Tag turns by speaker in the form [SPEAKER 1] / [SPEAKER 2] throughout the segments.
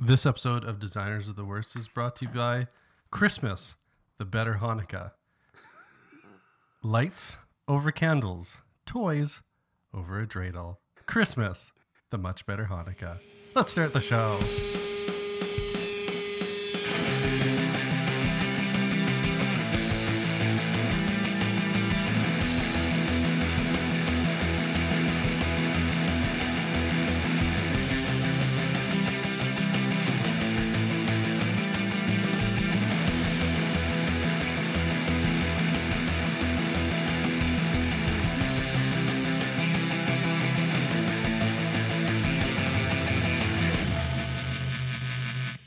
[SPEAKER 1] This episode of Designers of the Worst is brought to you by Christmas, the better Hanukkah. Lights over candles, toys over a dreidel. Christmas, the much better Hanukkah. Let's start the show.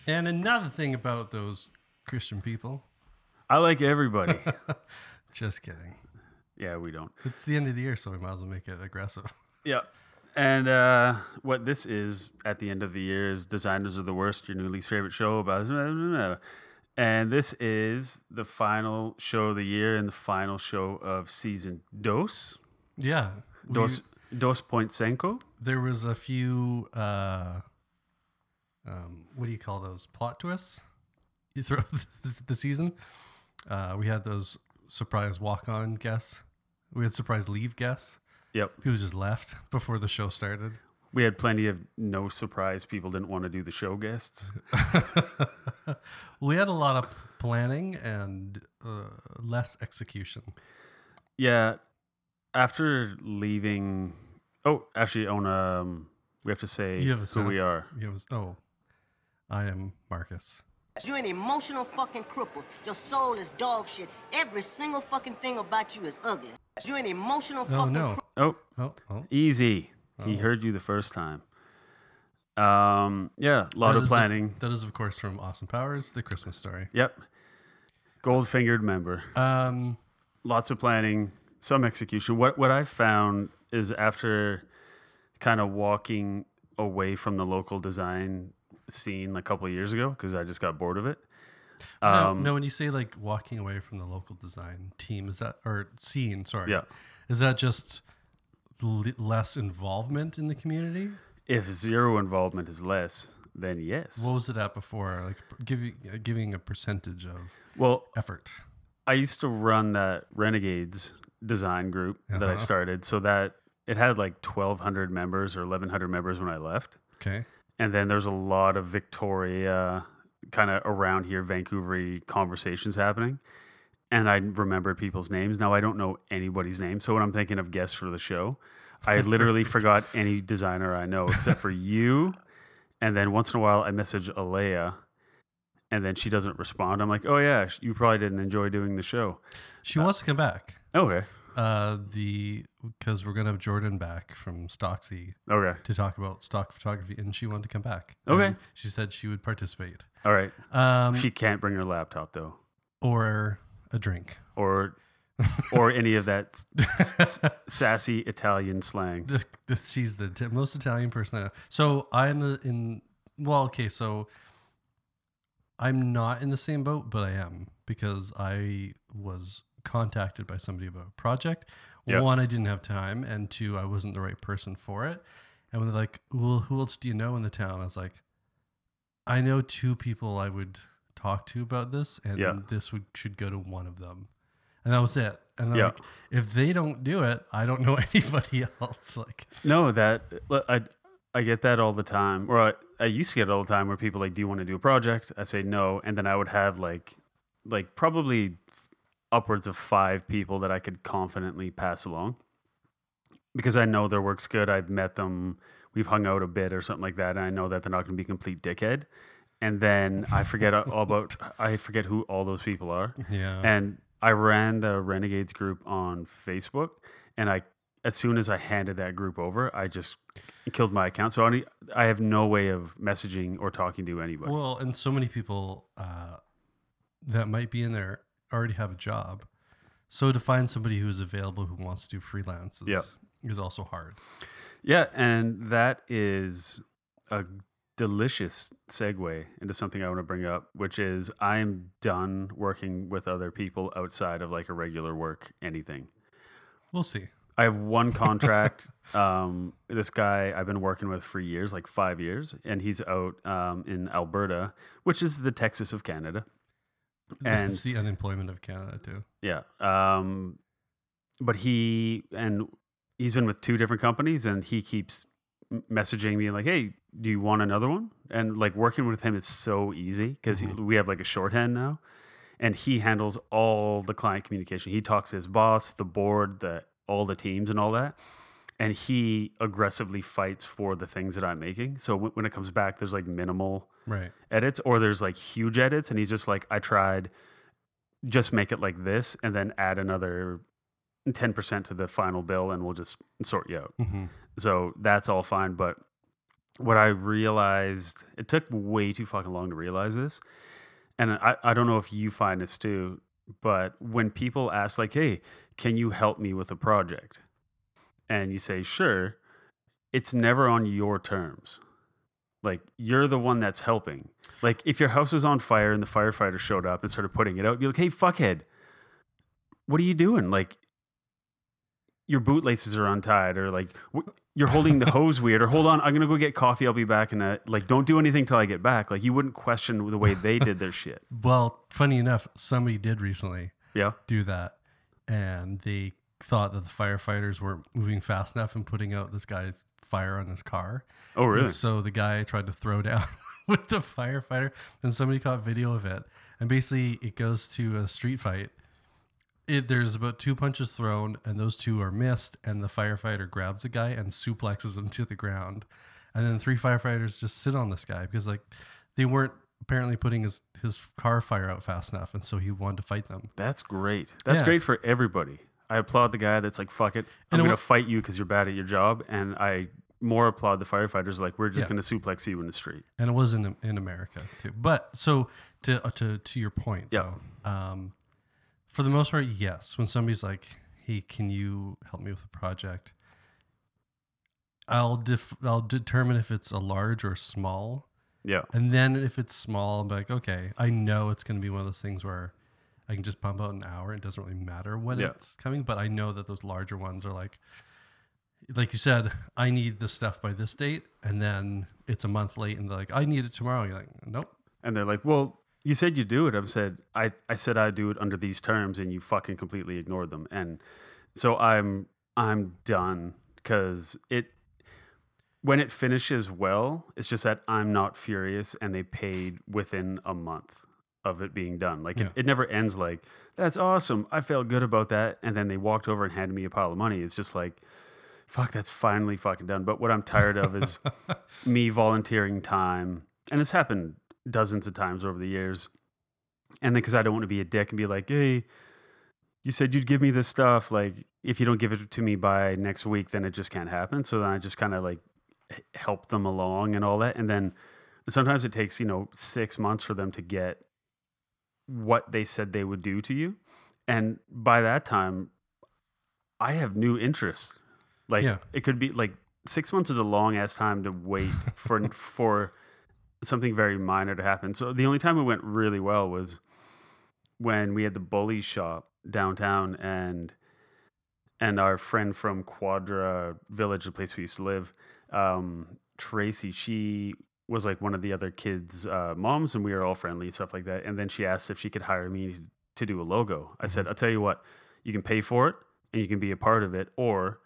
[SPEAKER 1] And another thing about those Christian people,
[SPEAKER 2] I like everybody.
[SPEAKER 1] just kidding.
[SPEAKER 2] yeah, we don't.
[SPEAKER 1] It's the end of the year, so we might as well make it aggressive.
[SPEAKER 2] Yeah. And uh, what this is at the end of the year is Designers Are the Worst, your new least favorite show about. And this is the final show of the year and the final show of season dos.
[SPEAKER 1] Yeah. we-
[SPEAKER 2] Dos, dos point cinco.
[SPEAKER 1] there was a few uh um what do you call those plot twists You throw the- the season uh we had those surprise walk-on guests we had surprise leave guests
[SPEAKER 2] Yep.
[SPEAKER 1] people just left before the show started
[SPEAKER 2] We had plenty of no surprise people didn't want to do the show guests.
[SPEAKER 1] we had a lot of planning and uh, less execution
[SPEAKER 2] Yeah. After leaving. Oh, actually, on um, we have to say
[SPEAKER 1] You have a
[SPEAKER 2] who we
[SPEAKER 1] sound-
[SPEAKER 2] are.
[SPEAKER 1] it was oh i am marcus
[SPEAKER 3] You're an emotional fucking cripple. Your soul is dog shit. Every single fucking thing about you is ugly. You're an emotional
[SPEAKER 1] oh
[SPEAKER 3] fucking
[SPEAKER 1] no
[SPEAKER 2] Oh,
[SPEAKER 1] oh oh
[SPEAKER 2] Easy. He heard you the first time. Um, yeah, a lot
[SPEAKER 1] That
[SPEAKER 2] of
[SPEAKER 1] is-
[SPEAKER 2] planning.
[SPEAKER 1] that is of course from austin powers the christmas story
[SPEAKER 2] yep. Gold fingered member.
[SPEAKER 1] um
[SPEAKER 2] Lots of planning, some execution. What what I found is after kind of walking away from the local design scene a couple of years ago because I just got bored of it.
[SPEAKER 1] No,
[SPEAKER 2] Um,
[SPEAKER 1] no, when you say like walking away from the local design team, is that or scene? Sorry,
[SPEAKER 2] Yeah.
[SPEAKER 1] is that just l- less involvement in the community?
[SPEAKER 2] If zero involvement is less, then yes.
[SPEAKER 1] What was it at before? Like giving uh, giving a percentage of
[SPEAKER 2] well
[SPEAKER 1] effort.
[SPEAKER 2] I used to run that Renegades design group that I started. So that it had like 1,200 members or 1,100 members when I left.
[SPEAKER 1] Okay,
[SPEAKER 2] And then there's a lot of Victoria, kind of around here, Vancouver conversations happening. And I remember people's names. Now I don't know anybody's name. So when I'm thinking of guests for the show, I literally forgot any designer I know except for you. And then once in a while, I message Alea. And then she doesn't respond. I'm like, oh, yeah, sh- you probably didn't enjoy doing the show.
[SPEAKER 1] she
[SPEAKER 2] Uh,
[SPEAKER 1] wants to come back.
[SPEAKER 2] Okay.
[SPEAKER 1] Uh, the because we're gonna have Jordan back from Stocksy
[SPEAKER 2] Okay.
[SPEAKER 1] to talk about stock photography, and she wanted to come back.
[SPEAKER 2] Okay.
[SPEAKER 1] And she said she would participate,
[SPEAKER 2] All right.
[SPEAKER 1] um,
[SPEAKER 2] She can't bring her laptop though,
[SPEAKER 1] or a drink.
[SPEAKER 2] or or any of that s- s- sassy Italian slang.
[SPEAKER 1] the, the, she's the t- most Italian person I know. So I'm the in well, okay, so I'm not in the same boat, but I am because I was contacted by somebody about a project.
[SPEAKER 2] Yeah.
[SPEAKER 1] One, I didn't have time, and two, I wasn't the right person for it. And when they're like, "Well, who else do you know in the town?" I was like, "I know two people I would talk to about this, and
[SPEAKER 2] Yeah.
[SPEAKER 1] this would should go to one of them." And that was it. And then,
[SPEAKER 2] Yeah.
[SPEAKER 1] like, if they don't do it, I don't know anybody else. Like,
[SPEAKER 2] No, that I I get that all the time, or I, I used to get it all the time, where people like, "Do you want to do a project?" I say no, and then I would have like like probably upwards of five people that I could confidently pass along because I know their work's good. I've met them, we've hung out a bit or something like that, and I know that they're not going to be complete dickhead. And then I forget all about I forget who all those people are.
[SPEAKER 1] yeah,
[SPEAKER 2] And I ran the Renegades group on Facebook, and I as soon as I handed that group over, I just killed my account. So I only- I have no way of messaging or talking to anybody.
[SPEAKER 1] well, and so many people uh, that might be in there already have a job. So to find somebody who is available who wants to do freelance is,
[SPEAKER 2] Yeah.
[SPEAKER 1] is also hard.
[SPEAKER 2] yeah, and that is a delicious segue into something I want to bring up, which is I am done working with other people outside of like a regular work anything.
[SPEAKER 1] We'll see.
[SPEAKER 2] I have one contract. um, this guy I've been working with for years, like five years, and he's out um, in Alberta, which is the Texas of Canada. And-
[SPEAKER 1] it's the unemployment of Canada too.
[SPEAKER 2] Yeah. Um, but he and he's been with two different companies, and he keeps m- messaging me like, "Hey, do you want another one?" And like working with him is so easy because we have like a shorthand now, and he handles all the client communication. He talks to his boss, the board, the all the teams, and all that. And he aggressively fights for the things that I'm making. So w- when it comes back, there's like minimal
[SPEAKER 1] Right.
[SPEAKER 2] edits or there's like huge edits and he's just like i tried just make it like this and then add another 10% to the final bill and we'll just sort you out
[SPEAKER 1] hmm
[SPEAKER 2] so that's all fine but what i realized it took way too fucking long to realize this and i, I don't know if you find this too but when people ask like hey can you help me with a project and you say sure it's never on your terms like you're the one that's helping like if your house is on fire and the firefighter showed up and started putting it out be like hey fuckhead what are you doing like your bootlaces are untied or like wh- you're holding the hose weird or hold on i'm gonna go get coffee i'll be back in a like don't do anything till i get back like you wouldn't question the way they did their shit
[SPEAKER 1] Well, funny enough, somebody did recently
[SPEAKER 2] yeah
[SPEAKER 1] do that, and they thought that the firefighters weren't moving fast enough and putting out this guy's fire on his car.
[SPEAKER 2] oh
[SPEAKER 1] And
[SPEAKER 2] really
[SPEAKER 1] so the guy tried to throw down with the firefighter, and somebody caught video of it. And basically, it goes to a street fight. It, there's about two punches thrown, and those two are missed. And the firefighter grabs the guy and suplexes him to the ground. And then three firefighters just sit on this guy because, like, they weren't apparently putting his, his car fire out fast enough. And so he wanted to fight them.
[SPEAKER 2] that's great that's
[SPEAKER 1] Yeah.
[SPEAKER 2] great for everybody i applaud the guy that's like fuck it
[SPEAKER 1] And
[SPEAKER 2] i'm
[SPEAKER 1] it
[SPEAKER 2] gonna
[SPEAKER 1] wa-
[SPEAKER 2] fight you because you're bad at your job and i more applaud the firefighters like we're just
[SPEAKER 1] Yeah.
[SPEAKER 2] gonna suplex you in the street
[SPEAKER 1] and it was in in America too. But so to uh, to to your point,
[SPEAKER 2] Yeah.
[SPEAKER 1] though, um, for the most part, yes. When somebody's like, "Hey, can you help me with a project?" I'll def- I'll determine if it's a large or small,
[SPEAKER 2] yeah
[SPEAKER 1] and then if it's small, I'm like, okay, I know it's going to be one of those things where I can just pump out an hour. It doesn't really matter when
[SPEAKER 2] Yeah.
[SPEAKER 1] it's coming, but I know that those larger ones are like, like you said, I need this stuff by this date, and then it's a month late, and they're like, I need it tomorrow. You're like, nope.
[SPEAKER 2] And they're like, "Well, you said you do it." I've said, "I I said I do it under these terms, and you fucking completely ignored them." And so I'm I'm done because it when it finishes well, it's just that I'm not furious, and they paid within a month of it being done. Like
[SPEAKER 1] Yeah.
[SPEAKER 2] it, it never ends like that's awesome. I felt good about that, and then they walked over and handed me a pile of money. It's just like. Fuck, that's finally fucking done. But what I'm tired of is me volunteering time, and it's happened dozens of times over the years. And then because I don't want to be a dick and be like, hey, you said you'd give me this stuff. Like, if you don't give it to me by next week, then it just can't happen. So then I just kind of like h- help them along and all that. And then sometimes it takes, you know, six months for them to get what they said they would do to you. And by that time, I have new interests. Like,
[SPEAKER 1] Yeah.
[SPEAKER 2] it could be like six months is a long ass time to wait for, for, something very minor to happen. So the only time it went really well was when we had the bully shop downtown and and our friend from Quadra Village, the place we used to live, um, Tracy, she was like one of the other kids' uh, moms, and we were all friendly and stuff like that. And then she asked if she could hire me to do a logo. I said, I'll tell you what, you can pay for it and you can be a part of it, or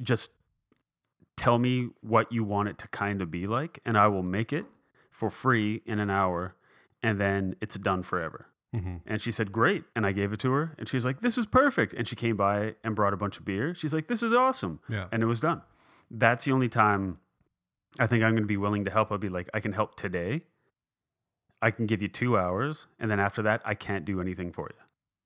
[SPEAKER 2] just tell me what you want it to kind of be like, and I will make it for free in an hour, and then it's done forever.
[SPEAKER 1] Mm-hmm.
[SPEAKER 2] And she said, Great. And I gave it to her, and she's like, This is perfect. And she came by and brought a bunch of beer. She's like, This is awesome.
[SPEAKER 1] Yeah.
[SPEAKER 2] And it was done. That's the only time I think I'm going to be willing to help. I'll be like, I can help today. I can give you two hours. And then after that, I can't do anything for you.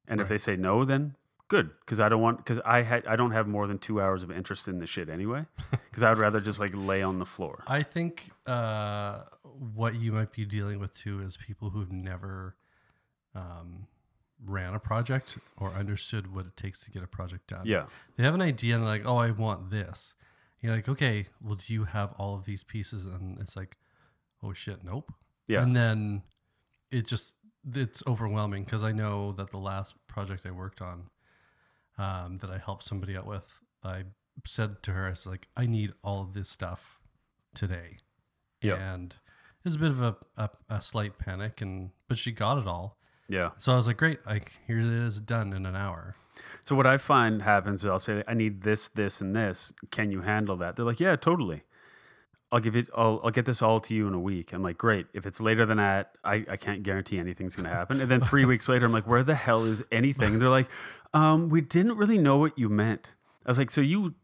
[SPEAKER 2] And if
[SPEAKER 1] Right.
[SPEAKER 2] they say no, then good. Cause I don't want, cause I had, I don't have more than two hours of interest in this shit anyway. Cause I would rather just like lay on the floor.
[SPEAKER 1] I think uh, what you might be dealing with too is people who've never um, ran a project or understood what it takes to get a project done.
[SPEAKER 2] Yeah.
[SPEAKER 1] they have an idea and they're like, oh, I want this. And you're like, okay, well, do you have all of these pieces? And it's like, oh shit, nope.
[SPEAKER 2] Yeah.
[SPEAKER 1] And then it just it's overwhelming because I know that the last project I worked on, um, that I helped somebody out with. I said to her, I was like, I need all of this stuff today.
[SPEAKER 2] Yeah.
[SPEAKER 1] And there's a bit of a, a, a slight panic, and but she got it all.
[SPEAKER 2] Yeah.
[SPEAKER 1] So I was like, great, like here it is done in an hour.
[SPEAKER 2] So what I find happens is I'll say, I need this, this, and this. Can you handle that? They're like, Yeah, totally. I'll give it. I'll, I'll get this all to you in a week. I'm like, great. If it's later than that, I, I can't guarantee anything's going to happen. And then three weeks later, I'm like, where the hell is anything? And they're like, um, we didn't really know what you meant. I was like, so you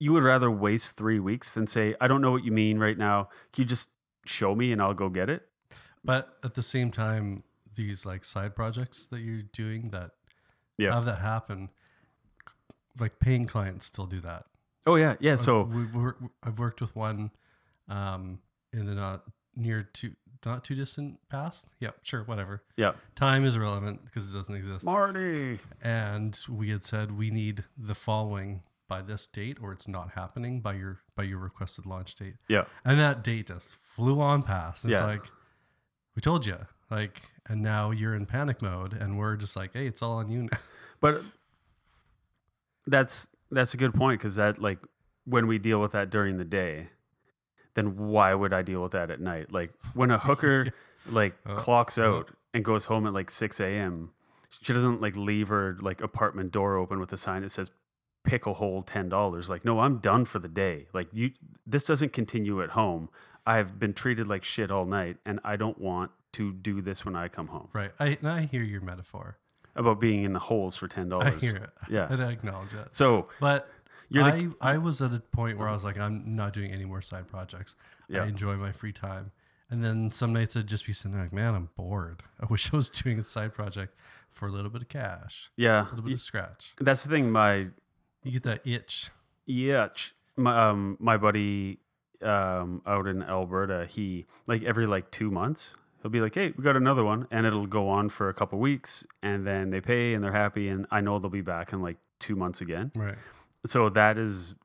[SPEAKER 2] you would rather waste three weeks than say, I don't know what you mean right now. Can you just show me and I'll go get it?
[SPEAKER 1] But at the same time, these like side projects that you're doing that
[SPEAKER 2] Yeah.
[SPEAKER 1] have that happen, c- like paying clients still do that.
[SPEAKER 2] Oh yeah, yeah.
[SPEAKER 1] I've-
[SPEAKER 2] So
[SPEAKER 1] we've, wor- I've worked with one um, in the not near to not too distant past. Yep, sure, whatever.
[SPEAKER 2] yeah,
[SPEAKER 1] Time is irrelevant because it doesn't exist.
[SPEAKER 2] Marty.
[SPEAKER 1] And we had said we need the following by this date, or it's not happening by your by your requested launch date.
[SPEAKER 2] Yeah,
[SPEAKER 1] And that date just flew on past. It's
[SPEAKER 2] Yeah.
[SPEAKER 1] like we told you, like, and now you're in panic mode, and we're just like, hey, it's all on you now.
[SPEAKER 2] but that's that's a good point because that like when we deal with that during the day, then why would I deal with that at night? Like when a hooker like
[SPEAKER 1] Uh,
[SPEAKER 2] clocks out and goes home at like six a.m., she doesn't like leave her like apartment door open with a sign that says "pick a hole ten dollars." Like no, I'm done for the day. Like you, this doesn't continue at home. I've been treated like shit all night, and I don't want to do this when I come home.
[SPEAKER 1] Right. I and I hear your metaphor.
[SPEAKER 2] about being in the holes for ten
[SPEAKER 1] I
[SPEAKER 2] dollars.
[SPEAKER 1] hear it.
[SPEAKER 2] Yeah.
[SPEAKER 1] And I acknowledge it.
[SPEAKER 2] So
[SPEAKER 1] But
[SPEAKER 2] You're
[SPEAKER 1] I,
[SPEAKER 2] the-
[SPEAKER 1] I was at a point where I was like, I'm not doing any more side projects.
[SPEAKER 2] Yeah.
[SPEAKER 1] I enjoy my free time. And then some nights I'd just be sitting there like, man, I'm bored. I wish I was doing a side project for a little bit of cash,
[SPEAKER 2] yeah,
[SPEAKER 1] a little bit
[SPEAKER 2] y-
[SPEAKER 1] of scratch.
[SPEAKER 2] that's the thing. My
[SPEAKER 1] You get that itch.
[SPEAKER 2] yuch, my um, my buddy um out in Alberta, he like every like two months. He'll be like, "Hey, we got another one," and it'll go on for a couple weeks, and then they pay and they're happy, and I know they'll be back in like two months again.
[SPEAKER 1] Right.
[SPEAKER 2] so that is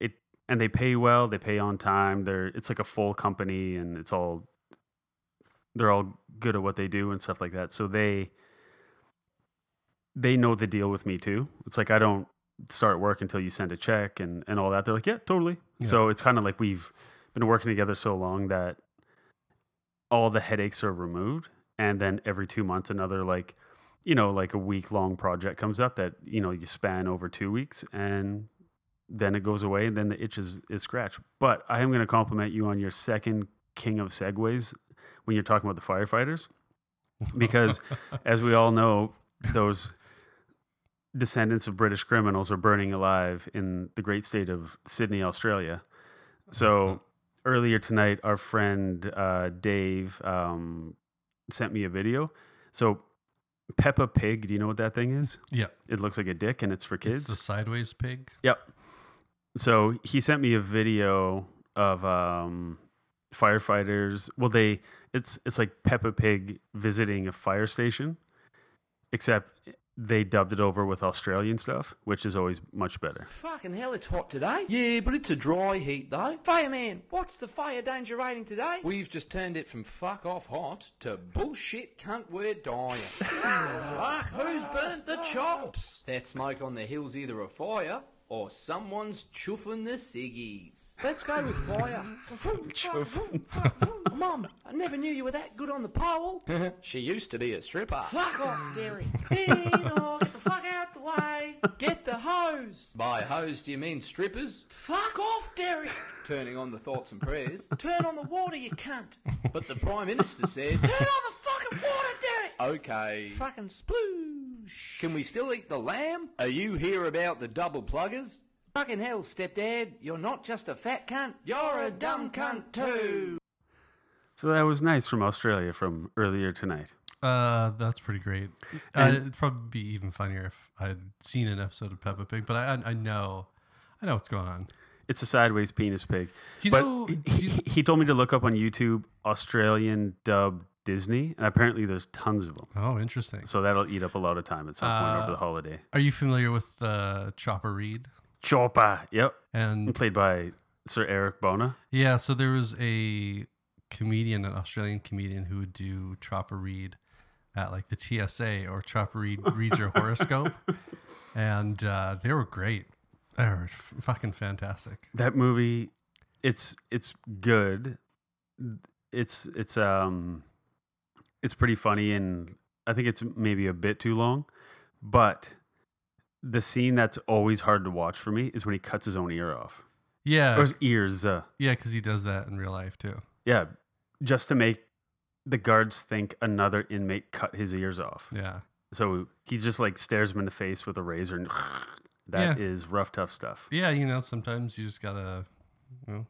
[SPEAKER 2] it and they pay well they pay on time they're it's like a full company and it's all they're all good at what they do and stuff like that so they they know the deal with me too it's like i don't start work until you send a check and and all that they're like yeah totally
[SPEAKER 1] Yeah.
[SPEAKER 2] so it's kind of like we've been working together so long that all the headaches are removed and then every two months another like you know, like a week long project comes up that, you know, you span over two weeks and then it goes away and then the itch is, is scratched. But I am going to compliment you on your second king of segues when you're talking about the firefighters, because as we all know, those descendants of British criminals are burning alive in the great state of Sydney, Australia. So earlier tonight, our friend uh, Dave um, sent me a video. So Peppa Pig, do you know what that thing is?
[SPEAKER 1] Yeah.
[SPEAKER 2] It looks like a dick and it's for kids.
[SPEAKER 1] It's the sideways pig.
[SPEAKER 2] Yep. So he sent me a video of um, firefighters. Well, they it's it's like Peppa Pig visiting a fire station, except they dubbed it over with Australian stuff, which is always much better.
[SPEAKER 4] Fucking hell, it's hot today. Yeah, but it's a dry heat though. Fireman, what's the fire danger rating today? We've just turned it from fuck off hot to bullshit cunt we're dying. fuck, who's burnt the chops? That smoke on the hill's either a fire or someone's chuffing the ciggies. Let's go with fire. Mum, I never knew you were that good on the pole. she used to be a stripper. Fuck off, Derry. Dino, get the fuck out the way. Get the hose. By hose, do you mean strippers? Fuck off, Derry. Turning on the thoughts and prayers. Turn on the water, you cunt. But the Prime Minister said. Turn on the fucking water, Derry. Okay. Fucking sploosh. Can we still eat the lamb? Are you here about the double pluggers? Fucking hell, stepdad. You're not just a fat cunt. You're a dumb cunt too.
[SPEAKER 2] So that was nice from Australia from earlier tonight.
[SPEAKER 1] Uh, that's pretty great. Uh, it'd probably be even funnier if I'd seen an episode of Peppa Pig, but I, I, I know, I know what's going on.
[SPEAKER 2] It's a sideways penis pig.
[SPEAKER 1] Do you
[SPEAKER 2] but
[SPEAKER 1] know-
[SPEAKER 2] he,
[SPEAKER 1] do you-
[SPEAKER 2] he told me to look up on YouTube Australian dub Disney, and apparently there's tons of them.
[SPEAKER 1] Oh, interesting.
[SPEAKER 2] So that'll eat up a lot of time at some point
[SPEAKER 1] Uh,
[SPEAKER 2] over the holiday.
[SPEAKER 1] Are you familiar with uh, Chopper Reed?
[SPEAKER 2] Chopper. Yep.
[SPEAKER 1] And
[SPEAKER 2] Played by Sir Eric Bona.
[SPEAKER 1] Yeah, so there was a comedian, an Australian comedian, who would do chopper read at like the TSA or chopper read reads your horoscope, and uh, they were great. They were f- fucking fantastic.
[SPEAKER 2] that movie it's it's good it's it's um it's pretty funny and i think it's maybe a bit too long but the scene that's always hard to watch for me is when he cuts his own ear off or
[SPEAKER 1] Yeah,
[SPEAKER 2] his ears uh,
[SPEAKER 1] yeah, because he does that in real life too.
[SPEAKER 2] yeah just to make the guards think another inmate cut his ears off
[SPEAKER 1] Yeah,
[SPEAKER 2] so he just like stares him in the face with a razor and that is
[SPEAKER 1] Yeah.
[SPEAKER 2] rough tough stuff
[SPEAKER 1] yeah. You know, sometimes you just gotta, you know,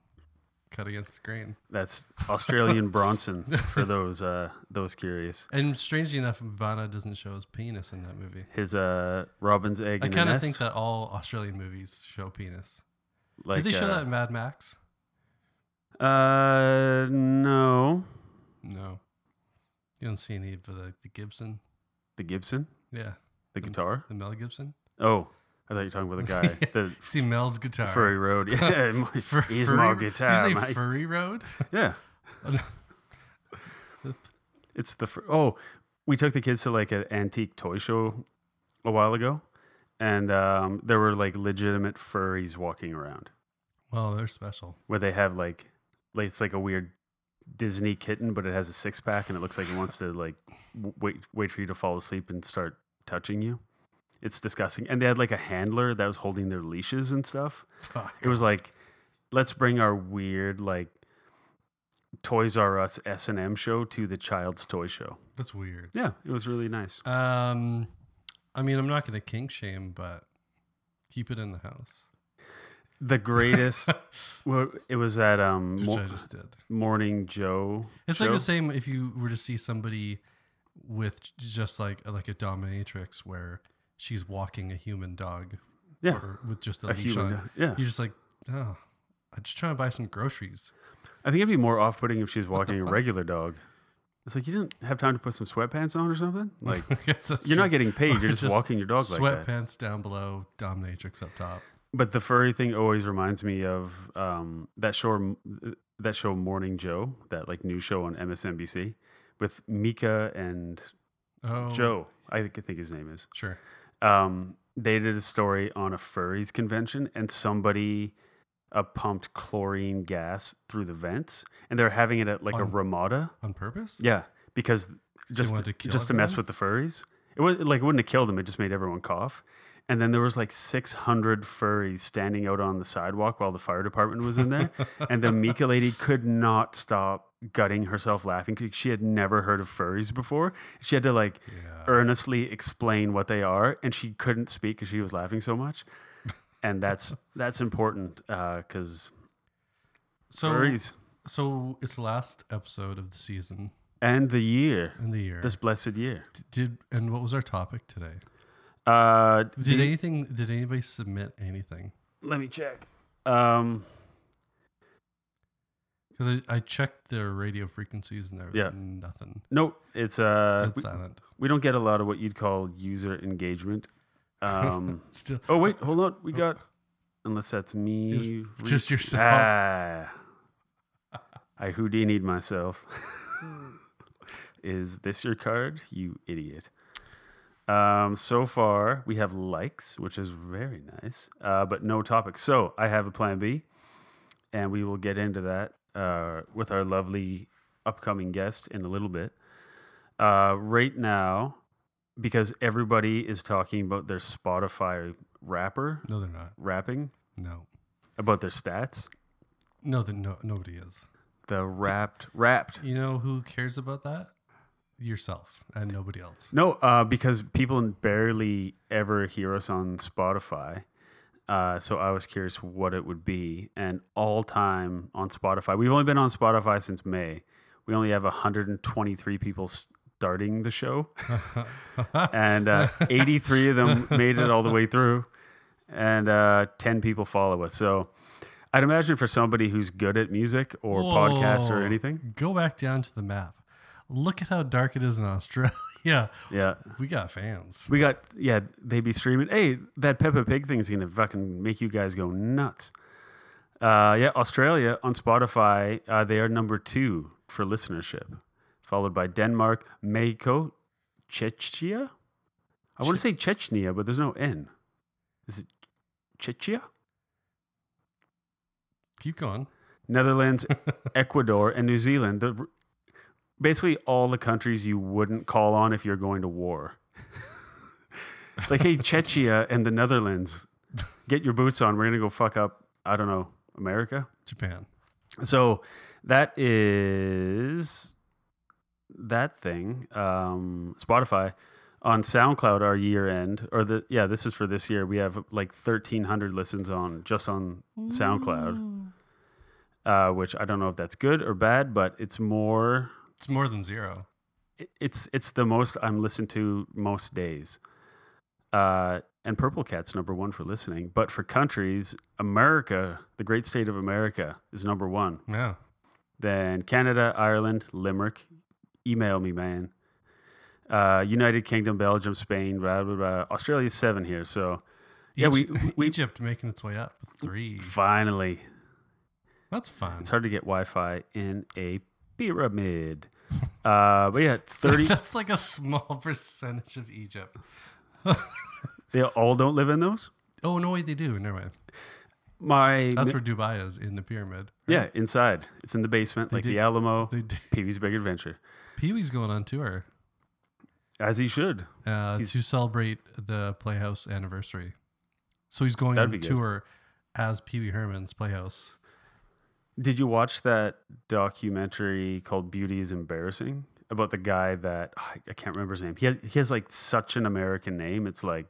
[SPEAKER 1] cut against the grain.
[SPEAKER 2] that's australian bronson for those uh those curious
[SPEAKER 1] And strangely enough, Vanna doesn't show his penis in that movie.
[SPEAKER 2] his uh robin's egg
[SPEAKER 1] I
[SPEAKER 2] in a
[SPEAKER 1] kind of
[SPEAKER 2] nest,
[SPEAKER 1] think that all Australian movies show penis.
[SPEAKER 2] like,
[SPEAKER 1] Did they show
[SPEAKER 2] uh,
[SPEAKER 1] that in Mad Max?
[SPEAKER 2] uh no
[SPEAKER 1] No, you don't see any of the, the Gibson.
[SPEAKER 2] the gibson
[SPEAKER 1] Yeah,
[SPEAKER 2] the guitar
[SPEAKER 1] the Mel Gibson.
[SPEAKER 2] oh i thought you were talking about the guy the
[SPEAKER 1] See Mel's guitar.
[SPEAKER 2] furry road yeah my,
[SPEAKER 1] Fur-
[SPEAKER 2] he's
[SPEAKER 1] furry
[SPEAKER 2] my
[SPEAKER 1] ro-
[SPEAKER 2] guitar
[SPEAKER 1] You say
[SPEAKER 2] mate.
[SPEAKER 1] furry road?
[SPEAKER 2] yeah
[SPEAKER 1] Oh, no.
[SPEAKER 2] it's the fur- oh we took the kids to like an antique toy show a while ago and um there were like legitimate furries walking around
[SPEAKER 1] well, they're special.
[SPEAKER 2] where they have like, like it's like a weird Disney kitten, but it has a six pack and it looks like it wants to like w- wait wait for you to fall asleep and start touching you. It's disgusting. And they had like a handler that was holding their leashes and stuff.
[SPEAKER 1] Fuck.
[SPEAKER 2] It was like, let's bring our weird like Toys R Us S and M show to the child's toy show.
[SPEAKER 1] That's weird.
[SPEAKER 2] Yeah, it was really nice.
[SPEAKER 1] Um, I mean, I'm not going to kink shame, but keep it in the house,
[SPEAKER 2] The greatest. well, it was at um
[SPEAKER 1] which
[SPEAKER 2] Mo-
[SPEAKER 1] I just did.
[SPEAKER 2] Morning Joe.
[SPEAKER 1] It's like the
[SPEAKER 2] show.
[SPEAKER 1] same if you were to see somebody with j- just like like a dominatrix where she's walking a human dog
[SPEAKER 2] Yeah.
[SPEAKER 1] or with just a,
[SPEAKER 2] A
[SPEAKER 1] leash
[SPEAKER 2] human
[SPEAKER 1] on.
[SPEAKER 2] dog, yeah.
[SPEAKER 1] You're just like, oh, I'm just trying to buy some groceries.
[SPEAKER 2] I think it'd be more off putting if she was walking a regular dog. It's like you didn't have time to put some sweatpants on or something. Like
[SPEAKER 1] I guess that's
[SPEAKER 2] you're not
[SPEAKER 1] true.
[SPEAKER 2] getting paid,
[SPEAKER 1] Or
[SPEAKER 2] you're just, walking your dog like that.
[SPEAKER 1] Sweatpants down below, dominatrix up top.
[SPEAKER 2] But the furry thing always reminds me of um, that show that show Morning Joe, that like new show on MSNBC with Mika and
[SPEAKER 1] Oh,
[SPEAKER 2] Joe. I think I think his name is.
[SPEAKER 1] Sure.
[SPEAKER 2] Um, they did a story on a furries convention and somebody uh, pumped chlorine gas through the vents and they're having it at like a
[SPEAKER 1] On-
[SPEAKER 2] Ramada.
[SPEAKER 1] On purpose?
[SPEAKER 2] Yeah, because just
[SPEAKER 1] wanted
[SPEAKER 2] to,
[SPEAKER 1] to kill
[SPEAKER 2] just to mess
[SPEAKER 1] everyone?
[SPEAKER 2] with the furries, it was like it wouldn't have killed them. It just made everyone cough. And then there was like 600 furries standing out on the sidewalk while the fire department was in there, and the Mika lady could not stop gutting herself laughing because she had never heard of furries before. She had to like earnestly explain what they are, and she couldn't speak because she was laughing so much. And that's that's important because
[SPEAKER 1] So,
[SPEAKER 2] furries
[SPEAKER 1] so it's the last episode of the season
[SPEAKER 2] and the year,
[SPEAKER 1] and the year.
[SPEAKER 2] this blessed year.
[SPEAKER 1] did and what was our topic today?
[SPEAKER 2] Uh,
[SPEAKER 1] Did
[SPEAKER 2] the-
[SPEAKER 1] anything? Did anybody submit anything?
[SPEAKER 2] Let me check. Um,
[SPEAKER 1] Because I, I checked the radio frequencies and there was
[SPEAKER 2] Yeah.
[SPEAKER 1] nothing.
[SPEAKER 2] nope, it's uh,
[SPEAKER 1] Dead
[SPEAKER 2] we,
[SPEAKER 1] silent.
[SPEAKER 2] we don't get a lot of what you'd call user engagement. Um,
[SPEAKER 1] Still.
[SPEAKER 2] oh wait, hold on, we got unless that's me,
[SPEAKER 1] It was just
[SPEAKER 2] re-
[SPEAKER 1] yourself.
[SPEAKER 2] Ah, I Houdini'd myself. Is this your card, you idiot? Um, so far we have likes, which is very nice, uh, but no topics. So I have a plan B. and we will get into that uh, with our lovely upcoming guest in a little bit. Uh, right now, because everybody is talking about their Spotify rapper
[SPEAKER 1] No, they're not.
[SPEAKER 2] rapping
[SPEAKER 1] No.
[SPEAKER 2] about their stats,
[SPEAKER 1] No, that no, nobody is.
[SPEAKER 2] the wrapped wrapped.
[SPEAKER 1] You know who cares about that? Yourself and nobody else.
[SPEAKER 2] No, uh, because people barely ever hear us on Spotify. Uh, so I was curious what it would be. And all time on Spotify, we've only been on Spotify since May. We only have 123 people starting the show, and uh, 83 of them made it all the way through, and uh, 10 people follow us. So I'd imagine for somebody who's good at music or podcast or
[SPEAKER 1] Whoa.
[SPEAKER 2] anything,
[SPEAKER 1] Go back down to the map. Look at how dark it is in Australia.
[SPEAKER 2] yeah,
[SPEAKER 1] we got fans.
[SPEAKER 2] We got yeah, they be streaming. Hey, that Peppa Pig thing is gonna fucking make you guys go nuts. Uh, yeah, Australia on Spotify, uh, they are number two for listenership, followed by Denmark, Mexico, Chechnya. I want to say Chechnya, but there's no N. Is it Czechia?
[SPEAKER 1] Keep going.
[SPEAKER 2] Netherlands, Ecuador, and New Zealand. The, basically, all the countries you wouldn't call on if you're going to war. like, hey, Chechia and the Netherlands, get your boots on. We're going to go fuck up, I don't know, America.
[SPEAKER 1] Japan.
[SPEAKER 2] So that is that thing. Um, Spotify on SoundCloud our year end or the yeah this is for this year. We have like thirteen hundred listens on just on SoundCloud, uh, which I don't know if that's good or bad, but it's more.
[SPEAKER 1] It's more than zero.
[SPEAKER 2] it- It's it's the most I'm listened to most days. Uh, and Purple Cat's number one for listening, but for countries, America, the great state of America, is number one
[SPEAKER 1] Yeah.
[SPEAKER 2] then Canada, Ireland, Limerick. Email me, man. Uh, United Kingdom, Belgium, Spain, blah, blah, blah. Australia's seven here. So, yeah, we,
[SPEAKER 1] Egy-
[SPEAKER 2] we
[SPEAKER 1] Egypt making its way up with three.
[SPEAKER 2] finally,
[SPEAKER 1] That's fine.
[SPEAKER 2] it's hard to get Wi Fi in a pyramid. Uh, but yeah, 30,
[SPEAKER 1] That's like a small percentage of Egypt.
[SPEAKER 2] they all don't live in those.
[SPEAKER 1] Oh no, wait, they do. Never mind.
[SPEAKER 2] My,
[SPEAKER 1] That's where Dubai is in the pyramid.
[SPEAKER 2] yeah, inside. It's in the basement, like
[SPEAKER 1] did-
[SPEAKER 2] the Alamo,
[SPEAKER 1] They do.
[SPEAKER 2] Pee Wee's Big Adventure,
[SPEAKER 1] Pee Wee's going on tour
[SPEAKER 2] as he should.
[SPEAKER 1] uh,
[SPEAKER 2] He's-
[SPEAKER 1] to celebrate the Playhouse anniversary. So he's going
[SPEAKER 2] That'd
[SPEAKER 1] on
[SPEAKER 2] be good.
[SPEAKER 1] tour as Pee Wee Herman's Playhouse.
[SPEAKER 2] Did you watch that documentary called Beauty is Embarrassing about the guy that I I can't remember his name? He has, he has like such an American name. It's like,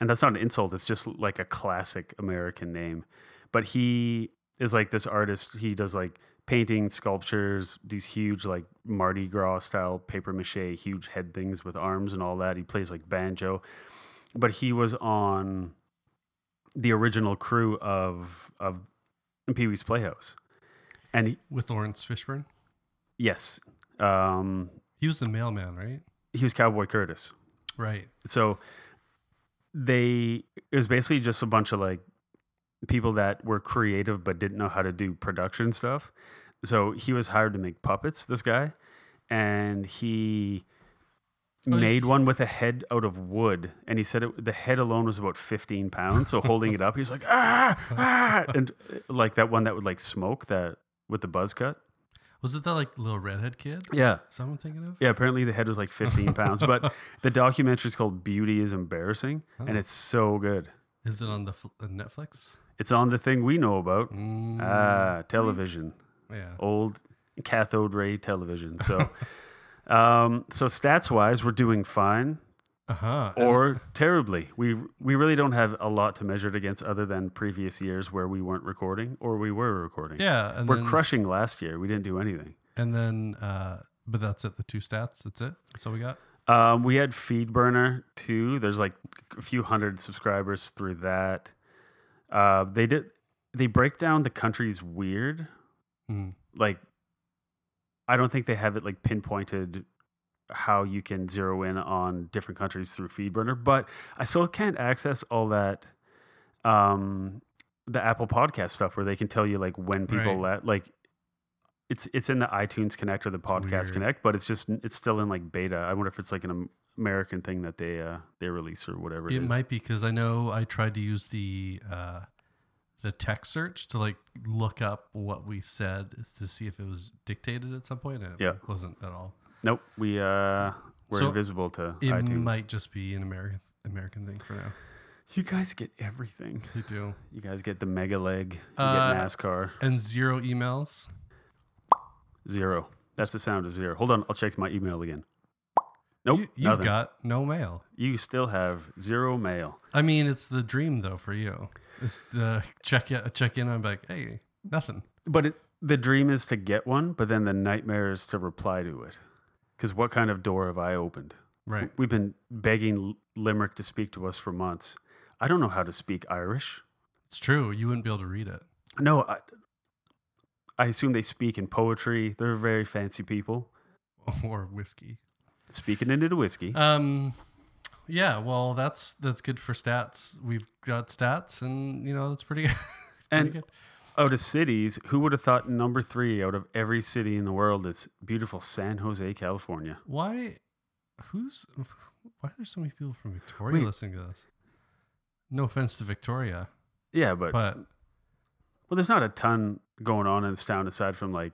[SPEAKER 2] and that's not an insult, it's just like a classic American name. But he is like this artist. He does like painting, sculptures, these huge like Mardi Gras style paper mache, huge head things with arms and all that. He plays like banjo. But he was on the original crew of of Pee Wee's Playhouse. And he,
[SPEAKER 1] with Lawrence Fishburne.
[SPEAKER 2] yes, um,
[SPEAKER 1] He was the mailman, right?
[SPEAKER 2] he was Cowboy Curtis.
[SPEAKER 1] Right.
[SPEAKER 2] So they it was basically just a bunch of like people that were creative but didn't know how to do production stuff. So he was hired to make puppets. This guy, and he
[SPEAKER 1] Oh, he's-
[SPEAKER 2] made one with a head out of wood, and he said it, the head alone was about fifteen pounds. So holding it up, he was like ah, ah, and uh, like that one that would like smoke that with the buzz cut.
[SPEAKER 1] Was it that like little redhead kid?
[SPEAKER 2] Yeah,
[SPEAKER 1] Is that what I'm thinking of?
[SPEAKER 2] Yeah, apparently the head was like 15 pounds. But the documentary is called Beauty is Embarrassing,
[SPEAKER 1] Oh.
[SPEAKER 2] and it's so good.
[SPEAKER 1] Is it on the fl- uh, Netflix?
[SPEAKER 2] It's on the thing we know about
[SPEAKER 1] Mm,
[SPEAKER 2] ah, television,
[SPEAKER 1] yeah.
[SPEAKER 2] old cathode ray television. So, um, so stats wise, we're doing fine
[SPEAKER 1] Uh huh.
[SPEAKER 2] or terribly. We we really don't have a lot to measure it against other than previous years where we weren't recording or we were recording.
[SPEAKER 1] yeah, and
[SPEAKER 2] we're
[SPEAKER 1] then,
[SPEAKER 2] crushing last year. We didn't do anything.
[SPEAKER 1] and then, uh, but that's it. The two stats. That's it. That's all we got.
[SPEAKER 2] Um, we had Feedburner too. There's like a few hundred subscribers through that. Uh, they did they break down the countries weird.
[SPEAKER 1] Mm.
[SPEAKER 2] Like, I don't think they have it like pinpointed how you can zero in on different countries through Feedburner, but I still can't access all that. Um, the Apple Podcast stuff where they can tell you like when people
[SPEAKER 1] Right.
[SPEAKER 2] let like. It's, it's in the iTunes Connect or the Podcast
[SPEAKER 1] weird.
[SPEAKER 2] Connect, but it's just it's still in like beta. I wonder if it's like an Am- American thing that they uh, they release or whatever. It,
[SPEAKER 1] It
[SPEAKER 2] is.
[SPEAKER 1] might be because I know I tried to use the uh, the text search to like look up what we said to see if it was dictated at some point, and it
[SPEAKER 2] Yeah.
[SPEAKER 1] wasn't at all.
[SPEAKER 2] Nope, we uh we're
[SPEAKER 1] So,
[SPEAKER 2] invisible to
[SPEAKER 1] It
[SPEAKER 2] iTunes.
[SPEAKER 1] might just be an American American thing for now.
[SPEAKER 2] You guys get everything.
[SPEAKER 1] You do.
[SPEAKER 2] You guys get the mega leg. You
[SPEAKER 1] Uh,
[SPEAKER 2] get NASCAR.
[SPEAKER 1] And zero emails.
[SPEAKER 2] Zero. That's the sound of zero. Hold on, I'll check my email again. Nope,
[SPEAKER 1] you, you've
[SPEAKER 2] nothing.
[SPEAKER 1] got no mail.
[SPEAKER 2] You still have zero mail.
[SPEAKER 1] I mean, it's the dream though for you. It's the check in, check in. I'm like, hey, nothing.
[SPEAKER 2] But it, the dream is to get one, but then the nightmare is to reply to it. Because what kind of door have I opened?
[SPEAKER 1] Right.
[SPEAKER 2] We've been begging L- Limerick to speak to us for months. I don't know how to speak Irish.
[SPEAKER 1] It's true. You wouldn't be able to read it.
[SPEAKER 2] No, I, I assume they speak in poetry. They're very fancy people.
[SPEAKER 1] Or whiskey.
[SPEAKER 2] Speaking into the whiskey.
[SPEAKER 1] Um, yeah. Well, that's that's good for stats. We've got stats, and you know that's pretty, pretty
[SPEAKER 2] And-
[SPEAKER 1] good.
[SPEAKER 2] out of cities, who would have thought number three out of every city in the world is beautiful San Jose, California?
[SPEAKER 1] Why? Who's? Why are there so many people from Victoria
[SPEAKER 2] Wait.
[SPEAKER 1] listening to this? No offense to Victoria,
[SPEAKER 2] Yeah, but
[SPEAKER 1] but
[SPEAKER 2] well, there's not a ton going on in this town aside from like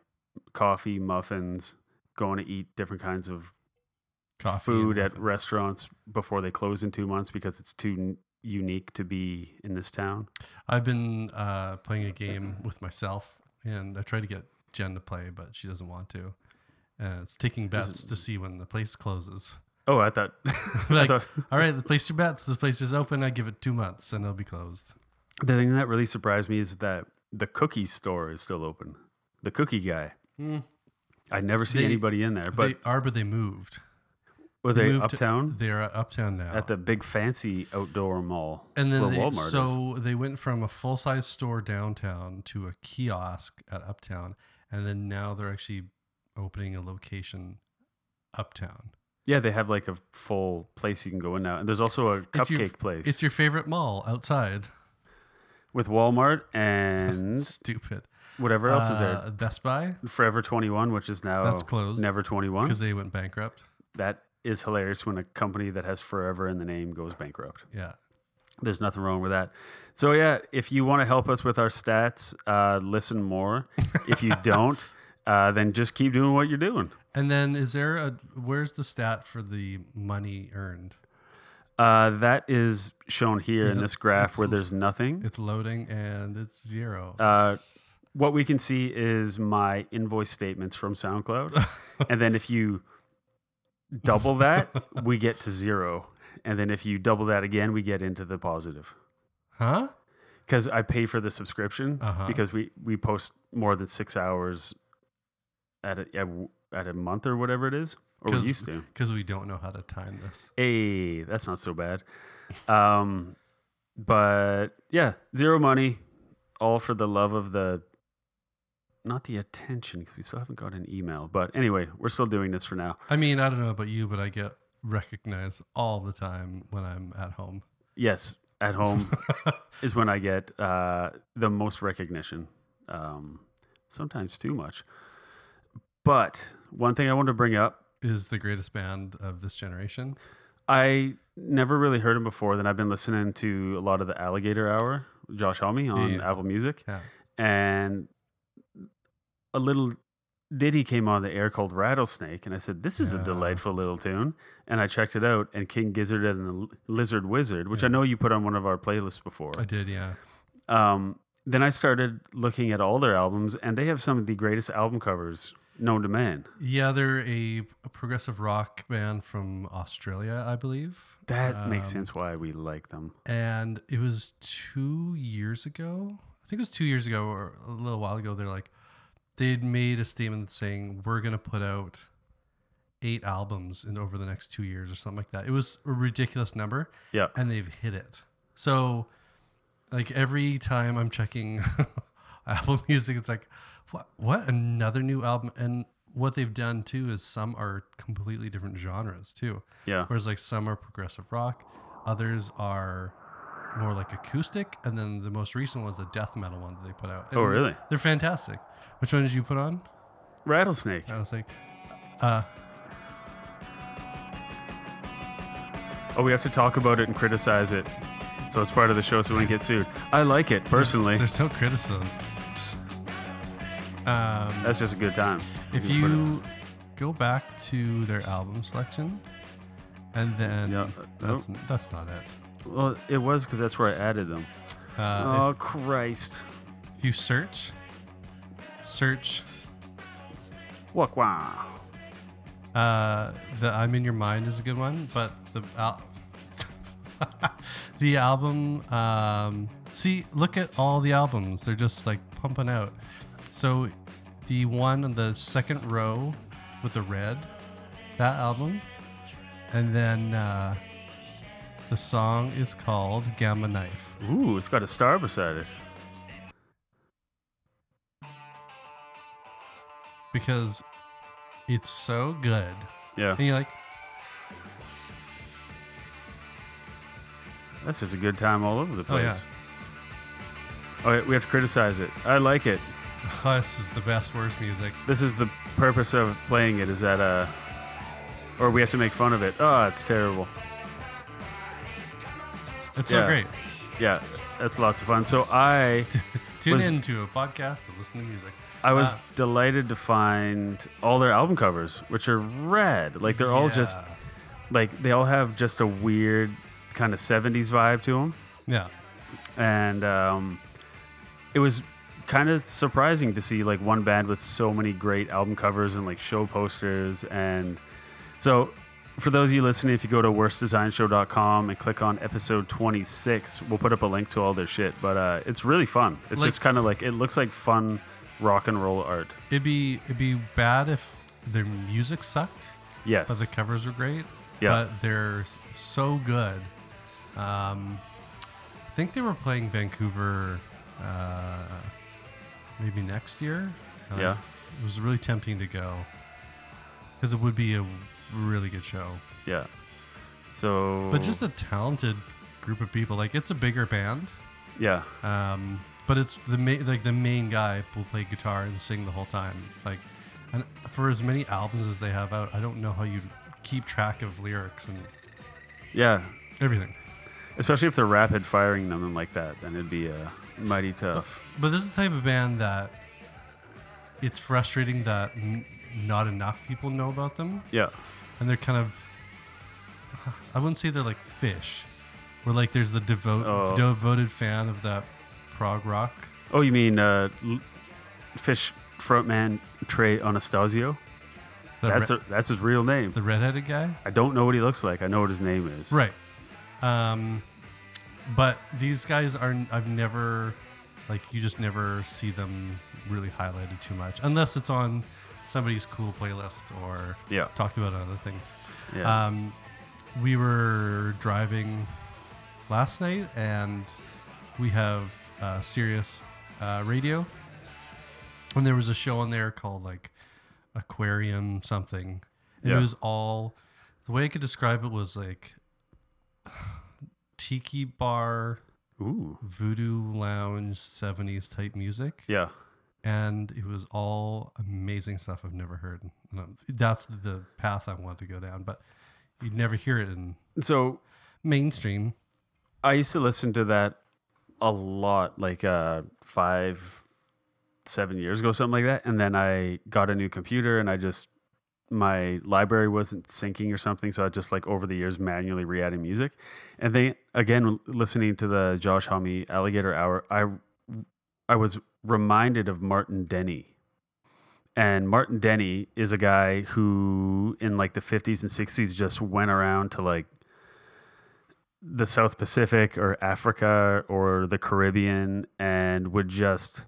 [SPEAKER 2] coffee, muffins, going to eat different kinds of
[SPEAKER 1] coffee.
[SPEAKER 2] food
[SPEAKER 1] and
[SPEAKER 2] at
[SPEAKER 1] muffins.
[SPEAKER 2] restaurants before they close in two months because it's too n- unique to be in this town.
[SPEAKER 1] I've been uh, playing a game with myself, and I try to get Jen to play, but she doesn't want to. And it's taking bets to see when the place closes.
[SPEAKER 2] Oh, I thought, I
[SPEAKER 1] like,
[SPEAKER 2] thought
[SPEAKER 1] all right, the place your bets. This place is open. I give it two months, and it'll be closed.
[SPEAKER 2] the thing that really surprised me is that the cookie store is still open. The cookie guy. I never see
[SPEAKER 1] Hmm. They-
[SPEAKER 2] anybody in there, but
[SPEAKER 1] they are, but they moved.
[SPEAKER 2] were they,
[SPEAKER 1] moved to-
[SPEAKER 2] uptown
[SPEAKER 1] They're at uptown now.
[SPEAKER 2] at the big fancy outdoor mall?
[SPEAKER 1] and then
[SPEAKER 2] where
[SPEAKER 1] they,
[SPEAKER 2] Walmart is?
[SPEAKER 1] so they went from a full size store downtown to a kiosk at uptown, and then now they're actually opening a location uptown.
[SPEAKER 2] Yeah, they have like a full place you can go in now. And there's also a
[SPEAKER 1] It's
[SPEAKER 2] cupcake
[SPEAKER 1] your-
[SPEAKER 2] place
[SPEAKER 1] It's your favorite mall outside.
[SPEAKER 2] with Walmart and
[SPEAKER 1] Stupid.
[SPEAKER 2] whatever else is
[SPEAKER 1] Uh,
[SPEAKER 2] there.
[SPEAKER 1] Best Buy
[SPEAKER 2] Forever 21, which is now
[SPEAKER 1] That's closed.
[SPEAKER 2] Never 21.
[SPEAKER 1] because they went bankrupt.
[SPEAKER 2] That is hilarious when a company that has forever in the name goes bankrupt.
[SPEAKER 1] Yeah.
[SPEAKER 2] There's nothing wrong with that. So yeah, if you want to help us with our stats, uh, listen more. if you don't, uh, then just keep doing what you're doing.
[SPEAKER 1] And then is there a where's the stat for the money earned?
[SPEAKER 2] Uh, that is shown here
[SPEAKER 1] Is
[SPEAKER 2] in
[SPEAKER 1] it-
[SPEAKER 2] this graph where
[SPEAKER 1] it's-
[SPEAKER 2] there's nothing.
[SPEAKER 1] It's loading and it's zero.
[SPEAKER 2] Uh,
[SPEAKER 1] Yes.
[SPEAKER 2] what we can see is my invoice statements from SoundCloud. and then if you double that, we get to zero. And then if you double that again, we get into the positive.
[SPEAKER 1] huh?
[SPEAKER 2] Because I pay for the subscription
[SPEAKER 1] Uh-huh.
[SPEAKER 2] because we, we post more than six hours at a, at, w- at a month or whatever it is, or we used to.
[SPEAKER 1] because we don't know how to time this.
[SPEAKER 2] Hey, that's not so bad. Um, but yeah, zero money, all for the love of the, not the attention because we still haven't got an email. But anyway, we're still doing this for now.
[SPEAKER 1] I mean, I don't know about you, but I get recognized all the time when I'm at home.
[SPEAKER 2] Yes, at home is when I get uh, the most recognition. Um, sometimes too much. But one thing I wanted to bring up
[SPEAKER 1] Is the greatest band of this generation.
[SPEAKER 2] I never really heard him before. Then I've been listening to a lot of the Alligator Hour, Josh Homme on
[SPEAKER 1] Yeah.
[SPEAKER 2] Apple Music,
[SPEAKER 1] Yeah.
[SPEAKER 2] and a little ditty came on the air called Rattlesnake, and I said, "This is a
[SPEAKER 1] Yeah.
[SPEAKER 2] delightful little tune." And I checked it out, and King Gizzard and the L- Lizard Wizard, which I know you put on one of our playlists before.
[SPEAKER 1] I did, yeah.
[SPEAKER 2] Um, then I started looking at all their albums, and they have some of the greatest album covers known to man.
[SPEAKER 1] Yeah, they're a, a progressive rock band from Australia, I believe.
[SPEAKER 2] That makes
[SPEAKER 1] Um,
[SPEAKER 2] sense why we like them.
[SPEAKER 1] and it was two years ago. I think it was two years ago or a little while ago. They're like, they'd made a statement saying we're gonna put out eight albums in over the next two years or something like that. It was a ridiculous number,
[SPEAKER 2] Yeah.
[SPEAKER 1] and they've hit it. So, like every time I'm checking Apple Music, it's like, what? What another new album? And what they've done too is some are completely different genres too.
[SPEAKER 2] Yeah.
[SPEAKER 1] Whereas like some are progressive rock, others are more like acoustic, and then the most recent one's the death metal one that they put out.
[SPEAKER 2] Oh,
[SPEAKER 1] And
[SPEAKER 2] really?
[SPEAKER 1] They're fantastic. Which one did you put on?
[SPEAKER 2] Rattlesnake.
[SPEAKER 1] I was like,
[SPEAKER 2] Oh, we have to talk about it and criticize it. So it's part of the show, so we don't get sued. I like it personally.
[SPEAKER 1] there's no criticisms. Um,
[SPEAKER 2] That's just a good time.
[SPEAKER 1] if
[SPEAKER 2] can put it-
[SPEAKER 1] you go back to their album selection, and then
[SPEAKER 2] Yeah, uh,
[SPEAKER 1] that's that's not it.
[SPEAKER 2] well, it was because that's where I added them.
[SPEAKER 1] Uh,
[SPEAKER 2] oh Christ!
[SPEAKER 1] if, if you search, search
[SPEAKER 2] Walk wow.
[SPEAKER 1] Uh, the I'm in your mind is a good one, but the al- the album. Um, see, look at all the albums; they're just like pumping out. So, the one on the second row with the red, that album, and then uh, the song is called Gamma Knife.
[SPEAKER 2] Ooh, it's got a star beside it.
[SPEAKER 1] because it's so good.
[SPEAKER 2] Yeah,
[SPEAKER 1] And you're like,
[SPEAKER 2] that's just a good time all over the
[SPEAKER 1] Oh, yeah.
[SPEAKER 2] place. All right, we have to criticize it. I like it.
[SPEAKER 1] oh, this is the best worst music.
[SPEAKER 2] This is the purpose of playing it. Is that uh, or we have to make fun of it. Oh, it's terrible.
[SPEAKER 1] It's
[SPEAKER 2] Yeah.
[SPEAKER 1] so great.
[SPEAKER 2] yeah, that's lots of fun. So I
[SPEAKER 1] Tune
[SPEAKER 2] Was-
[SPEAKER 1] into a podcast and listen to music.
[SPEAKER 2] I was
[SPEAKER 1] Ah.
[SPEAKER 2] delighted to find all their album covers, which are rad. Like they're all just
[SPEAKER 1] Yeah.
[SPEAKER 2] like they all have just a weird kind of 70s vibe to them.
[SPEAKER 1] Yeah.
[SPEAKER 2] and um, it was kind of surprising to see like one band with so many great album covers and like show posters and so for those of you listening if you go to worstdesignshow.com and click on episode 26 we'll put up a link to all their shit but uh, it's really fun it's
[SPEAKER 1] Like-
[SPEAKER 2] just kind of like it looks like fun rock and roll art
[SPEAKER 1] It'd be it'd be bad if their music sucked,
[SPEAKER 2] yes
[SPEAKER 1] but the covers were great.
[SPEAKER 2] Yeah.
[SPEAKER 1] But they're s- so good. Um, I think they were playing Vancouver uh, maybe next year. And I-
[SPEAKER 2] Yeah.
[SPEAKER 1] It was really tempting to go because it would be a really good show.
[SPEAKER 2] yeah so
[SPEAKER 1] But just a talented group of people. Like it's a bigger band.
[SPEAKER 2] yeah
[SPEAKER 1] Um, but it's the ma- like the main guy will play guitar and sing the whole time. Like, and for as many albums as they have out, I don't know how you keep track of lyrics and
[SPEAKER 2] yeah
[SPEAKER 1] everything.
[SPEAKER 2] especially if they're rapid firing them and like that then it'd be uh, mighty tough
[SPEAKER 1] But this is the type of band that it's frustrating that n- not enough people know about them,
[SPEAKER 2] yeah
[SPEAKER 1] and they're kind of I wouldn't say they're like fish, where like there's the devote
[SPEAKER 2] Oh.
[SPEAKER 1] devoted fan of that prog rock.
[SPEAKER 2] Oh, you mean uh, l- fish frontman Trey Anastasio?
[SPEAKER 1] The
[SPEAKER 2] that's
[SPEAKER 1] re-
[SPEAKER 2] a, that's his real name.
[SPEAKER 1] the redheaded guy.
[SPEAKER 2] I don't know what he looks like. I know what his name is.
[SPEAKER 1] Right. Um, but these guys are, I've never, like, you just never see them really highlighted too much, unless it's on somebody's cool playlist or
[SPEAKER 2] Yeah.
[SPEAKER 1] talked about on other things.
[SPEAKER 2] Yeah.
[SPEAKER 1] Um, we were driving last night and we have uh, Sirius uh, Radio. And there was a show on there called like Aquarium something. And
[SPEAKER 2] Yeah.
[SPEAKER 1] it was all the way I could describe it was like tiki bar,
[SPEAKER 2] Ooh.
[SPEAKER 1] voodoo lounge, 70s type music.
[SPEAKER 2] Yeah.
[SPEAKER 1] And it was all amazing stuff I've never heard. And I'm- that's the path I wanted to go down. But you'd never hear it in
[SPEAKER 2] So
[SPEAKER 1] mainstream.
[SPEAKER 2] I used to listen to that a lot, like uh, five, seven years ago, something like that. And then I got a new computer, and I just my library wasn't syncing or something, so I just like over the years manually re-adding music. And then again, listening to the Josh Homme Alligator Hour, I I was reminded of Martin Denny. And Martin Denny is a guy who, in like the 50s and 60s, just went around to like the South Pacific or Africa or the Caribbean and would just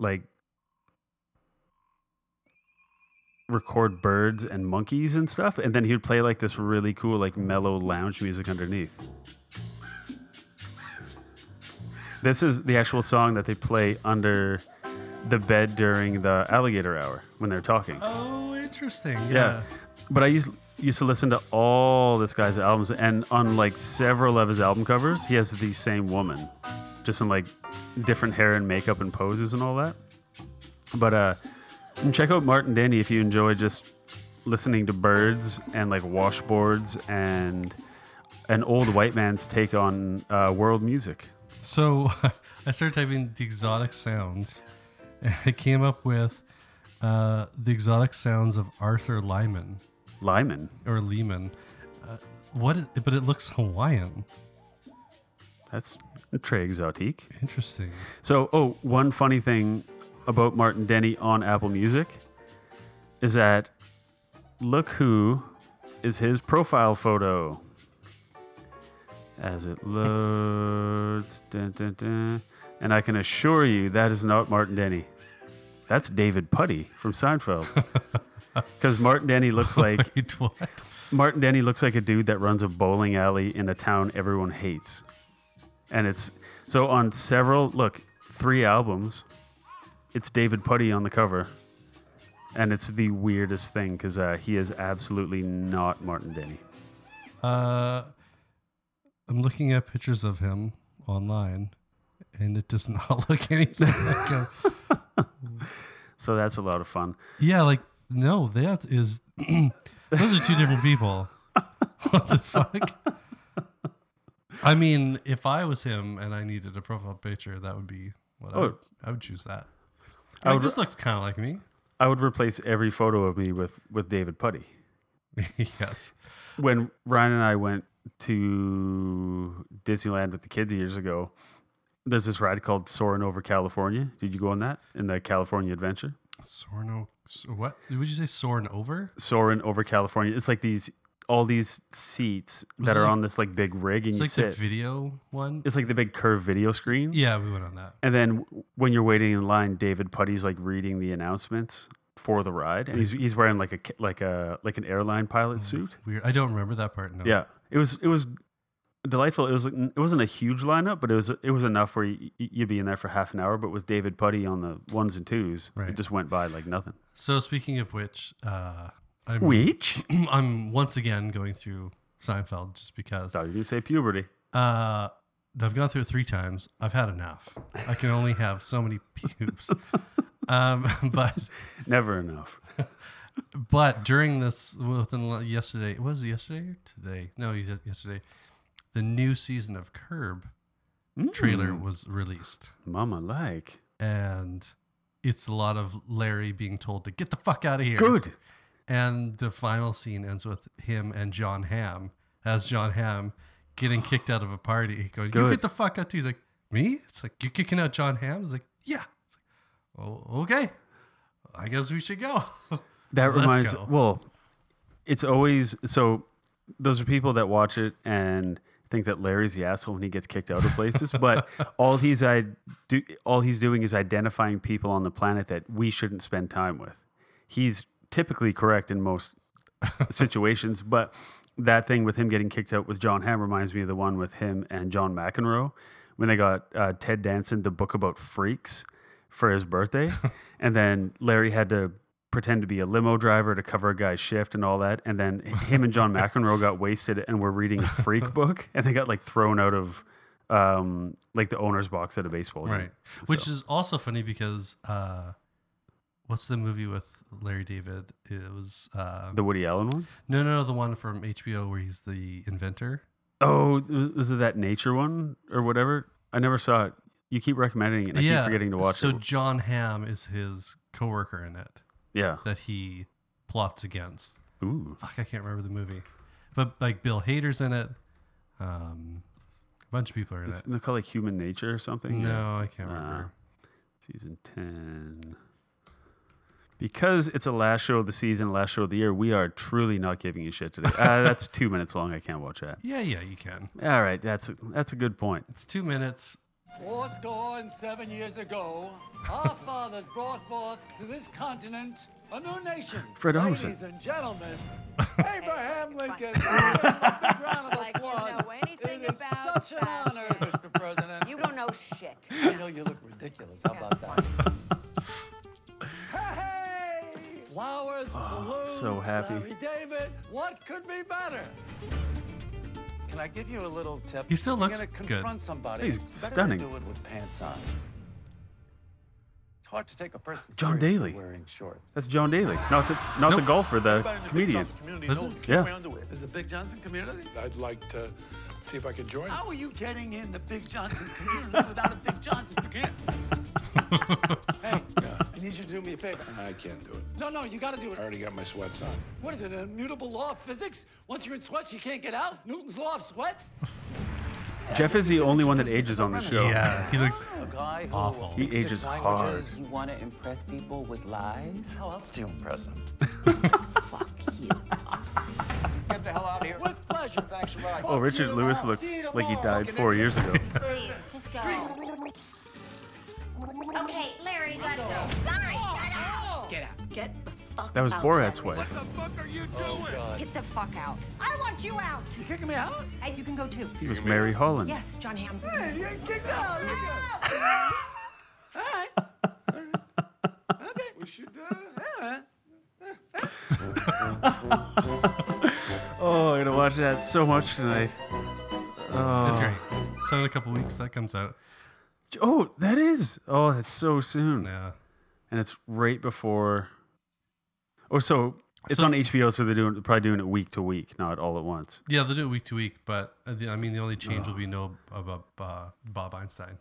[SPEAKER 2] like record birds and monkeys and stuff and then he would play like this really cool like mellow lounge music underneath. This is the actual song that they play under the bed during the alligator hour when they're talking.
[SPEAKER 1] Oh, interesting.
[SPEAKER 2] Yeah. Uh, But I used used to listen to all this guy's albums and on like several of his album covers, he has the same woman. Just in like different hair and makeup and poses and all that. But uh check out Martin Denny if you enjoy just listening to birds and like washboards and an old white man's take on uh, world music.
[SPEAKER 1] So I started typing the exotic sounds. And I came up with uh, the exotic sounds of Arthur Lyman
[SPEAKER 2] Lyman.
[SPEAKER 1] or Lehman. Uh, what? i- but it looks Hawaiian.
[SPEAKER 2] That's très exotique.
[SPEAKER 1] Interesting.
[SPEAKER 2] So, oh, one funny thing about Martin Denny on Apple Music is that look who is his profile photo. As it loads, dun, dun, dun. and I can assure you that is not Martin Denny. That's David Putty from Seinfeld. Because Martin Denny looks like
[SPEAKER 1] Wait, what?
[SPEAKER 2] Martin Denny looks like a dude that runs a bowling alley in a town everyone hates. And it's so on several, look, three albums, it's David Putty on the cover. And it's the weirdest thing because uh, he is absolutely not Martin Denny.
[SPEAKER 1] Uh, I'm looking at pictures of him online, and it does not look anything like him.
[SPEAKER 2] So that's a lot of fun.
[SPEAKER 1] Yeah, like no, that is those are two different people. what the fuck? I mean, if I was him and I needed a profile picture, that would be what I, would,
[SPEAKER 2] Oh.
[SPEAKER 1] I would choose that.
[SPEAKER 2] I
[SPEAKER 1] Like,
[SPEAKER 2] would-
[SPEAKER 1] this looks kind of like me.
[SPEAKER 2] I would replace every photo of me with with David Putty.
[SPEAKER 1] yes.
[SPEAKER 2] When Ryan and I went to Disneyland with the kids years ago, there's this ride called Soarin' Over California. Did you go on that in the California Adventure?
[SPEAKER 1] Sorno. so What would you say? Soaring over?
[SPEAKER 2] Soarin' Over California. It's like these all these seats
[SPEAKER 1] Was
[SPEAKER 2] that
[SPEAKER 1] it
[SPEAKER 2] are
[SPEAKER 1] like-
[SPEAKER 2] on this like big rig and
[SPEAKER 1] It's
[SPEAKER 2] you
[SPEAKER 1] like the
[SPEAKER 2] sit.
[SPEAKER 1] video one.
[SPEAKER 2] it's like the big curved video screen.
[SPEAKER 1] Yeah, we went on that.
[SPEAKER 2] And then w- when you're waiting in line, David Putty's like reading the announcements for the ride, and he's he's wearing like a ca- like a like an airline
[SPEAKER 1] Mm.
[SPEAKER 2] pilot suit.
[SPEAKER 1] Weird. I don't remember that part. No.
[SPEAKER 2] Yeah, it was it was delightful. It was like, it wasn't a huge lineup, but it was it was enough where you, you'd be in there for half an hour. But with David Putty on the ones and twos,
[SPEAKER 1] Right.
[SPEAKER 2] it just went by like nothing.
[SPEAKER 1] So speaking of which, uh, I'm
[SPEAKER 2] Which
[SPEAKER 1] I'm once again going through Seinfeld just because
[SPEAKER 2] thought you were gonna say puberty.
[SPEAKER 1] uh, I've gone through it three times. I've had enough. I can only have so many pubes. um, but
[SPEAKER 2] Never enough.
[SPEAKER 1] but during this within the- yesterday was it yesterday or today? No, yes- yesterday. The new season of Curb trailer
[SPEAKER 2] Mm.
[SPEAKER 1] was released.
[SPEAKER 2] Mama like
[SPEAKER 1] and it's a lot of Larry being told to get the fuck out of here.
[SPEAKER 2] good.
[SPEAKER 1] And the final scene ends with him and John Hamm as John Hamm getting kicked out of a party. Going, you
[SPEAKER 2] Good.
[SPEAKER 1] get the fuck out. Too. He's like, me? It's like you kicking out John Hamm. It's like, yeah. It's like, oh, okay. I guess we should go.
[SPEAKER 2] That
[SPEAKER 1] Let's
[SPEAKER 2] reminds
[SPEAKER 1] go.
[SPEAKER 2] well, it's always so those are people that watch it and think that Larry's the asshole when he gets kicked out of places, but all he's I do all he's doing is identifying people on the planet that we shouldn't spend time with. He's typically correct in most situations, but that thing with him getting kicked out with John Hamm reminds me of the one with him and John McEnroe when they got uh, Ted Danson the book about freaks for his birthday, and then Larry had to pretend to be a limo driver to cover a guy's shift and all that, and then him and John McEnroe got wasted and were reading a freak book, and they got like thrown out of um, like the owner's box at a baseball game.
[SPEAKER 1] right. Which is also funny because uh, what's the movie with Larry David? It was uh,
[SPEAKER 2] The Woody Allen one?
[SPEAKER 1] no, no, no, the one from HBO where he's the inventor.
[SPEAKER 2] Oh, was it that nature one or whatever? I never saw it. You keep recommending it. And I keep forgetting to watch
[SPEAKER 1] so
[SPEAKER 2] it.
[SPEAKER 1] John Hamm is his coworker in it
[SPEAKER 2] Yeah.
[SPEAKER 1] that he plots against.
[SPEAKER 2] Ooh.
[SPEAKER 1] Fuck, I can't remember the movie, but like Bill Hader's in it. Um, a bunch of people are in
[SPEAKER 2] It's
[SPEAKER 1] it.
[SPEAKER 2] they call it Human Nature or something.
[SPEAKER 1] No, I can't remember.
[SPEAKER 2] Season 10. Because it's a last show of the season, last show of the year, we are truly not giving you shit today. uh, that's two minutes long. I can't watch that.
[SPEAKER 1] Yeah, yeah, you can.
[SPEAKER 2] All right. That's a, that's a good point.
[SPEAKER 1] It's two minutes.
[SPEAKER 5] Four score and seven years ago, our fathers brought forth to this continent a new nation.
[SPEAKER 2] Fred
[SPEAKER 5] Ladies
[SPEAKER 2] Armisen.
[SPEAKER 5] and gentlemen, Abraham Lincoln. round of
[SPEAKER 6] Like you
[SPEAKER 5] applause.
[SPEAKER 6] know anything
[SPEAKER 5] It is
[SPEAKER 6] about
[SPEAKER 5] such an honor,
[SPEAKER 6] fashion.
[SPEAKER 5] Mr. President.
[SPEAKER 6] You don't know shit.
[SPEAKER 5] I know you look ridiculous. How about that? hey! Ah, Flowers, balloons,
[SPEAKER 2] so happy.
[SPEAKER 5] Larry David, what could be better? Can I give you a little tip?
[SPEAKER 1] He still
[SPEAKER 5] You're
[SPEAKER 1] looks
[SPEAKER 5] gonna
[SPEAKER 1] good.
[SPEAKER 5] confront somebody.
[SPEAKER 2] He's
[SPEAKER 5] it's better
[SPEAKER 2] stunning.
[SPEAKER 5] To do it with pants on. It's hard to take a person
[SPEAKER 2] John
[SPEAKER 5] seriously
[SPEAKER 2] Daly.
[SPEAKER 5] wearing shorts.
[SPEAKER 2] That's John Daly. Not the, not the
[SPEAKER 1] Nope.
[SPEAKER 2] golfer, the
[SPEAKER 7] Everybody in the Big
[SPEAKER 2] comedian.
[SPEAKER 7] Johnson community
[SPEAKER 1] Is
[SPEAKER 7] knows
[SPEAKER 1] it?
[SPEAKER 7] Keith
[SPEAKER 2] Yeah.
[SPEAKER 7] Brown Underwood.
[SPEAKER 5] Is the Big Johnson community?
[SPEAKER 7] I'd like to see if I could join.
[SPEAKER 5] How are you getting in the Big Johnson community without a Big Johnson? You can't. hey, I need you to do me a favor.
[SPEAKER 7] I can't do it.
[SPEAKER 5] No, no, you gotta do it.
[SPEAKER 7] I already got my sweats on.
[SPEAKER 5] What is it, an immutable law of physics? Once you're in sweats, you can't get out? Newton's law of sweats?
[SPEAKER 2] Jeff is the only one that ages on the show.
[SPEAKER 1] Yeah, he looks.
[SPEAKER 5] A guy who
[SPEAKER 1] Awful.
[SPEAKER 5] speaks
[SPEAKER 1] He
[SPEAKER 5] six
[SPEAKER 2] ages
[SPEAKER 5] languages.
[SPEAKER 8] You want to impress people with lies?
[SPEAKER 5] How else do you impress them?
[SPEAKER 8] Fuck you.
[SPEAKER 7] Get the hell out of here.
[SPEAKER 5] With pleasure.
[SPEAKER 7] Thanks a lot.
[SPEAKER 2] Oh, Richard Lewis looks
[SPEAKER 5] See you
[SPEAKER 2] like he
[SPEAKER 5] tomorrow.
[SPEAKER 2] died four years ago.
[SPEAKER 9] Please, just go. Okay, Larry, you gotta go.
[SPEAKER 5] Get out.
[SPEAKER 6] Get the fuck
[SPEAKER 2] That was
[SPEAKER 6] out,
[SPEAKER 2] Borat's
[SPEAKER 6] Larry.
[SPEAKER 2] wife.
[SPEAKER 6] Get the fuck out.
[SPEAKER 9] I want you out.
[SPEAKER 5] You kicking me out?
[SPEAKER 6] Hey, you can go too.
[SPEAKER 2] It was Mary Holland.
[SPEAKER 6] Yes, John Hamm.
[SPEAKER 5] Hey, you ain't kicked out. You're good. All right. Okay. We should do it.
[SPEAKER 2] Oh, I'm gonna watch that so much tonight.
[SPEAKER 1] It's great. So in a couple weeks that comes out.
[SPEAKER 2] Oh, that is. Oh, that's so soon.
[SPEAKER 1] Yeah.
[SPEAKER 2] And it's right before. Oh, so It's on HBO, so they're doing probably doing it week to week, not all at once.
[SPEAKER 1] Yeah, they'll do it week to week, but uh, the- I mean, the only change will be no about uh, Bob Einstein.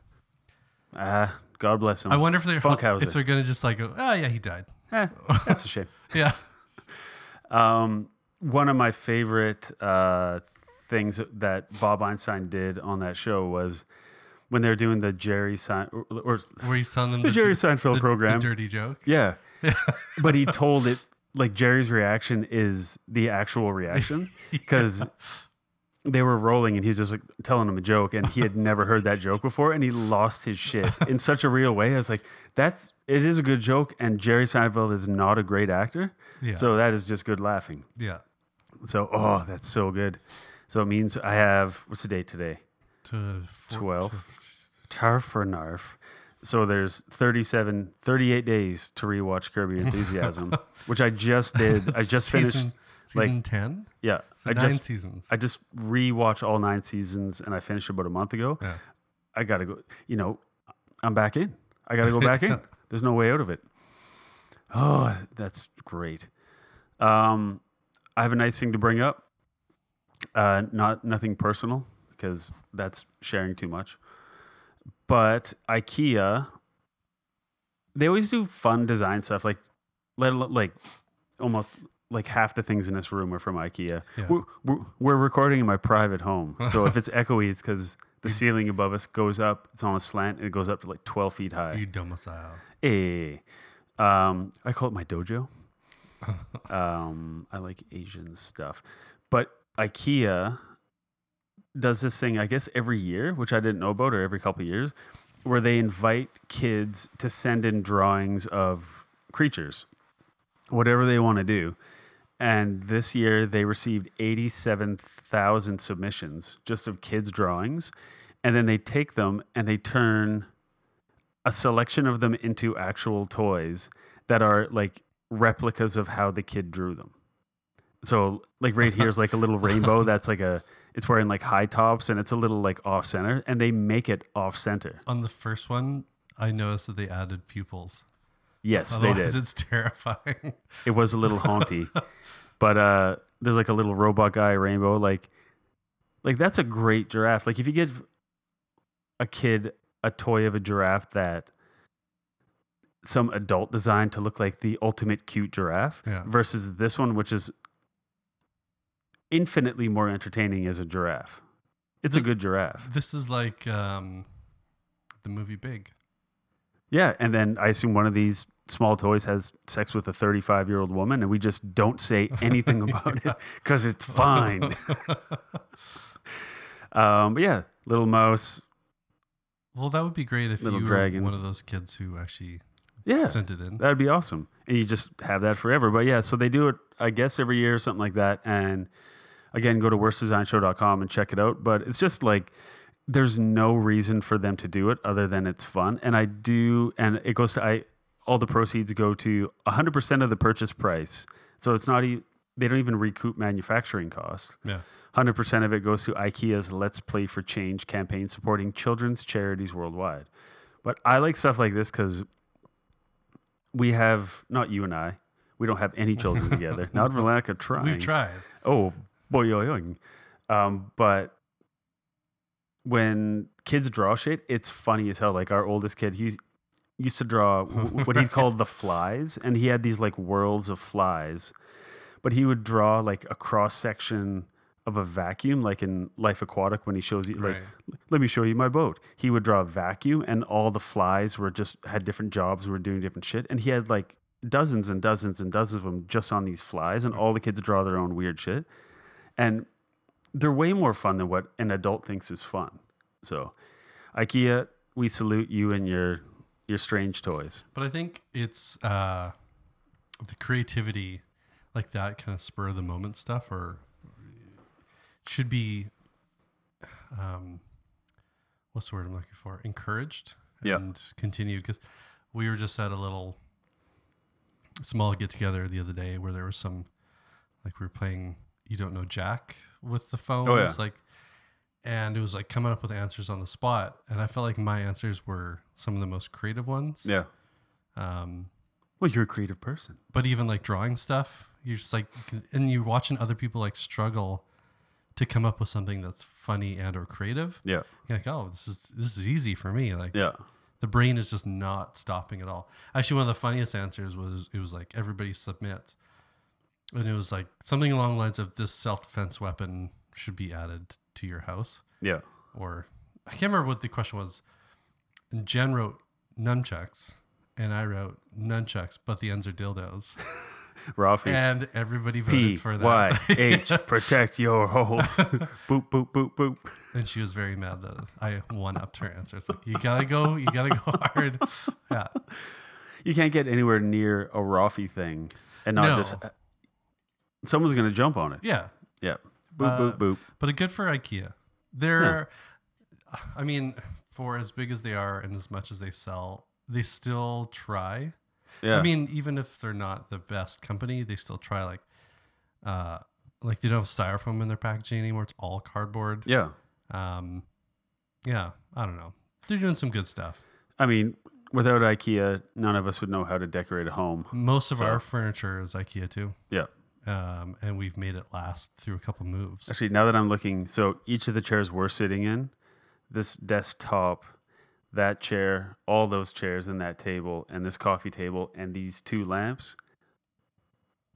[SPEAKER 2] Ah, God bless him.
[SPEAKER 1] I wonder if they're if they're
[SPEAKER 2] Funkhauser.
[SPEAKER 1] gonna just like, go, oh yeah, he died.
[SPEAKER 2] Eh, that's a shame.
[SPEAKER 1] Yeah,
[SPEAKER 2] Um, one of my favorite uh, things that Bob Einstein did on that show was when they were doing the Jerry Sein or, or
[SPEAKER 1] where he's telling them
[SPEAKER 2] The Jerry Seinfeld
[SPEAKER 1] the-
[SPEAKER 2] program.
[SPEAKER 1] the dirty joke.
[SPEAKER 2] yeah, but he told it like Jerry's reaction is the actual reaction because they were rolling and he's just like telling him a joke and he had never heard that joke before and he lost his shit in such a real way. I was like, that's it is a good joke and Jerry Seinfeld is not a great actor,
[SPEAKER 1] Yeah.
[SPEAKER 2] so that is just good laughing.
[SPEAKER 1] Yeah,
[SPEAKER 2] So, oh, that's so good. So it means I have what's the date today?
[SPEAKER 1] to four-
[SPEAKER 2] Twelve. Tarf for Narf. So there's 37, 38 days to rewatch Curb Your Enthusiasm, which I just did. I just finished.
[SPEAKER 1] season,
[SPEAKER 2] like-
[SPEAKER 1] season ten.
[SPEAKER 2] Yeah,
[SPEAKER 1] So
[SPEAKER 2] I
[SPEAKER 1] nine
[SPEAKER 2] just
[SPEAKER 1] seasons.
[SPEAKER 2] I just rewatch all nine seasons, and I finished about a month ago.
[SPEAKER 1] Yeah.
[SPEAKER 2] I gotta go. You know, I'm back in. I gotta go back in. There's no way out of it. Oh, that's great. Um, I have a nice thing to bring up. Uh, not nothing personal because that's sharing too much. But IKEA, they always do fun design stuff. Like, let alo- like almost like half the things in this room are from IKEA.
[SPEAKER 1] Yeah.
[SPEAKER 2] We're, we're, we're recording in my private home, so if it's echoey, it's because the ceiling above us goes up. It's on a slant, and it goes up to like twelve feet high.
[SPEAKER 1] you domicile.
[SPEAKER 2] Hey, um, I call it my dojo. um, I like Asian stuff, but IKEA does this thing, I guess, every year, which I didn't know about, or every couple of years, where they invite kids to send in drawings of creatures, whatever they want to do. And this year, they received eighty-seven thousand submissions just of kids' drawings, and then they take them and they turn a selection of them into actual toys that are like replicas of how the kid drew them. So like right here is like a little rainbow that's like a it's wearing like high tops and it's a little like off center and they make it off center.
[SPEAKER 1] On the first one, I noticed that they added pupils.
[SPEAKER 2] Yes, they
[SPEAKER 1] Otherwise,
[SPEAKER 2] did.
[SPEAKER 1] it's terrifying.
[SPEAKER 2] It was a little haunty. but uh there's like a little robot guy rainbow like like that's a great giraffe. Like if you give a kid a toy of a giraffe that some adult designed to look like the ultimate cute giraffe
[SPEAKER 1] Yeah.
[SPEAKER 2] versus this one which is infinitely more entertaining as a giraffe. It's a good giraffe.
[SPEAKER 1] this is like um, the movie Big.
[SPEAKER 2] Yeah, and then I assume one of these small toys has sex with a 35 year old woman, and we just don't say anything about it because it's fine. um, but yeah, little mouse.
[SPEAKER 1] Well, that would be great if
[SPEAKER 2] Little
[SPEAKER 1] you
[SPEAKER 2] dragon.
[SPEAKER 1] were one of those kids who actually
[SPEAKER 2] Yeah,
[SPEAKER 1] sent it in.
[SPEAKER 2] that'd be awesome. And you just have that forever. But yeah, so they do it, I guess, every year or something like that. And again, go to worstdesignshow.com and check it out. But it's just like there's no reason for them to do it other than it's fun. And I do, and it goes to I. All the proceeds go to 100% of the purchase price. So it's not e- they don't even recoup manufacturing costs.
[SPEAKER 1] yeah.
[SPEAKER 2] 100% of it goes to IKEA's Let's Play for Change campaign supporting children's charities worldwide. But I like stuff like this because we have, not you and I, we don't have any children together. Not for lack of trying.
[SPEAKER 1] We've tried.
[SPEAKER 2] Oh, boy, yo, yo. Um, but when kids draw shit, it's funny as hell. Like our oldest kid, he used to draw w- what he called the flies, and he had these like worlds of flies. But he would draw like a cross section of a vacuum, like in Life Aquatic when he shows you, like,
[SPEAKER 1] Right.
[SPEAKER 2] let me show you my boat. He would draw a vacuum, and all the flies were just had different jobs, were doing different shit, and he had like dozens and dozens and dozens of them just on these flies, and all the kids draw their own weird shit, and they're way more fun than what an adult thinks is fun. So, IKEA, we salute you and your your strange toys.
[SPEAKER 1] But I think it's uh, the creativity, like that kind of spur of the moment stuff, or should be, um, what's the word I'm looking for? Encouraged
[SPEAKER 2] Yeah.
[SPEAKER 1] and continued. Because we were just at a little small get together the other day where there was some, like we were playing You Don't Know Jack with the phones,
[SPEAKER 2] Oh, yeah.
[SPEAKER 1] like, and it was like coming up with answers on the spot. And I felt like my answers were some of the most creative ones
[SPEAKER 2] Yeah.
[SPEAKER 1] um,
[SPEAKER 2] Well, you're a creative person.
[SPEAKER 1] but even like drawing stuff, you're just like, and you're watching other people like struggle to come up with something that's funny and or creative.
[SPEAKER 2] Yeah.
[SPEAKER 1] You're like, oh, this is this is easy for me. Like,
[SPEAKER 2] Yeah.
[SPEAKER 1] the brain is just not stopping at all. Actually, one of the funniest answers was it was like everybody submit, and it was like something along the lines of this self defense weapon should be added to your house,
[SPEAKER 2] Yeah.
[SPEAKER 1] or I can't remember what the question was. And Jen wrote nunchucks, and I wrote nunchucks, but the ends are dildos,
[SPEAKER 2] Rafi.
[SPEAKER 1] and everybody voted
[SPEAKER 2] P
[SPEAKER 1] for that.
[SPEAKER 2] Y H. Protect your holes. boop boop boop boop.
[SPEAKER 1] And she was very mad that I one upped her answer. It's like you gotta go, you gotta go hard. Yeah,
[SPEAKER 2] You can't get anywhere near a Rafi thing and not
[SPEAKER 1] No.
[SPEAKER 2] just. uh, Someone's gonna jump on it.
[SPEAKER 1] yeah.
[SPEAKER 2] Yeah. Boop
[SPEAKER 1] Uh,
[SPEAKER 2] boop boop.
[SPEAKER 1] But a good for IKEA. They're,
[SPEAKER 2] Hmm.
[SPEAKER 1] I mean, for as big as they are and as much as they sell, they still try.
[SPEAKER 2] Yeah.
[SPEAKER 1] I mean, even if they're not the best company, they still try. Like, uh, like they don't have styrofoam in their packaging anymore. It's all cardboard.
[SPEAKER 2] yeah.
[SPEAKER 1] Um, yeah. I don't know. They're doing some good stuff.
[SPEAKER 2] I mean, without IKEA, none of us would know how to decorate a home.
[SPEAKER 1] Most of
[SPEAKER 2] So-
[SPEAKER 1] our furniture is IKEA too,
[SPEAKER 2] Yeah.
[SPEAKER 1] um, and we've made it last through a couple moves.
[SPEAKER 2] Actually, now that I'm looking, so each of the chairs we're sitting in, this desktop, that chair, all those chairs, and that table, and this coffee table, and these two lamps,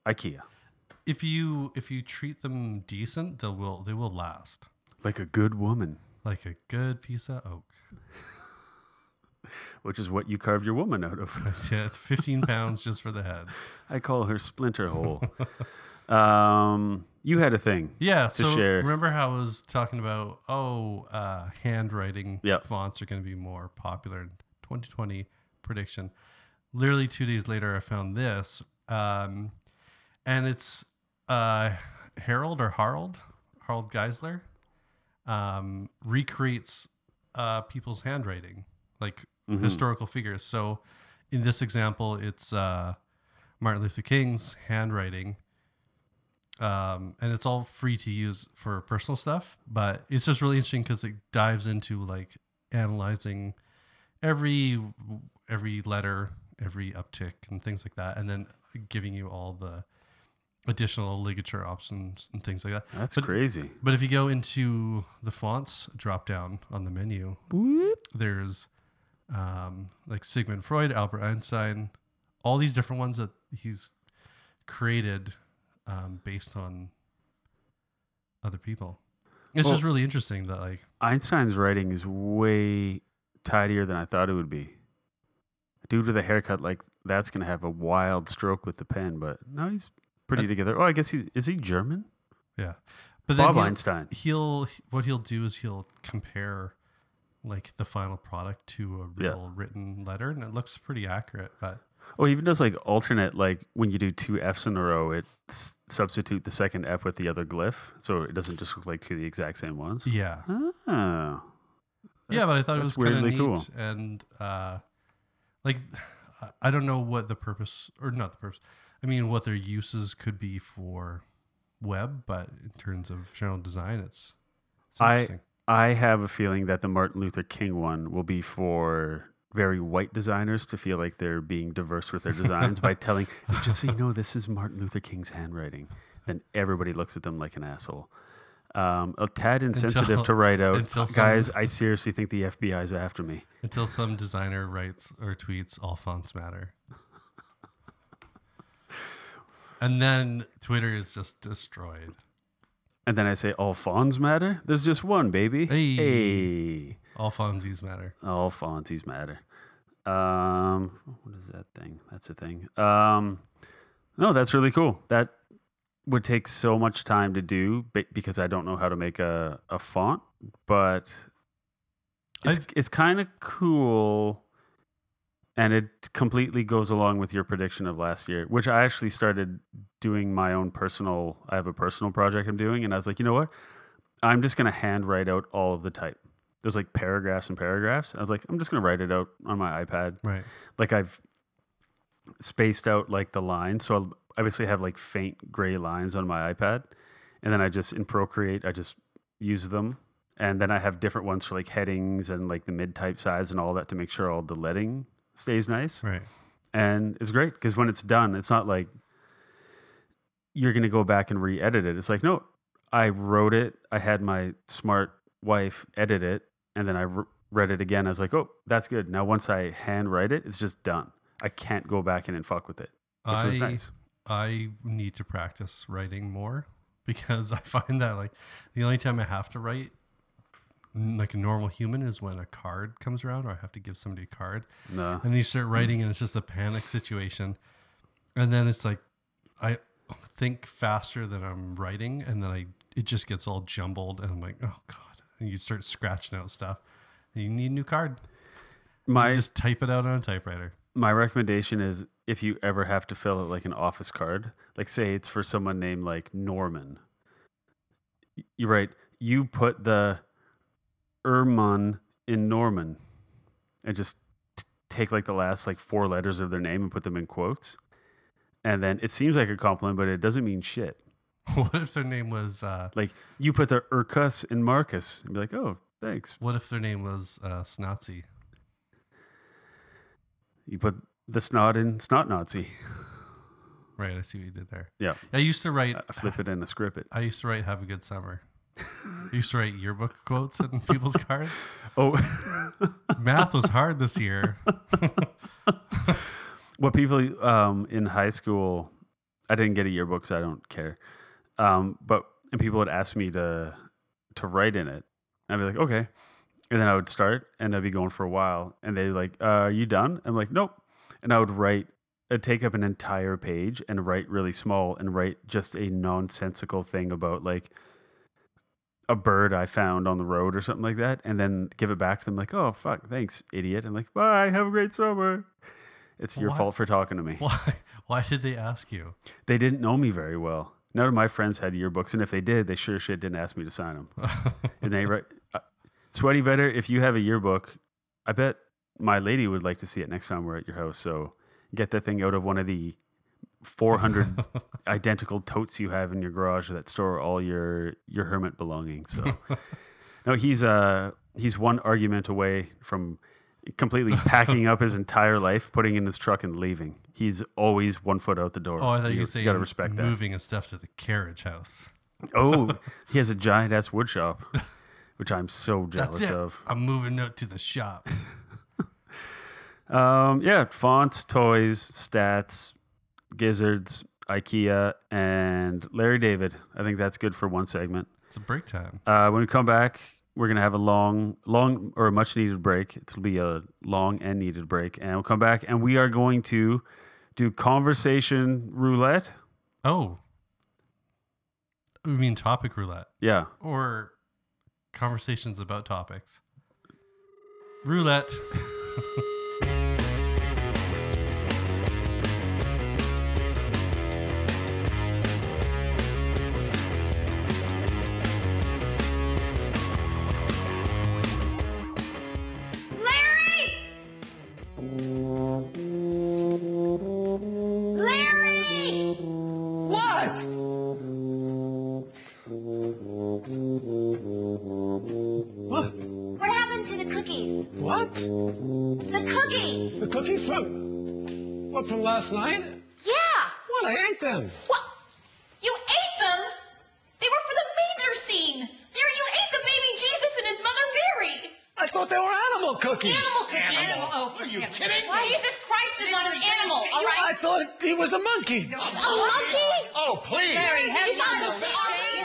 [SPEAKER 2] IKEA,
[SPEAKER 1] If you if you treat them decent, they will they will last.
[SPEAKER 2] like a good woman,
[SPEAKER 1] like a good piece of oak.
[SPEAKER 2] which is what you carve your woman out of.
[SPEAKER 1] Yeah, it's 15 pounds just for the head.
[SPEAKER 2] I call her splinter hole. um, you had a thing,
[SPEAKER 1] Yeah.
[SPEAKER 2] To
[SPEAKER 1] so
[SPEAKER 2] share.
[SPEAKER 1] remember how I was talking about oh, uh, handwriting
[SPEAKER 2] Yep.
[SPEAKER 1] fonts are going to be more popular in 2020 prediction. Literally two days later, I found this, um, and it's uh, Harold or Harold Harold Geisler um, recreates uh, people's handwriting, like
[SPEAKER 2] Mm-hmm.
[SPEAKER 1] historical figures. So in this example, it's uh, Martin Luther King's handwriting um, and it's all free to use for personal stuff. But it's just really interesting because it dives into like analyzing every every letter, every uptick, and things like that, and then giving you all the additional ligature options and things like that.
[SPEAKER 2] That's
[SPEAKER 1] but,
[SPEAKER 2] crazy.
[SPEAKER 1] But if you go into the fonts drop down on the menu, there's um, like Sigmund Freud, Albert Einstein, all these different ones that he's created um, based on other people. It's
[SPEAKER 2] Well-
[SPEAKER 1] just really interesting that like
[SPEAKER 2] Einstein's writing is way tidier than I thought it would be. Due to the haircut, like that's gonna have a wild stroke with the pen, but no, he's pretty together. Oh, I guess he's is he German?
[SPEAKER 1] yeah, but
[SPEAKER 2] Bob
[SPEAKER 1] he'll-
[SPEAKER 2] Einstein.
[SPEAKER 1] He'll what he'll do is he'll compare like the final product to a
[SPEAKER 2] Yeah.
[SPEAKER 1] real written letter, and it looks pretty accurate. But
[SPEAKER 2] Oh, he even does like alternate, like when you do two F's in a row, it s- substitute the second F with the other glyph, so it doesn't just look like two of the exact same ones.
[SPEAKER 1] yeah,
[SPEAKER 2] Oh,
[SPEAKER 1] yeah, but I
[SPEAKER 2] That's-
[SPEAKER 1] thought it was
[SPEAKER 2] that's
[SPEAKER 1] kind of
[SPEAKER 2] weirdly
[SPEAKER 1] neat,
[SPEAKER 2] cool.
[SPEAKER 1] and uh, like I- I don't know what the purpose or not the purpose. I mean, what their uses could be for web, but in terms of general design, it's, it's
[SPEAKER 2] I
[SPEAKER 1] interesting.
[SPEAKER 2] I have a feeling that the Martin Luther King one will be for very white designers to feel like they're being diverse with their designs by telling just so you know this is Martin Luther King's handwriting. Then everybody looks at them like an asshole. Um, a tad insensitive
[SPEAKER 1] Until-
[SPEAKER 2] to write out,
[SPEAKER 1] until some-
[SPEAKER 2] guys. I seriously think the FBI is after me.
[SPEAKER 1] Until some designer writes or tweets, all fonts matter. and then Twitter is just destroyed.
[SPEAKER 2] And then I say, all fonts matter. There's just one, baby.
[SPEAKER 1] Hey.
[SPEAKER 2] hey.
[SPEAKER 1] All Fonzies matter.
[SPEAKER 2] All fonties matter. Um, what is that thing? That's a thing. Um, no, that's really cool. That would take so much time to do be- because I don't know how to make a, a font, but it's,
[SPEAKER 1] I've-
[SPEAKER 2] it's kind of cool. And it completely goes along with your prediction of last year, which I actually started doing my own personal. I have a personal project I'm doing, and I was like, you know what? I'm just going to hand write out all of the type. There's like paragraphs and paragraphs. I was like, I'm just going to write it out on my iPad.
[SPEAKER 1] Right.
[SPEAKER 2] Like I've spaced out like the lines. So I'll obviously have like faint gray lines on my iPad. And then I just in Procreate, I just use them. And then I have different ones for like headings and like the mid type size and all that to make sure all the letting stays nice
[SPEAKER 1] Right.
[SPEAKER 2] and it's great because when it's done, it's not like you're gonna go back and re-edit it. It's like no, I wrote it. I had my smart wife edit it, and then I re- read it again. I was like, oh, that's good. Now once I handwrite it, it's just done. I can't go back in and fuck with it, which
[SPEAKER 1] I
[SPEAKER 2] was nice.
[SPEAKER 1] I need to practice writing more because I find that like the only time I have to write n- like a normal human is when a card comes around or I have to give somebody a card.
[SPEAKER 2] No.
[SPEAKER 1] And then you start writing and it's just a panic situation. And then it's like I think faster than I'm writing and then I it just gets all jumbled and I'm like, oh God. And you start scratching out stuff. And you need a new card.
[SPEAKER 2] My
[SPEAKER 1] just type it out on a typewriter.
[SPEAKER 2] my recommendation is if you ever have to fill out like an office card, like say it's for someone named like Norman, y- you write you put the Erman in Norman, and just t- take like the last like four letters of their name and put them in quotes, and then it seems like a compliment, but it doesn't mean shit.
[SPEAKER 1] What if their name was uh
[SPEAKER 2] Like you put the Urkus in Marcus, and be like, oh, thanks.
[SPEAKER 1] What if their name was uh, Snotzy?
[SPEAKER 2] You put the snot in snot Nazi.
[SPEAKER 1] Right, I see what you did there.
[SPEAKER 2] Yeah,
[SPEAKER 1] I used to write.
[SPEAKER 2] I flip it and I script it.
[SPEAKER 1] I used to write "Have a good summer." I used to write yearbook quotes in people's cards.
[SPEAKER 2] Oh.
[SPEAKER 1] Math was hard this year.
[SPEAKER 2] what people um, in high school i didn't get a yearbook so i don't care um, but and people would ask me to to write in it i'd be like okay and then i would start and i'd be going for a while and they'd be like uh, are you done i'm like nope and i would write I'd take up an entire page and write really small and write just a nonsensical thing about like a bird I found on the road or something like that, and then give it back to them like, "Oh fuck, thanks, idiot," and like, "Bye, have a great summer." It's your
[SPEAKER 1] What?
[SPEAKER 2] fault for talking to me.
[SPEAKER 1] Why? Why did they ask you?
[SPEAKER 2] They didn't know me very well. None of my friends had yearbooks, and if they did, they sure shit didn't ask me to sign them. and they write, uh, "Sweaty Vetter, if you have a yearbook, I bet my lady would like to see it next time we're at your house. So get that thing out of one of the 400 identical totes you have in your garage that store all your your hermit belongings." So no, he's uh he's one argument away from completely packing up his entire life, putting in his truck and leaving. He's always one foot out the door.
[SPEAKER 1] Oh, I thought you were saying
[SPEAKER 2] gotta respect that.
[SPEAKER 1] moving and stuff to the carriage house.
[SPEAKER 2] Oh, he has a giant ass wood shop, which I'm so
[SPEAKER 1] That's
[SPEAKER 2] jealous
[SPEAKER 1] it.
[SPEAKER 2] of.
[SPEAKER 1] I'm moving out to the shop.
[SPEAKER 2] Um, yeah, fonts, toys, stats, gizzards, IKEA, and Larry David. I think that's good for one segment.
[SPEAKER 1] It's a break time.
[SPEAKER 2] Uh, when we come back, we're gonna have a long, long or a much needed break. It'll be a long and needed break, and we'll come back and we are going to do conversation roulette.
[SPEAKER 1] Oh, we mean topic roulette
[SPEAKER 2] Yeah,
[SPEAKER 1] or conversations about topics. Roulette.
[SPEAKER 9] Larry! Larry!
[SPEAKER 4] What? What?
[SPEAKER 9] What happened to the cookies?
[SPEAKER 4] What?
[SPEAKER 9] The cookies!
[SPEAKER 4] The cookies from what from last night?
[SPEAKER 9] Yeah!
[SPEAKER 4] What? I ate them.
[SPEAKER 9] What? You ate them? They were for the manger scene! There, you ate the baby Jesus and his mother Mary!
[SPEAKER 4] I thought they were animal cookies.
[SPEAKER 9] Animal cookies! Oh,
[SPEAKER 4] Animals. Are you kidding me?
[SPEAKER 9] Jesus Christ is not an animal,
[SPEAKER 4] I
[SPEAKER 9] alright?
[SPEAKER 4] thought he was a monkey.
[SPEAKER 9] A monkey?
[SPEAKER 4] Oh please.
[SPEAKER 9] Larry, have you got the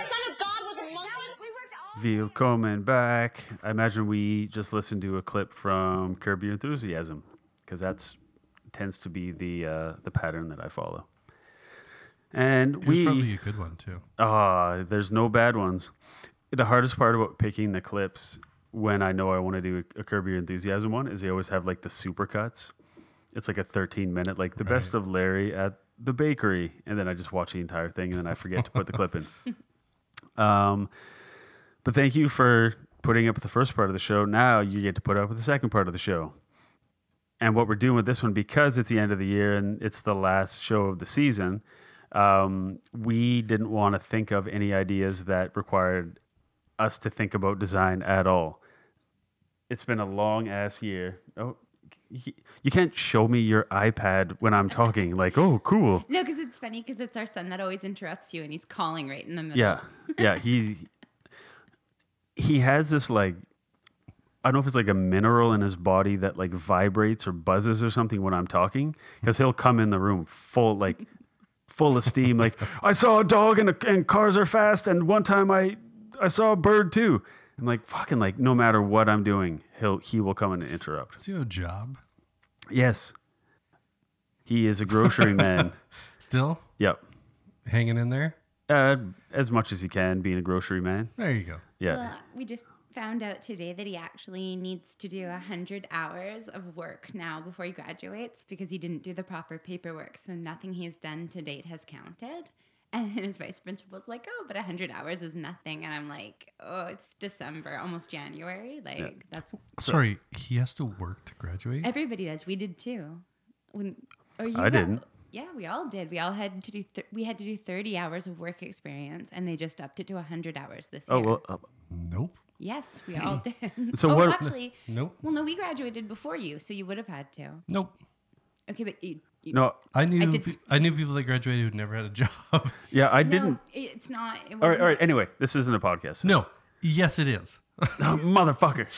[SPEAKER 9] Son of God was a monkey? We worked all
[SPEAKER 2] Willkommen back. I imagine we just listened to a clip from Curb Your Enthusiasm because that's tends to be the uh, the pattern that I follow. And
[SPEAKER 1] It was probably
[SPEAKER 2] we
[SPEAKER 1] a good one too.
[SPEAKER 2] ah, there's no bad ones. The hardest part about picking the clips when I know I want to do a Curb Your Enthusiasm one is they always have like the supercuts. It's like a 13 minute, like the best of Larry at the bakery, and then I just watch the entire thing and then I forget to put the clip in. Um, but thank you for putting up with the first part of the show. Now you get to put up with the second part of the show. And what we're doing with this one, because it's the end of the year and it's the last show of the season, um, we didn't want to think of any ideas that required us to think about design at all. It's been a long ass year. Oh, y- you can't show me your iPad when I'm talking. Like, oh, cool.
[SPEAKER 10] No, because it's funny because it's our son that always interrupts you and he's calling right in the middle.
[SPEAKER 2] Yeah, yeah. He he has this like I don't know if it's like a mineral in his body that like vibrates or buzzes or something when I'm talking because he'll come in the room full like full of steam. Like I saw a dog and a, and cars are fast. And one time I I saw a bird too. I'm like fucking like no matter what I'm doing, he'll he will come in and interrupt.
[SPEAKER 1] Is he a job?
[SPEAKER 2] Yes, he is a grocery man.
[SPEAKER 1] Still
[SPEAKER 2] Yep,
[SPEAKER 1] hanging in there.
[SPEAKER 2] uh, as much as he can being a grocery man.
[SPEAKER 1] There you go.
[SPEAKER 2] Yeah.
[SPEAKER 10] Well, we just found out today that he actually needs to do 100 hours of work now before he graduates because he didn't do the proper paperwork. So nothing he's done to date has counted. And his vice principal's like, oh, but 100 hours is nothing. And I'm like, oh, it's December, almost January. Like, that's
[SPEAKER 1] Sorry, he has to work to graduate.
[SPEAKER 10] everybody does. We did too. When, or you
[SPEAKER 1] I
[SPEAKER 10] got-
[SPEAKER 1] didn't.
[SPEAKER 10] Yeah, we all did. We all had to do. Th- we had to do thirty hours of work experience, and they just upped it to hundred hours this
[SPEAKER 2] Oh
[SPEAKER 10] year.
[SPEAKER 2] well. Uh,
[SPEAKER 1] nope.
[SPEAKER 10] Yes, we all did.
[SPEAKER 2] So
[SPEAKER 10] oh,
[SPEAKER 2] what-
[SPEAKER 10] Actually,
[SPEAKER 1] Nope.
[SPEAKER 10] Well, no, we graduated before you, so you would have had to.
[SPEAKER 1] Nope.
[SPEAKER 10] Okay, but you, you,
[SPEAKER 2] No,
[SPEAKER 1] I knew
[SPEAKER 10] did-
[SPEAKER 1] pe- I knew people that graduated who never had a job.
[SPEAKER 2] Yeah, I
[SPEAKER 10] No,
[SPEAKER 2] didn't.
[SPEAKER 10] It's not. It
[SPEAKER 2] All right, all
[SPEAKER 10] wasn't-
[SPEAKER 2] right. Anyway, this isn't a podcast. so-
[SPEAKER 1] No. Yes, it is.
[SPEAKER 2] motherfucker.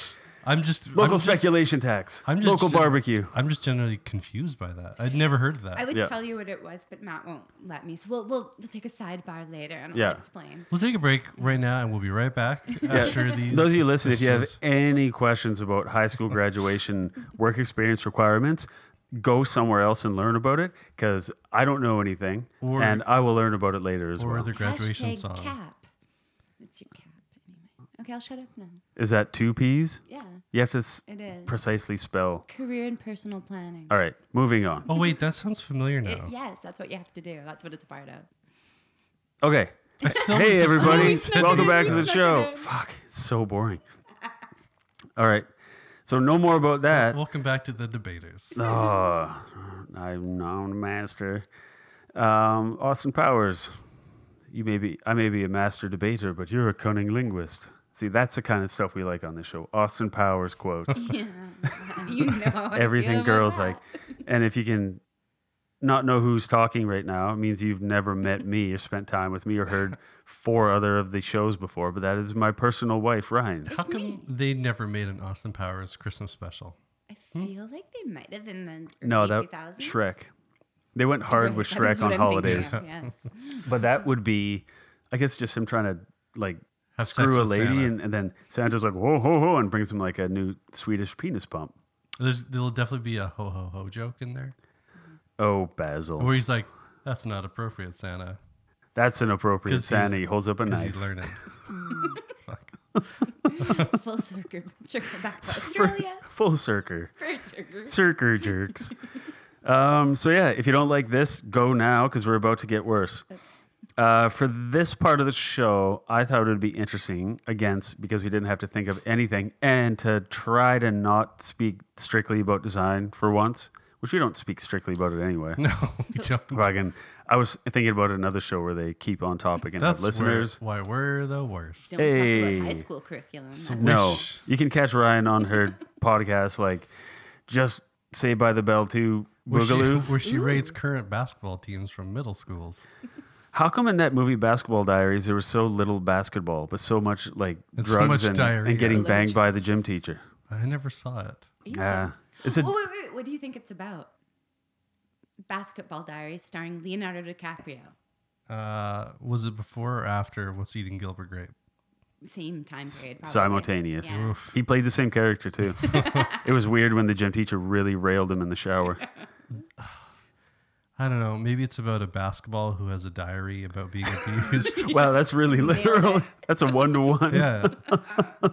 [SPEAKER 1] I'm just
[SPEAKER 2] Local
[SPEAKER 1] I'm just-
[SPEAKER 2] speculation tax.
[SPEAKER 1] I'm just
[SPEAKER 2] local
[SPEAKER 1] gen-
[SPEAKER 2] barbecue.
[SPEAKER 1] I'm just generally confused by that. I'd never heard of that.
[SPEAKER 10] I would tell you what it was, but Matt won't let me. So we'll we'll take a sidebar later and I'll
[SPEAKER 2] Yeah.
[SPEAKER 10] explain.
[SPEAKER 1] We'll take a break right now, and we'll be right back after these.
[SPEAKER 2] Those of you listening, if you have
[SPEAKER 1] this is-
[SPEAKER 2] any questions about high school graduation work experience requirements, go somewhere else and learn about it because I don't know anything,
[SPEAKER 1] Or-
[SPEAKER 2] and I will learn about it later as
[SPEAKER 1] or
[SPEAKER 2] well.
[SPEAKER 1] the graduation
[SPEAKER 10] Hashtag
[SPEAKER 1] song,
[SPEAKER 10] cap. It's your cap anyway. Okay, I'll shut up now.
[SPEAKER 2] Is that two P's?
[SPEAKER 10] Yeah.
[SPEAKER 2] You have to s-
[SPEAKER 10] It is.
[SPEAKER 2] precisely spell.
[SPEAKER 10] Career and personal planning.
[SPEAKER 2] All right, moving on.
[SPEAKER 1] Oh wait, that sounds familiar
[SPEAKER 10] It-
[SPEAKER 1] now.
[SPEAKER 10] yes, that's what you have to do. That's what it's part of.
[SPEAKER 2] Okay.
[SPEAKER 1] I still
[SPEAKER 2] hey
[SPEAKER 1] just
[SPEAKER 2] everybody,
[SPEAKER 1] really said
[SPEAKER 2] welcome
[SPEAKER 1] it.
[SPEAKER 2] back to the
[SPEAKER 1] We snuck
[SPEAKER 2] show.
[SPEAKER 1] it in.
[SPEAKER 2] Fuck, it's so boring. All right. So no more about that.
[SPEAKER 1] Welcome back to the debaters.
[SPEAKER 2] Oh, I'm not a master. Um, Austin Powers, you may be, I may be a master debater, but you're a cunning linguist. See, that's the kind of stuff we like on this show. Austin Powers quotes.
[SPEAKER 10] Yeah. you know. how I feel
[SPEAKER 2] Everything
[SPEAKER 10] about
[SPEAKER 2] girls
[SPEAKER 10] that.
[SPEAKER 2] like. And if you can not know who's talking right now, it means you've never met me or spent time with me or heard four other of the shows before, but that is my personal wife, Ryan.
[SPEAKER 1] How come they never made an Austin Powers Christmas special?
[SPEAKER 10] I feel like they might have in the
[SPEAKER 2] No,
[SPEAKER 10] early
[SPEAKER 2] that
[SPEAKER 10] 2000s.
[SPEAKER 2] Shrek. They went hard
[SPEAKER 10] Right,
[SPEAKER 2] with
[SPEAKER 10] that is
[SPEAKER 2] Shrek on
[SPEAKER 10] what I'm thinking
[SPEAKER 2] holidays.
[SPEAKER 10] of, yes.
[SPEAKER 2] But that would be, I guess, just him trying to like
[SPEAKER 1] Have sex
[SPEAKER 2] screw a
[SPEAKER 1] with
[SPEAKER 2] lady,
[SPEAKER 1] Santa.
[SPEAKER 2] and, and then Santa's like, whoa, ho, ho, and brings him like a new Swedish penis pump.
[SPEAKER 1] There's there'll definitely be a ho ho ho joke in there
[SPEAKER 2] Oh, Basil.
[SPEAKER 1] where he's like, "That's not appropriate, Santa."
[SPEAKER 2] That's inappropriate.
[SPEAKER 1] 'Cause he's-
[SPEAKER 2] Santa he holds up a
[SPEAKER 1] 'cause he's
[SPEAKER 2] knife.
[SPEAKER 1] learning.
[SPEAKER 10] Full circle, circle back to Australia.
[SPEAKER 2] Full circle.
[SPEAKER 10] Full circle.
[SPEAKER 2] Circle jerks. um, so, yeah, if you don't like this, go now because we're about to get worse. Uh, for this part of the show, I thought it would be interesting, against because we didn't have to think of anything and to try to not speak strictly about design for once, which we don't speak strictly about it anyway.
[SPEAKER 1] No, we don't.
[SPEAKER 2] Fucking, I was thinking about another show where they keep on topic and have
[SPEAKER 1] That's where,
[SPEAKER 2] listeners.
[SPEAKER 1] why we're the worst.
[SPEAKER 10] Don't talk about
[SPEAKER 2] Hey.
[SPEAKER 10] high school curriculum. That's
[SPEAKER 2] No, you can catch Ryan on her podcast, like just say by the bell to
[SPEAKER 1] Where she,
[SPEAKER 2] Boogaloo.
[SPEAKER 1] where she rates current basketball teams from middle schools.
[SPEAKER 2] How come in that movie Basketball Diaries there was so little basketball, but so much like
[SPEAKER 1] And so
[SPEAKER 2] drugs
[SPEAKER 1] much
[SPEAKER 2] and,
[SPEAKER 1] diarrhea.
[SPEAKER 2] and getting banged by the gym teacher?
[SPEAKER 1] I never saw it.
[SPEAKER 2] Yeah, it's a
[SPEAKER 10] Oh, wait, wait. What do you think it's about? Basketball Diaries starring Leonardo DiCaprio.
[SPEAKER 1] Uh, was it before or after What's Eating Gilbert Grape?
[SPEAKER 10] Same time period. Probably.
[SPEAKER 2] simultaneous.
[SPEAKER 10] Yeah.
[SPEAKER 2] He played the same character too. it was weird when the gym teacher really railed him in the shower.
[SPEAKER 1] I don't know. Maybe it's about a basketball who has a diary about being abused.
[SPEAKER 2] Wow, that's really literal. That's a one to one.
[SPEAKER 1] yeah.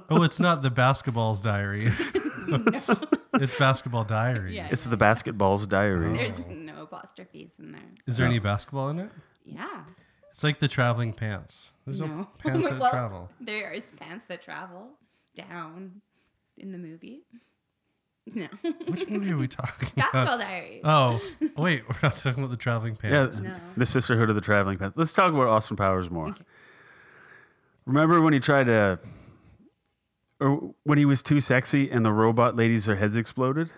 [SPEAKER 1] Oh, it's not the basketball's diary. it's basketball diaries.
[SPEAKER 10] Yeah.
[SPEAKER 2] It's the basketball's diaries.
[SPEAKER 10] There's no apostrophes in there.
[SPEAKER 1] Is there any basketball in it?
[SPEAKER 10] Yeah.
[SPEAKER 1] It's like the traveling pants. There's no,
[SPEAKER 10] no.
[SPEAKER 1] pants that
[SPEAKER 10] Well,
[SPEAKER 1] travel.
[SPEAKER 10] There is pants that travel down in the movie. No.
[SPEAKER 1] Which movie are we talking
[SPEAKER 10] Basketball
[SPEAKER 1] about?
[SPEAKER 10] Diaries.
[SPEAKER 1] Oh, wait. We're not talking about the traveling
[SPEAKER 2] Yeah,
[SPEAKER 1] pants.
[SPEAKER 10] No.
[SPEAKER 2] the Sisterhood of the Traveling Pants. Let's talk about Austin Powers more. Remember when he tried to, or when he was too sexy and the robot ladies' their heads exploded?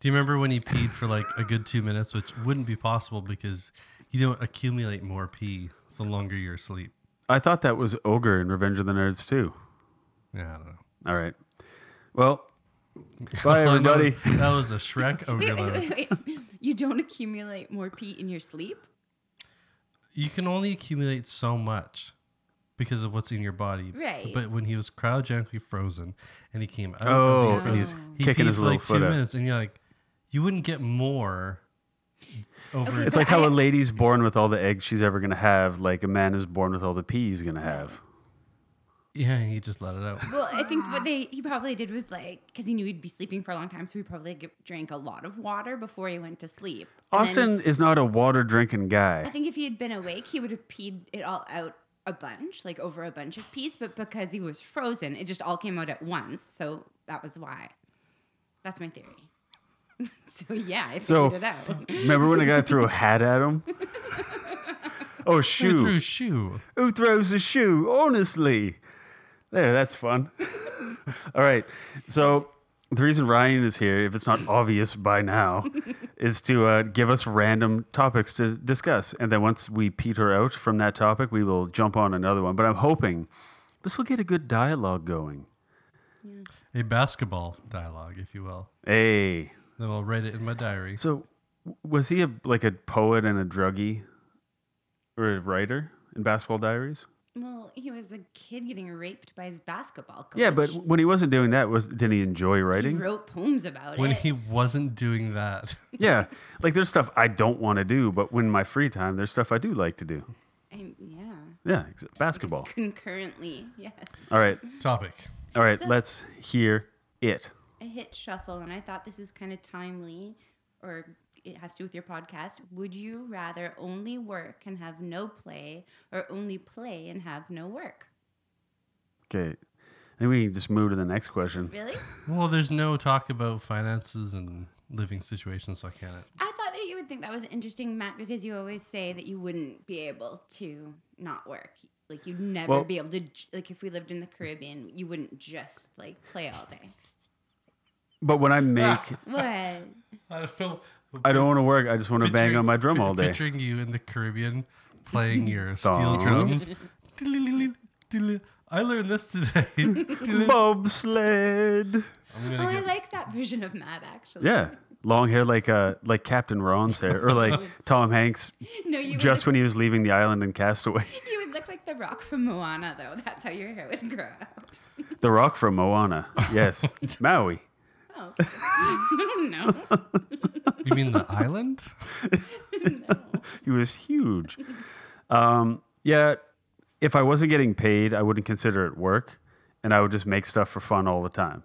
[SPEAKER 1] Do you remember when he peed for like a good two minutes, which wouldn't be possible because you don't accumulate more pee the longer you're asleep.
[SPEAKER 2] I thought that was Ogre in Revenge of the Nerds too.
[SPEAKER 1] Yeah, I don't know.
[SPEAKER 2] All right. Well, bye
[SPEAKER 1] Well, I know
[SPEAKER 2] everybody.
[SPEAKER 1] that was a Shrek
[SPEAKER 10] Wait,
[SPEAKER 1] overload.
[SPEAKER 10] wait, wait, wait. You don't accumulate more pee in your sleep?
[SPEAKER 1] You can only accumulate so much because of what's in your body.
[SPEAKER 10] Right.
[SPEAKER 1] But when he was cryogenically frozen and he came out,
[SPEAKER 2] Oh,
[SPEAKER 1] of being
[SPEAKER 2] and he's
[SPEAKER 1] frozen,
[SPEAKER 2] kicking
[SPEAKER 1] peed
[SPEAKER 2] his
[SPEAKER 1] for
[SPEAKER 2] little
[SPEAKER 1] like
[SPEAKER 2] foot
[SPEAKER 1] two
[SPEAKER 2] out.
[SPEAKER 1] minutes, and you're like, you wouldn't get more. Over
[SPEAKER 10] Okay,
[SPEAKER 2] It's
[SPEAKER 10] but
[SPEAKER 2] like how
[SPEAKER 10] I-
[SPEAKER 2] a lady's born with all the eggs she's ever going to have, like a man is born with all the pee he's going to have.
[SPEAKER 1] yeah, and he just let it out.
[SPEAKER 10] Well, I think what they he probably did was like because he knew he'd be sleeping for a long time, so he probably g drank a lot of water before he went to sleep. And then
[SPEAKER 2] Austin is not a water drinking
[SPEAKER 10] I
[SPEAKER 2] guy.
[SPEAKER 10] think if he had been awake, he would have peed it all out a bunch, like over a bunch of peas. But because he was frozen, it just all came out at once. So that was why. That's my theory. so yeah, I figured
[SPEAKER 2] So-
[SPEAKER 10] it out.
[SPEAKER 2] Remember when a guy threw a hat at him? oh, shoe.
[SPEAKER 1] Through his shoe.
[SPEAKER 2] Who throws a shoe? Honestly. There, that's fun. All right. So, the reason Ryan is here, if it's not obvious by now, is to uh, give us random topics to discuss. And then once we peter out from that topic, we will jump on another one. But I'm hoping this will get a good dialogue going.
[SPEAKER 1] A basketball dialogue, if you will.
[SPEAKER 2] Hey.
[SPEAKER 1] Then I'll write it in my diary.
[SPEAKER 2] So, w- was he a, like a poet and a druggie or a writer in Basketball Diaries?
[SPEAKER 10] well, he was a kid getting raped by his basketball coach.
[SPEAKER 2] Yeah, but when he wasn't doing that, was didn't he enjoy
[SPEAKER 10] he
[SPEAKER 2] writing?
[SPEAKER 10] wrote poems about
[SPEAKER 1] When
[SPEAKER 10] it.
[SPEAKER 1] he wasn't doing that,
[SPEAKER 2] yeah, like there's stuff I don't want to do, but when my free time, there's stuff I do like to do.
[SPEAKER 10] I- yeah,
[SPEAKER 2] Yeah, ex- basketball.
[SPEAKER 10] concurrently, yes.
[SPEAKER 2] All right,
[SPEAKER 1] topic.
[SPEAKER 2] all right.
[SPEAKER 10] So-
[SPEAKER 2] let's hear it.
[SPEAKER 10] I hit shuffle and I thought this is kind of timely or it has to do with your podcast. Would you rather only work and have no play or only play and have no work?
[SPEAKER 2] Okay, then we can just move to the next question.
[SPEAKER 10] Really?
[SPEAKER 1] Well, there's no talk about finances and living situations, so I can't.
[SPEAKER 10] I thought that you would think that was interesting, Matt, because you always say that you wouldn't be able to not work. Like you'd never
[SPEAKER 2] Well-
[SPEAKER 10] be able to j- like if we lived in the Caribbean, you wouldn't just like play all day.
[SPEAKER 2] But when I make,
[SPEAKER 10] What?
[SPEAKER 1] I don't know.
[SPEAKER 2] I don't want to work. I just want to bang on my drum all day.
[SPEAKER 1] Picturing you in the Caribbean playing your steel
[SPEAKER 2] Thong.
[SPEAKER 1] drums. I learned this today. I'm
[SPEAKER 2] Bobsled.
[SPEAKER 10] Oh,
[SPEAKER 1] gonna
[SPEAKER 10] I
[SPEAKER 1] get
[SPEAKER 10] like that version of Matt actually.
[SPEAKER 2] Yeah, long hair like uh like Captain Ron's hair, or like Tom Hanks
[SPEAKER 10] No, you
[SPEAKER 2] just when he was leaving the island in Castaway.
[SPEAKER 10] You would look like the rock from Moana, though. That's how your hair would grow out.
[SPEAKER 2] The Rock from Moana. Yes, Maui.
[SPEAKER 10] Oh, okay. no.
[SPEAKER 1] you mean the island?
[SPEAKER 2] He was huge. Um, yeah, if I wasn't getting paid, I wouldn't consider it work, and I would just make stuff for fun all the time.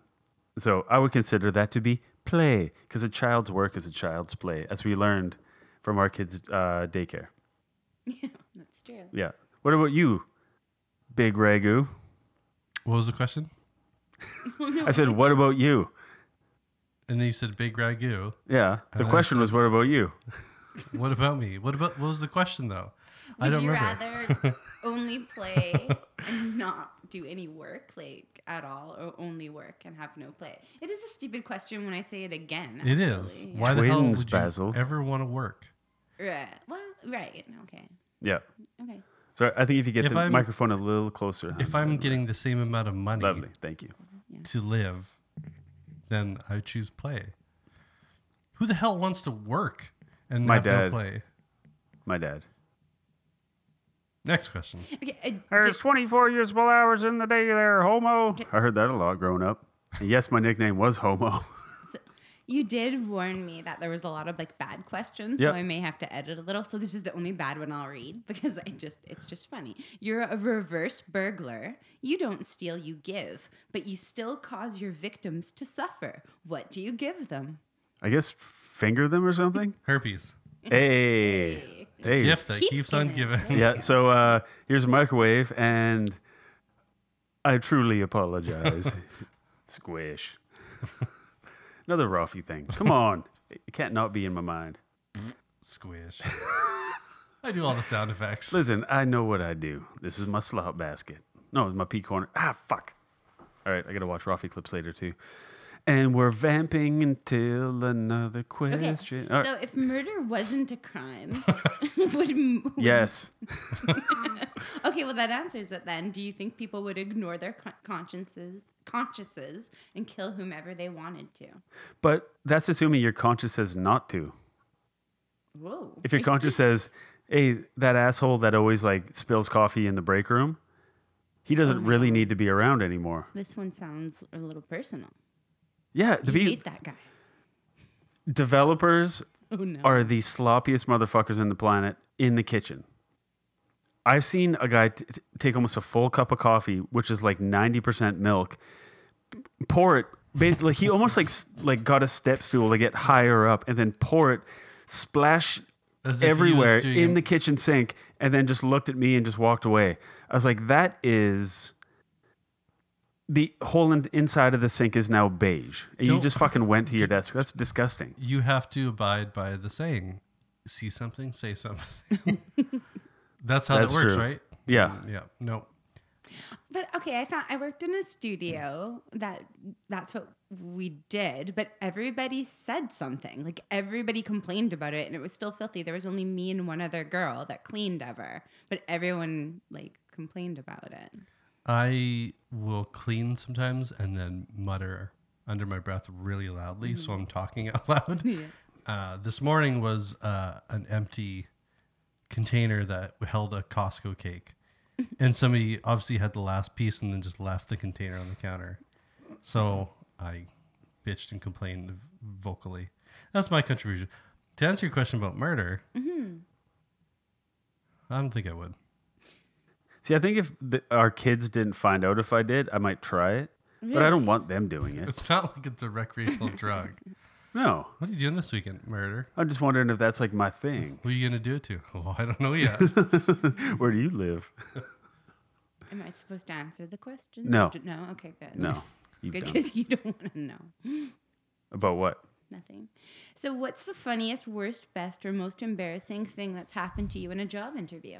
[SPEAKER 2] So I would consider that to be play, because a child's work is a child's play, as we learned from our kids' uh, daycare.
[SPEAKER 10] Yeah, that's true.
[SPEAKER 2] Yeah. What about you, Big Ragu?
[SPEAKER 1] What was the question?
[SPEAKER 2] I said, what about you?
[SPEAKER 1] And then you said big ragu.
[SPEAKER 2] Yeah.
[SPEAKER 1] Uh,
[SPEAKER 2] The question was, what about you?
[SPEAKER 1] What about me? What about what was the question though?
[SPEAKER 10] Would
[SPEAKER 1] I don't
[SPEAKER 10] you
[SPEAKER 1] remember.
[SPEAKER 10] rather only play and not do any work, like at all, or only work and have no play? It is a stupid question when I say it again.
[SPEAKER 1] It is.
[SPEAKER 10] actually.
[SPEAKER 1] Why the hell
[SPEAKER 2] Twins,
[SPEAKER 1] would
[SPEAKER 2] Basil.
[SPEAKER 1] you ever want to work?
[SPEAKER 10] Right. Well, right. Okay.
[SPEAKER 2] Yeah.
[SPEAKER 10] Okay.
[SPEAKER 2] So I think if you get
[SPEAKER 1] If
[SPEAKER 2] the
[SPEAKER 1] I'm-
[SPEAKER 2] microphone a little closer.
[SPEAKER 1] If I'm getting the same amount of money
[SPEAKER 2] Lovely. Thank you.
[SPEAKER 1] to live, then I choose play. Who the hell wants to work and
[SPEAKER 2] My
[SPEAKER 1] have
[SPEAKER 2] dad.
[SPEAKER 1] no play?
[SPEAKER 2] My dad.
[SPEAKER 1] Next question.
[SPEAKER 10] Okay. uh, I-
[SPEAKER 2] There's 24 usable hours in the day there, homo. I heard that a lot growing up. And yes, my nickname was homo.
[SPEAKER 10] You did warn me that there was a lot of like bad questions,
[SPEAKER 2] Yep.
[SPEAKER 10] so I may have to edit a little. So this is the only bad one I'll read because I just it's just funny. You're a reverse burglar. You don't steal, you give, but you still cause your victims to suffer. What do you give them?
[SPEAKER 2] I guess finger them or something.
[SPEAKER 1] Herpes.
[SPEAKER 2] Hey. Hey.
[SPEAKER 1] Gift that
[SPEAKER 10] Keeps
[SPEAKER 1] keeps on
[SPEAKER 10] giving.
[SPEAKER 1] giving.
[SPEAKER 2] Yeah, so uh, here's a microwave, and I truly apologize. Squish. Another Rafi thing. Come on. It can't not be in my mind.
[SPEAKER 1] Squish. I do all the sound effects.
[SPEAKER 2] Listen, I know what I do. This is my slot basket. No, it's my pea corner. Ah, fuck. All right, I gotta watch Rafi clips later too. And we're vamping until another question. All right.
[SPEAKER 10] So if murder wasn't a crime, would m-
[SPEAKER 2] yes.
[SPEAKER 10] okay, well that answers it then. Do you think people would ignore their con- consciences, consciences, and kill whomever they wanted to?
[SPEAKER 2] But that's assuming your conscience says not to.
[SPEAKER 10] Whoa.
[SPEAKER 2] If your conscience says, hey, that asshole that always like spills coffee in the break room, he doesn't
[SPEAKER 10] Oh,
[SPEAKER 2] really need to be around anymore.
[SPEAKER 10] This one sounds a little personal.
[SPEAKER 2] Yeah,
[SPEAKER 10] You
[SPEAKER 2] to be
[SPEAKER 10] hate that guy.
[SPEAKER 2] developers
[SPEAKER 10] Oh, no.
[SPEAKER 2] are the sloppiest motherfuckers on the planet in the kitchen. I've seen a guy t- t- take almost a full cup of coffee, which is like 90% milk, p- pour it basically he almost like s- like got a step stool to get higher up and then pour it splash
[SPEAKER 1] As if he was
[SPEAKER 2] everywhere
[SPEAKER 1] doing
[SPEAKER 2] in
[SPEAKER 1] a-
[SPEAKER 2] the kitchen sink and then just looked at me and just walked away. I was like that is the whole in- inside of the sink is now beige. And you
[SPEAKER 1] Don't-
[SPEAKER 2] just fucking went to your desk. That's disgusting.
[SPEAKER 1] You have to abide by the saying see something, say something. That's how
[SPEAKER 2] That's
[SPEAKER 1] that works,
[SPEAKER 2] true.
[SPEAKER 1] right?
[SPEAKER 2] Yeah.
[SPEAKER 1] Yeah. No.
[SPEAKER 10] But okay, I found I worked in a studio that that's what we did, but everybody said something. Like everybody complained about it and it was still filthy. There was only me and one other girl that cleaned ever, but everyone like complained about it.
[SPEAKER 1] I will clean sometimes and then mutter under my breath really loudly, so I'm talking out loud. Uh, this morning was uh, an empty container that held a Costco cake, and somebody obviously had the last piece and then just left the container on the counter. So I bitched and complained vocally. That's my contribution. To answer your question about murder,
[SPEAKER 10] Mhm.
[SPEAKER 1] I don't think I would.
[SPEAKER 2] See, I think if the, our kids didn't find out if I did, I might try it. But I
[SPEAKER 1] Really?
[SPEAKER 2] don't want them doing it.
[SPEAKER 1] It's not like it's a recreational drug.
[SPEAKER 2] No.
[SPEAKER 1] What are you doing this weekend, murder?
[SPEAKER 2] I'm just wondering if that's like my thing.
[SPEAKER 1] Who are you gonna do it to? Oh, I don't know yet.
[SPEAKER 2] Where do you live?
[SPEAKER 10] Am I supposed to answer the question?
[SPEAKER 2] No.
[SPEAKER 10] No. Okay, good.
[SPEAKER 2] No, you
[SPEAKER 10] good
[SPEAKER 2] don't.
[SPEAKER 10] because you don't want to know.
[SPEAKER 2] About what?
[SPEAKER 10] Nothing. So, what's the funniest, worst, best, or most embarrassing thing that's happened to you in a job interview?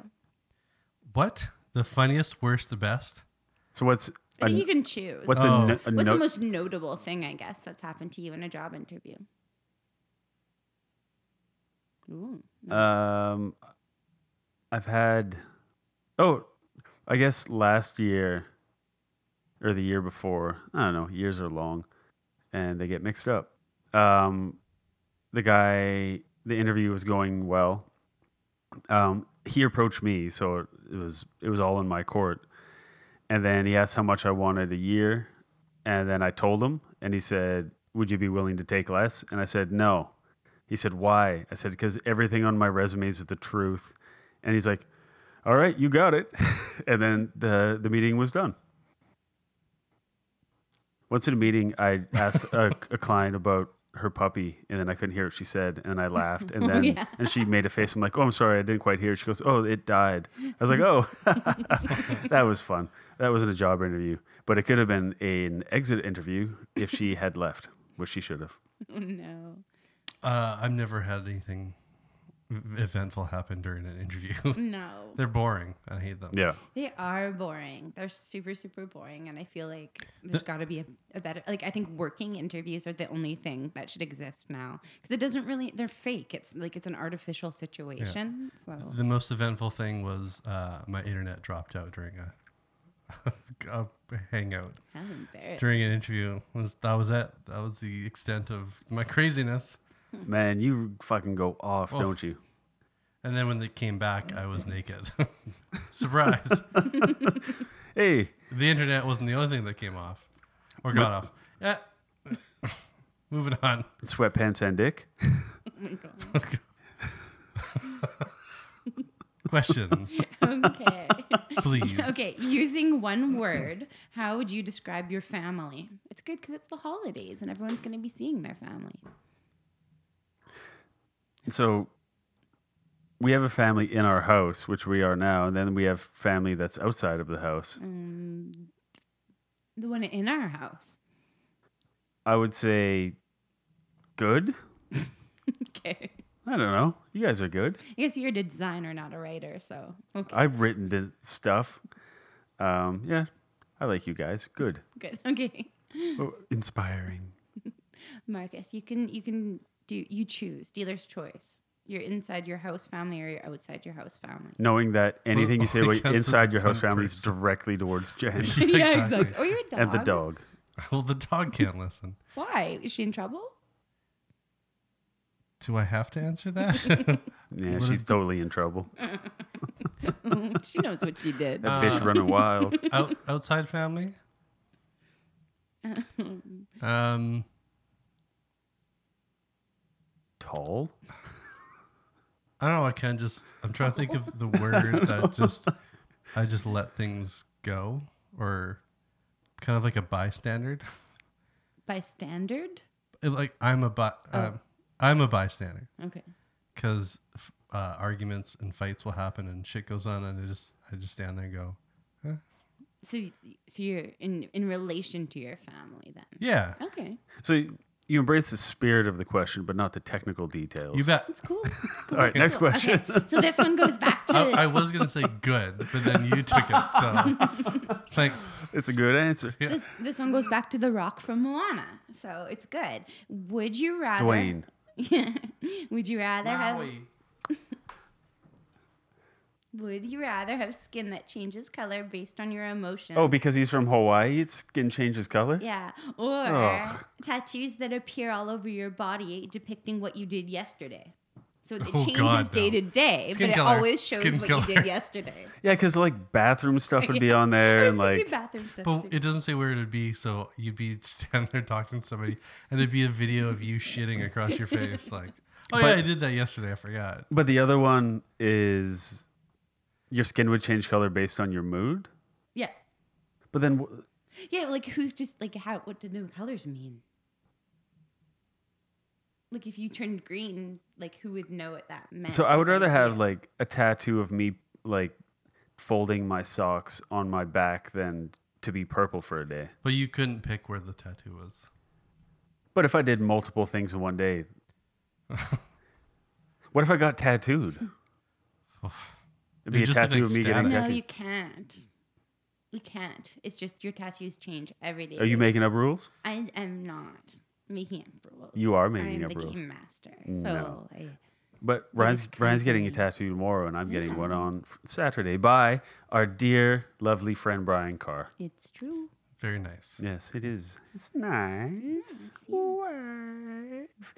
[SPEAKER 1] What? The funniest, worst, the best?
[SPEAKER 2] So what's
[SPEAKER 10] I think you can choose.
[SPEAKER 1] what's a Oh. no- a
[SPEAKER 10] what's the
[SPEAKER 1] no-
[SPEAKER 10] most notable thing, I guess, that's happened to you in a job interview? Ooh.
[SPEAKER 2] Um, I've had, oh, I guess last year or the year before. I don't know. Years are long, and they get mixed up. Um, the guy, the interview was going well. Um, he approached me, so it was it was all in my court. And then he asked how much I wanted a year, and then I told him, and he said, "Would you be willing to take less?" And I said, "No." He said, Why? I said, Because everything on my resume is the truth. And he's like, All right, you got it. and then the, the meeting was done. Once in a meeting, I asked a, a client about her puppy, and then I couldn't hear what she said, and I laughed, and
[SPEAKER 5] Oh,
[SPEAKER 2] then
[SPEAKER 5] yeah.
[SPEAKER 2] and she made a face. I'm like, "Oh, I'm sorry, I didn't quite hear." She goes, "Oh, it died." I was like, "Oh, that was fun. That wasn't a job interview, but it could have been an exit interview if she had left, which she should have."
[SPEAKER 10] Oh, no.
[SPEAKER 1] Uh, I've never had anything v- eventful happen during an interview.
[SPEAKER 10] No.
[SPEAKER 1] They're boring. I hate them.
[SPEAKER 2] Yeah.
[SPEAKER 10] They are boring. They're super, super boring. And I feel like there's got to be a, a better, like, I think working interviews are the only thing that should exist now because it doesn't really, they're fake. It's like it's an artificial situation. So.
[SPEAKER 1] The most eventful thing was uh, my internet dropped out during a, a hangout.
[SPEAKER 10] How embarrassing.
[SPEAKER 1] During an interview. Was That was it. That was the extent of my craziness.
[SPEAKER 2] Man, you fucking go off,
[SPEAKER 1] Oh.
[SPEAKER 2] don't you?
[SPEAKER 1] And then when they came back, I was naked. Surprise.
[SPEAKER 2] hey.
[SPEAKER 1] The internet wasn't the only thing that came off or got
[SPEAKER 2] Ma-
[SPEAKER 1] off. Yeah. Moving on.
[SPEAKER 2] Sweatpants and dick.
[SPEAKER 1] Question.
[SPEAKER 10] okay.
[SPEAKER 1] Please.
[SPEAKER 10] Okay, using one word, how would you describe your family? It's good because it's the holidays and everyone's going to be seeing their family.
[SPEAKER 2] So we have a family in our house, which we are now, and then we have family that's outside of the house.
[SPEAKER 10] Um, the one in our house.
[SPEAKER 2] I would say good.
[SPEAKER 10] Okay.
[SPEAKER 2] I don't know. You guys are good.
[SPEAKER 10] I guess you're a designer, not a writer, so Oh, okay.
[SPEAKER 2] I've written the stuff. Um, yeah, I like you guys. Good.
[SPEAKER 10] Good. Okay.
[SPEAKER 2] Oh, inspiring.
[SPEAKER 10] Marcus, you can you can do you choose dealer's choice. You're inside your house family or you're outside your house family.
[SPEAKER 2] Knowing that anything you say
[SPEAKER 1] only
[SPEAKER 2] well,
[SPEAKER 1] counts as
[SPEAKER 2] inside your
[SPEAKER 1] one
[SPEAKER 2] house family is directly towards Jen.
[SPEAKER 1] Yeah, Yeah, exactly.
[SPEAKER 10] exactly. Or your
[SPEAKER 2] And the
[SPEAKER 10] dog.
[SPEAKER 2] dog.
[SPEAKER 1] Well, the dog can't listen.
[SPEAKER 10] Why is she in trouble?
[SPEAKER 1] Do I have to answer that?
[SPEAKER 2] Yeah,
[SPEAKER 1] What
[SPEAKER 2] she's
[SPEAKER 1] if-
[SPEAKER 2] totally in trouble.
[SPEAKER 10] she knows what she did.
[SPEAKER 2] That bitch running wild.
[SPEAKER 1] Out, outside family. Um,
[SPEAKER 2] Tall?
[SPEAKER 1] I don't know. I can just. I'm trying to think of the word that just. I just let things go, or kind of like a bystander.
[SPEAKER 10] By standard?
[SPEAKER 1] Like I'm a by. Um, I'm a bystander.
[SPEAKER 10] Okay.
[SPEAKER 1] Because uh, arguments and fights will happen, and shit goes on, and I just I just stand there and go, huh?
[SPEAKER 10] So y- so you're in in relation to your family then.
[SPEAKER 1] Yeah.
[SPEAKER 10] Okay.
[SPEAKER 2] So you- you embrace the spirit of the question, but not the technical details.
[SPEAKER 1] You bet.
[SPEAKER 10] It's cool. It's cool.
[SPEAKER 2] All right,
[SPEAKER 10] It's
[SPEAKER 2] next
[SPEAKER 10] cool.
[SPEAKER 2] question.
[SPEAKER 10] Okay, So this one goes back to
[SPEAKER 1] I, I was gonna say good, but then you took it. So thanks.
[SPEAKER 2] It's a good answer.
[SPEAKER 10] this, this one goes back to the rock from Moana. So it's good. Would you rather
[SPEAKER 2] Dwayne.
[SPEAKER 10] Would you rather have
[SPEAKER 1] Wowie.
[SPEAKER 10] Would you rather have skin that changes color based on your emotions?
[SPEAKER 2] Oh, because he's from Hawaii, its skin changes color?
[SPEAKER 10] yeah, or
[SPEAKER 2] Ugh.
[SPEAKER 10] tattoos that appear all over your body depicting what you did yesterday. So it
[SPEAKER 2] Oh,
[SPEAKER 10] changes
[SPEAKER 2] God,
[SPEAKER 10] day
[SPEAKER 2] no.
[SPEAKER 10] to day,
[SPEAKER 2] Skin
[SPEAKER 10] but
[SPEAKER 2] color.
[SPEAKER 10] it always shows
[SPEAKER 2] Skin
[SPEAKER 10] what you
[SPEAKER 2] color.
[SPEAKER 10] did yesterday.
[SPEAKER 2] Yeah, because like bathroom stuff would be
[SPEAKER 10] Yeah.
[SPEAKER 2] on there
[SPEAKER 10] I
[SPEAKER 2] and
[SPEAKER 10] was thinking
[SPEAKER 2] like
[SPEAKER 10] bathroom stuff
[SPEAKER 1] But
[SPEAKER 10] too.
[SPEAKER 1] it doesn't say where it would be, so you'd be standing there talking to somebody, and it'd be a video of you shitting across your face, like, "Oh yeah,
[SPEAKER 2] But-
[SPEAKER 1] I did that yesterday. I forgot."
[SPEAKER 2] But the other one is your skin would change color based on your mood.
[SPEAKER 10] yeah,
[SPEAKER 2] But then, w-
[SPEAKER 10] yeah. Like who's just like how? What do the colors mean? Like if you turned green, like who would know what that meant?
[SPEAKER 2] so I would
[SPEAKER 10] It's
[SPEAKER 2] rather
[SPEAKER 10] like,
[SPEAKER 2] have like a tattoo of me like folding my socks on my back than to be purple for a day.
[SPEAKER 1] But you couldn't pick where the tattoo was.
[SPEAKER 2] But if I did multiple things in one day, what if I got tattooed? It'd be
[SPEAKER 1] You
[SPEAKER 2] a
[SPEAKER 1] just look
[SPEAKER 2] tattoo
[SPEAKER 1] like
[SPEAKER 2] of me getting
[SPEAKER 1] static.
[SPEAKER 10] No,
[SPEAKER 2] tattooed.
[SPEAKER 10] you can't. You can't. It's just your tattoos change every day.
[SPEAKER 2] Are you making up rules?
[SPEAKER 10] I am not making up rules.
[SPEAKER 2] You are making
[SPEAKER 10] I'm
[SPEAKER 2] up
[SPEAKER 10] the
[SPEAKER 2] rules.
[SPEAKER 10] game master. So
[SPEAKER 2] No.
[SPEAKER 10] I,
[SPEAKER 2] But Ryan's Ryan's getting a tattoo tomorrow, and I'm getting one on f- Saturday by our dear, lovely friend Brian Carr.
[SPEAKER 10] it's true.
[SPEAKER 1] Very nice.
[SPEAKER 2] Yes, it is. It's nice.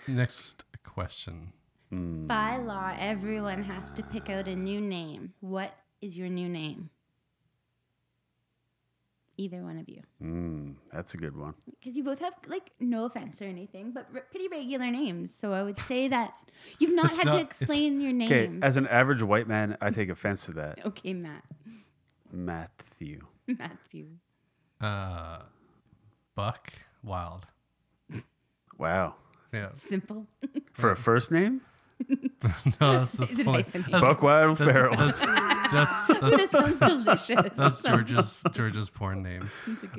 [SPEAKER 1] Next question.
[SPEAKER 10] By law, everyone has to pick out a new name. What is your new name? Either one of you.
[SPEAKER 2] Mm, that's a good one.
[SPEAKER 10] Because you both have, like, no offense or anything, but re- pretty regular names. So I would say that you've not
[SPEAKER 2] It's
[SPEAKER 10] had
[SPEAKER 2] not-
[SPEAKER 10] to
[SPEAKER 2] it's-
[SPEAKER 10] explain your
[SPEAKER 2] Okay, uh,
[SPEAKER 10] name.
[SPEAKER 2] as an average white man, I take offense to that.
[SPEAKER 10] Okay, Matt.
[SPEAKER 2] Matthew.
[SPEAKER 10] Matthew.
[SPEAKER 1] Uh, Buck Wild.
[SPEAKER 2] Wow.
[SPEAKER 1] Yeah.
[SPEAKER 10] Simple.
[SPEAKER 2] For a first name?
[SPEAKER 1] No, that's
[SPEAKER 2] Oh,
[SPEAKER 1] the
[SPEAKER 10] Is it
[SPEAKER 1] point.
[SPEAKER 10] hyphenated?
[SPEAKER 1] That's-
[SPEAKER 2] Buckwild
[SPEAKER 1] that's-
[SPEAKER 2] Ferrell.
[SPEAKER 1] That's that's
[SPEAKER 10] that
[SPEAKER 1] that's,
[SPEAKER 10] sounds delicious.
[SPEAKER 1] that's George's George's porn name.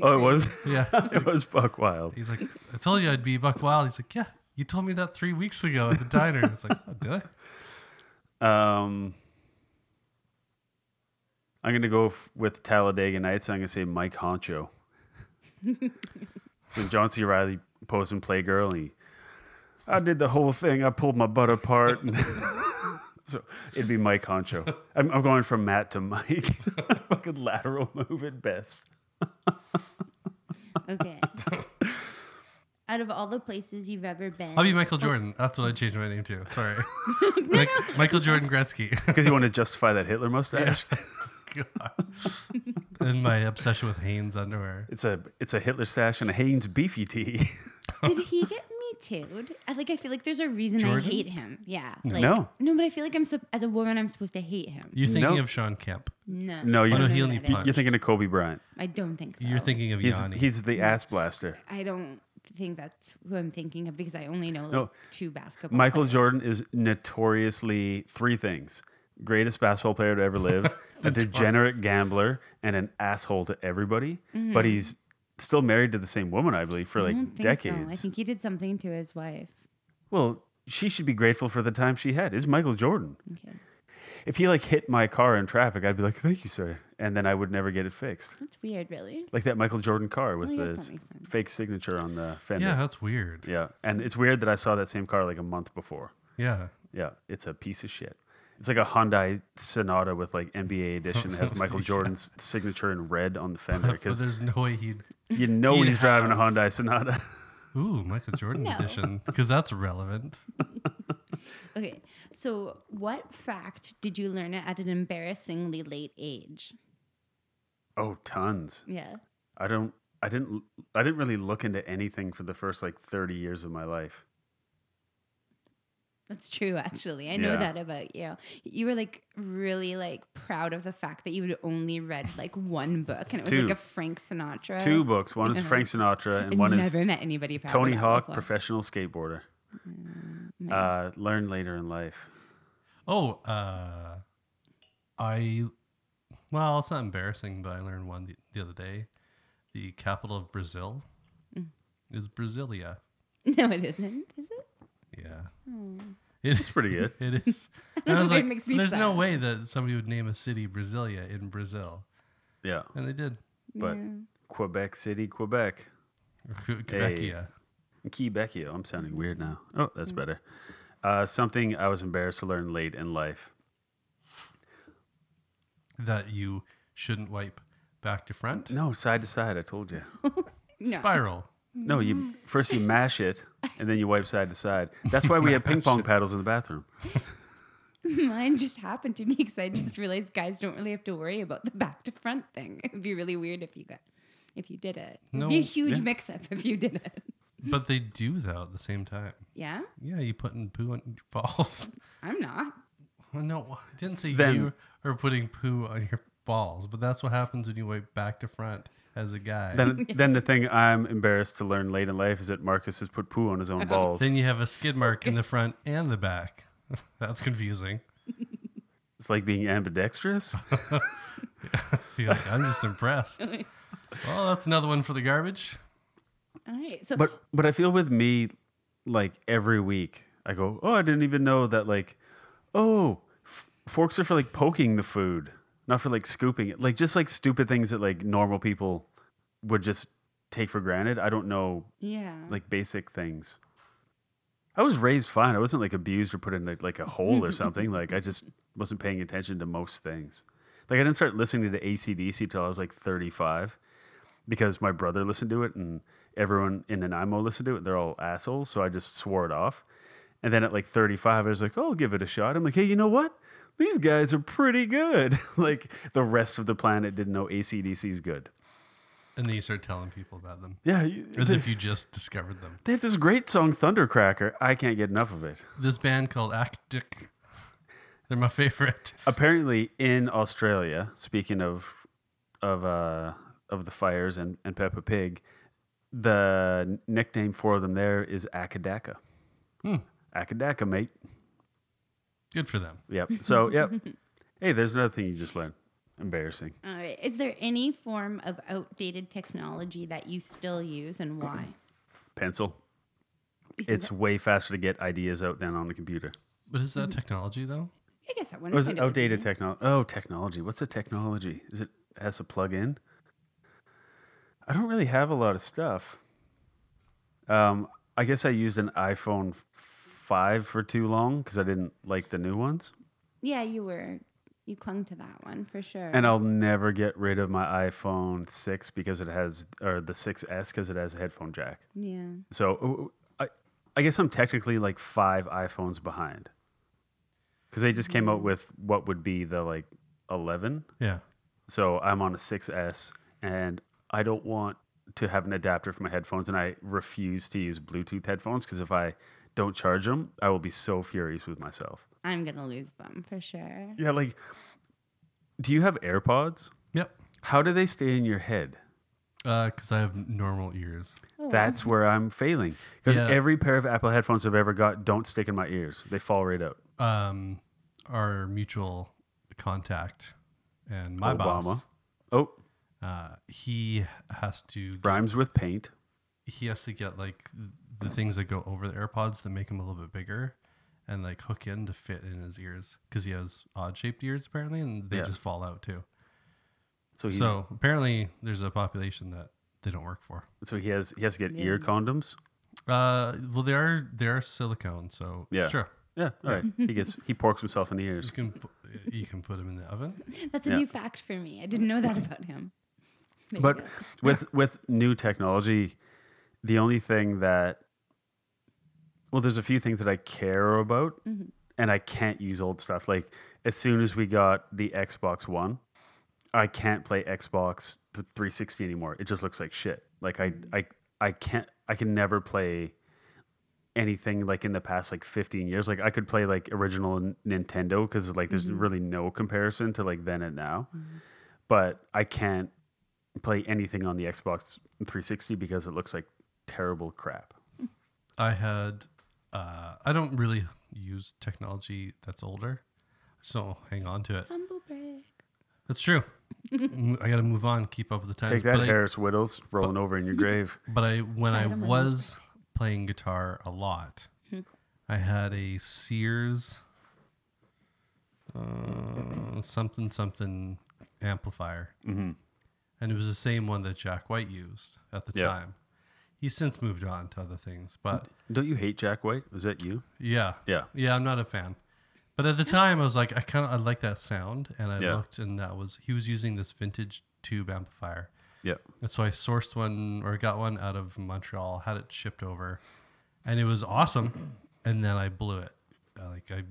[SPEAKER 2] Oh, it was?
[SPEAKER 1] Yeah.
[SPEAKER 2] it was Buck Wild.
[SPEAKER 1] He's like, I told you I'd be Buck Wild. He's like, yeah, you told me that three weeks ago at the diner. It's like, oh, did I?
[SPEAKER 2] Um, I'm going to go f- with Talladega Nights. I'm going to say Mike Honcho. it's when John C. Riley posed in Playgirl. And he, I did the whole thing. I pulled my butt apart. and- so it'd be Mike Honcho. I'm, I'm going from Matt to Mike. Fucking lateral move at best.
[SPEAKER 10] Okay. Out of all the places you've ever been,
[SPEAKER 1] I'll be Michael Jordan. That's what I changed my name to. Sorry. Mike, Michael Jordan Gretzky.
[SPEAKER 2] Because you want to justify that Hitler mustache.
[SPEAKER 1] God. and my obsession with Hanes underwear.
[SPEAKER 2] It's a it's a Hitler stash and a Haynes beefy tee.
[SPEAKER 10] did he get me too'd? I like. I feel like there's a reason I
[SPEAKER 1] Jordan?
[SPEAKER 10] hate him. Yeah.
[SPEAKER 2] No.
[SPEAKER 10] Like,
[SPEAKER 2] No.
[SPEAKER 10] No, but I feel like I'm sup- as a woman, I'm supposed to hate him.
[SPEAKER 1] You're thinking
[SPEAKER 2] No.
[SPEAKER 1] of Sean Kemp. Oh,
[SPEAKER 10] No.
[SPEAKER 2] No,
[SPEAKER 10] I
[SPEAKER 2] you're,
[SPEAKER 10] don't
[SPEAKER 1] he
[SPEAKER 10] know
[SPEAKER 1] only
[SPEAKER 10] that I-
[SPEAKER 1] punched.
[SPEAKER 2] you're thinking of Kobe Bryant.
[SPEAKER 10] I don't think so.
[SPEAKER 1] You're thinking of
[SPEAKER 2] He's
[SPEAKER 1] Yanni.
[SPEAKER 2] he's the ass blaster.
[SPEAKER 10] I don't think that's who I'm thinking of because I only know like,
[SPEAKER 2] No.
[SPEAKER 10] two basketball.
[SPEAKER 2] Michael
[SPEAKER 10] players.
[SPEAKER 2] Jordan is notoriously three things: greatest basketball player to ever live, a degenerate gambler, and an asshole to everybody. But he's still married to the same woman, I believe, for
[SPEAKER 10] Mm-hmm. I
[SPEAKER 2] like
[SPEAKER 10] don't think So. I
[SPEAKER 2] decades.
[SPEAKER 10] think he did something to his wife.
[SPEAKER 2] Well, she should be grateful for the time she had. It's Michael Jordan.
[SPEAKER 10] Okay.
[SPEAKER 2] if he like hit my car in traffic, I'd be like, "Thank you, sir," and then I would never get it fixed.
[SPEAKER 10] That's weird, really.
[SPEAKER 2] Like that Michael Jordan car with
[SPEAKER 10] I guess
[SPEAKER 2] his
[SPEAKER 10] Oh, that makes
[SPEAKER 2] fake signature on the fender.
[SPEAKER 1] Yeah, that's weird.
[SPEAKER 2] Yeah, and it's weird that I saw that same car like a month before.
[SPEAKER 1] Yeah.
[SPEAKER 2] yeah, it's a piece of shit. It's like a Hyundai Sonata with like NBA edition that has Michael
[SPEAKER 1] Yeah.
[SPEAKER 2] Jordan's signature in red on the fender
[SPEAKER 1] But
[SPEAKER 2] because
[SPEAKER 1] there's no way he'd.
[SPEAKER 2] you know
[SPEAKER 1] he'd
[SPEAKER 2] he's driving a
[SPEAKER 1] have-
[SPEAKER 2] Hyundai Sonata.
[SPEAKER 1] Ooh, Michael Jordan
[SPEAKER 10] No.
[SPEAKER 1] edition, because that's relevant.
[SPEAKER 10] Okay, so what fact did you learn at an embarrassingly late age?
[SPEAKER 2] Oh, tons.
[SPEAKER 10] Yeah.
[SPEAKER 2] I don't. I didn't. I didn't really look into anything for the first like thirty years of my life.
[SPEAKER 10] That's true, actually. I know
[SPEAKER 2] Yeah.
[SPEAKER 10] that about you. You were like really like proud of the fact that you would only read like one book, and it was
[SPEAKER 2] Two.
[SPEAKER 10] like a Frank Sinatra.
[SPEAKER 2] Two books. One is Frank Sinatra, and
[SPEAKER 10] I've
[SPEAKER 2] one is
[SPEAKER 10] Uh, never met anybody proud of
[SPEAKER 2] Tony
[SPEAKER 10] that Mm,
[SPEAKER 2] Hawk,
[SPEAKER 10] before.
[SPEAKER 2] professional skateboarder. Uh, learn later in life.
[SPEAKER 1] Oh, uh, I. Well, it's not embarrassing, but I learned one the, the other day. The capital of Brazil
[SPEAKER 10] Mm.
[SPEAKER 1] is Brasilia.
[SPEAKER 10] No, it isn't. Is it?
[SPEAKER 1] Yeah.
[SPEAKER 10] Oh.
[SPEAKER 1] It's
[SPEAKER 2] pretty good.
[SPEAKER 1] It is.
[SPEAKER 10] I don't
[SPEAKER 1] And I was
[SPEAKER 10] know why it
[SPEAKER 1] like,
[SPEAKER 10] makes me
[SPEAKER 1] there's no
[SPEAKER 10] sad."
[SPEAKER 1] way that somebody would name a city Brasilia in Brazil.
[SPEAKER 2] Yeah,
[SPEAKER 1] And they did.
[SPEAKER 2] but
[SPEAKER 10] Yeah.
[SPEAKER 2] Quebec City, Quebec.
[SPEAKER 1] Que- Quebecia.
[SPEAKER 2] Hey, Quebecia. I'm sounding weird now. Oh, that's better. Uh, something I was embarrassed to learn late in life.
[SPEAKER 1] That you shouldn't wipe back to front.
[SPEAKER 2] No, side to side. I told you.
[SPEAKER 10] No.
[SPEAKER 1] Spiral.
[SPEAKER 2] No, you first you mash it and then you wipe side to side. That's why we have ping pong paddles in the bathroom.
[SPEAKER 10] Mine just happened to me because I just realized guys don't really have to worry about the back to front thing. It would be really weird if you got if you did it. It'd be
[SPEAKER 1] No,
[SPEAKER 10] a huge
[SPEAKER 1] yeah.
[SPEAKER 10] mix up if you did it.
[SPEAKER 1] But they do though at the same time.
[SPEAKER 10] Yeah?
[SPEAKER 1] Yeah, you putting poo on your balls.
[SPEAKER 10] I'm not.
[SPEAKER 1] Well, no, I didn't say
[SPEAKER 2] Then-
[SPEAKER 1] you are putting poo on your balls, but that's what happens when you wipe back to front as a guy.
[SPEAKER 2] Then then the thing I'm embarrassed to learn late in life is that Marcus has put poo on his own balls.
[SPEAKER 1] Then you have a skid mark in the front and the back. That's confusing.
[SPEAKER 2] It's like being ambidextrous.
[SPEAKER 1] You're like, I'm just impressed. Well, that's another one for the garbage.
[SPEAKER 10] All right. So
[SPEAKER 2] But but I feel with me, like every week, I go, oh, I didn't even know that. Like, oh, f- forks are for like poking the food, not for like scooping it. Like just like stupid things that like normal people would just take for granted. I don't know
[SPEAKER 10] yeah.
[SPEAKER 2] like basic things. I was raised fine. I wasn't like abused or put in like, like a hole or something. like I just wasn't paying attention to most things. Like I didn't start listening to ACDC till I was like 35 because my brother listened to it and everyone in Nanaimo listened to it. They're all assholes. So I just swore it off. And then at like 35, I was like, oh, I'll give it a shot. I'm like, hey, you know what? These guys are pretty good. like the rest of the planet didn't know ACDC is good.
[SPEAKER 1] And then you start telling people about them
[SPEAKER 2] Yeah. you-
[SPEAKER 1] as if you just discovered them.
[SPEAKER 2] They have this great song, Thundercracker. I can't get enough of it.
[SPEAKER 1] This band called Actic. They're my favorite.
[SPEAKER 2] Apparently, in Australia, speaking of of uh, of the fires and, and Peppa Pig, the nickname for them there is Akadaka.
[SPEAKER 1] Hmm.
[SPEAKER 2] Akadaka, mate.
[SPEAKER 1] Good for them.
[SPEAKER 2] Yep. So, yep. hey, there's another thing you just learned. Embarrassing.
[SPEAKER 10] All right. Is there any form of outdated technology that you still use and why?
[SPEAKER 2] Pencil. It's way faster to get ideas out than on the computer.
[SPEAKER 1] But is that technology though?
[SPEAKER 10] I guess that one.
[SPEAKER 2] Or is it
[SPEAKER 10] kind of would be.
[SPEAKER 2] outdated technology? Oh, technology. What's the technology? Is it has to plug in? I don't really have a lot of stuff. Um, I guess I used an iPhone five for too long because I didn't like the new ones,
[SPEAKER 10] Yeah, you were. You clung to that one for sure.
[SPEAKER 2] and I'll never get rid of my iPhone six because it has or the 6S because it has a headphone jack.
[SPEAKER 10] yeah.
[SPEAKER 2] So uh, I, I guess I'm technically like five iPhones behind because they just came out with what would be the like 11.
[SPEAKER 1] Yeah.
[SPEAKER 2] So I'm on a 6S and I don't want to have an adapter for my headphones and I refuse to use Bluetooth headphones because if I don't charge them, I will be so furious with myself.
[SPEAKER 10] I'm gonna lose them for sure.
[SPEAKER 2] Yeah, like do you have AirPods?
[SPEAKER 1] Yep.
[SPEAKER 2] How do they stay in your head?
[SPEAKER 1] Because I have normal ears.
[SPEAKER 2] That's where I'm failing because
[SPEAKER 1] Yeah.
[SPEAKER 2] every pair of Apple headphones I've ever got don't stick in my ears. They fall right out.
[SPEAKER 1] Um, our mutual contact and my boss.
[SPEAKER 2] Oh,
[SPEAKER 1] Uh, he has to
[SPEAKER 2] rhymes with paint.
[SPEAKER 1] he has to get like the things that go over the AirPods that make them a little bit bigger, and like hook in to fit in his ears because he has odd shaped ears apparently, and they
[SPEAKER 2] Yeah.
[SPEAKER 1] just fall out too.
[SPEAKER 2] So he's-
[SPEAKER 1] so apparently, there's a population that they don't work for.
[SPEAKER 2] So he has he has to get ear
[SPEAKER 1] Yeah.
[SPEAKER 2] condoms.
[SPEAKER 1] Uh, well, they are they are silicone, so
[SPEAKER 2] Yeah.
[SPEAKER 1] sure,
[SPEAKER 2] Yeah. All right. he gets he porks himself in the ears.
[SPEAKER 1] You can you can put him in the oven.
[SPEAKER 10] That's a
[SPEAKER 2] Yeah.
[SPEAKER 10] new fact for me. I didn't know that about him. There you
[SPEAKER 2] but
[SPEAKER 10] go.
[SPEAKER 2] with with new technology the only thing that well there's a few things that i care about
[SPEAKER 5] Mhm.
[SPEAKER 2] and i can't use old stuff like as soon as we got the xbox one i can't play xbox th- 360 anymore it just looks like shit like i i i can't i can never play anything like in the past like 15 years like i could play like original N- nintendo because like there's
[SPEAKER 5] Mhm.
[SPEAKER 2] really no comparison to like then and now but i can't play anything on the xbox 360 because it looks like terrible crap
[SPEAKER 1] I had uh, I don't really use technology that's older, so hang on to it.
[SPEAKER 10] Humble brag.
[SPEAKER 1] That's true. M- I got to move on, keep up with the times.
[SPEAKER 2] take that
[SPEAKER 1] But I-
[SPEAKER 2] harris whittles rolling over in your grave
[SPEAKER 1] But I when I
[SPEAKER 2] Dynamite.
[SPEAKER 1] was playing guitar a lot,
[SPEAKER 2] Hmm.
[SPEAKER 1] I had a Sears uh, something something amplifier,
[SPEAKER 2] Mhm.
[SPEAKER 1] and it was the same one that Jack White used at the
[SPEAKER 2] Yeah.
[SPEAKER 1] time. He's since moved on to other things, but
[SPEAKER 2] don't you hate jack white was that you
[SPEAKER 1] yeah,
[SPEAKER 2] yeah
[SPEAKER 1] yeah, I'm not a fan. But at the time, I was like, I kind of I like that sound, and I
[SPEAKER 2] Yeah.
[SPEAKER 1] looked, and that was he was using this vintage tube amplifier.
[SPEAKER 2] Yeah.
[SPEAKER 1] And so I sourced one or got one out of Montreal, had it shipped over, and it was awesome. And then I blew it. Uh, like I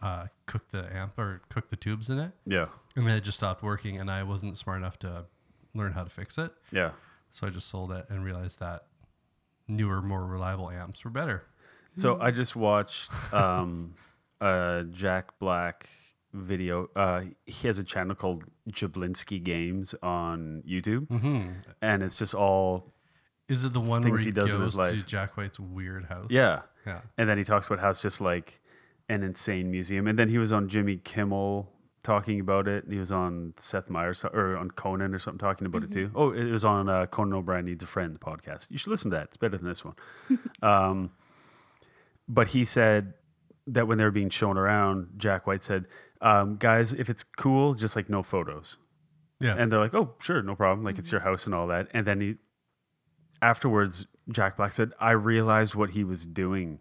[SPEAKER 1] uh, cooked the amp or cooked the tubes in it.
[SPEAKER 2] Yeah.
[SPEAKER 1] And then it just stopped working, and I wasn't smart enough to learn how to fix it.
[SPEAKER 2] Yeah.
[SPEAKER 1] So I just sold it and realized that newer, more reliable amps were better.
[SPEAKER 2] So I just watched um, a Jack Black video. Uh, he has a channel called Jablinski Games on YouTube,
[SPEAKER 1] Mhm.
[SPEAKER 2] and it's just all.
[SPEAKER 1] Is it the one where
[SPEAKER 2] things
[SPEAKER 1] he,
[SPEAKER 2] does in
[SPEAKER 1] goes
[SPEAKER 2] his
[SPEAKER 1] to
[SPEAKER 2] life?
[SPEAKER 1] Jack White's weird house?
[SPEAKER 2] Yeah,
[SPEAKER 1] Yeah.
[SPEAKER 2] And then he talks about how it's just like an insane museum. And then he was on Jimmy Kimmel talking about it, and he was on Seth Meyers or on Conan or something talking about it too.
[SPEAKER 5] Mhm.
[SPEAKER 2] Oh, it was on uh, Conan O'Brien Needs a Friend podcast. You should listen to that. It's better than this one. um, but he said that when they were being shown around, Jack White said, um, "Guys, if it's cool, just like no photos."
[SPEAKER 1] Yeah.
[SPEAKER 2] And they're like, "Oh, sure, no problem. Like it's your house and all that." And then he, afterwards, Jack Black said, "I realized what he was doing.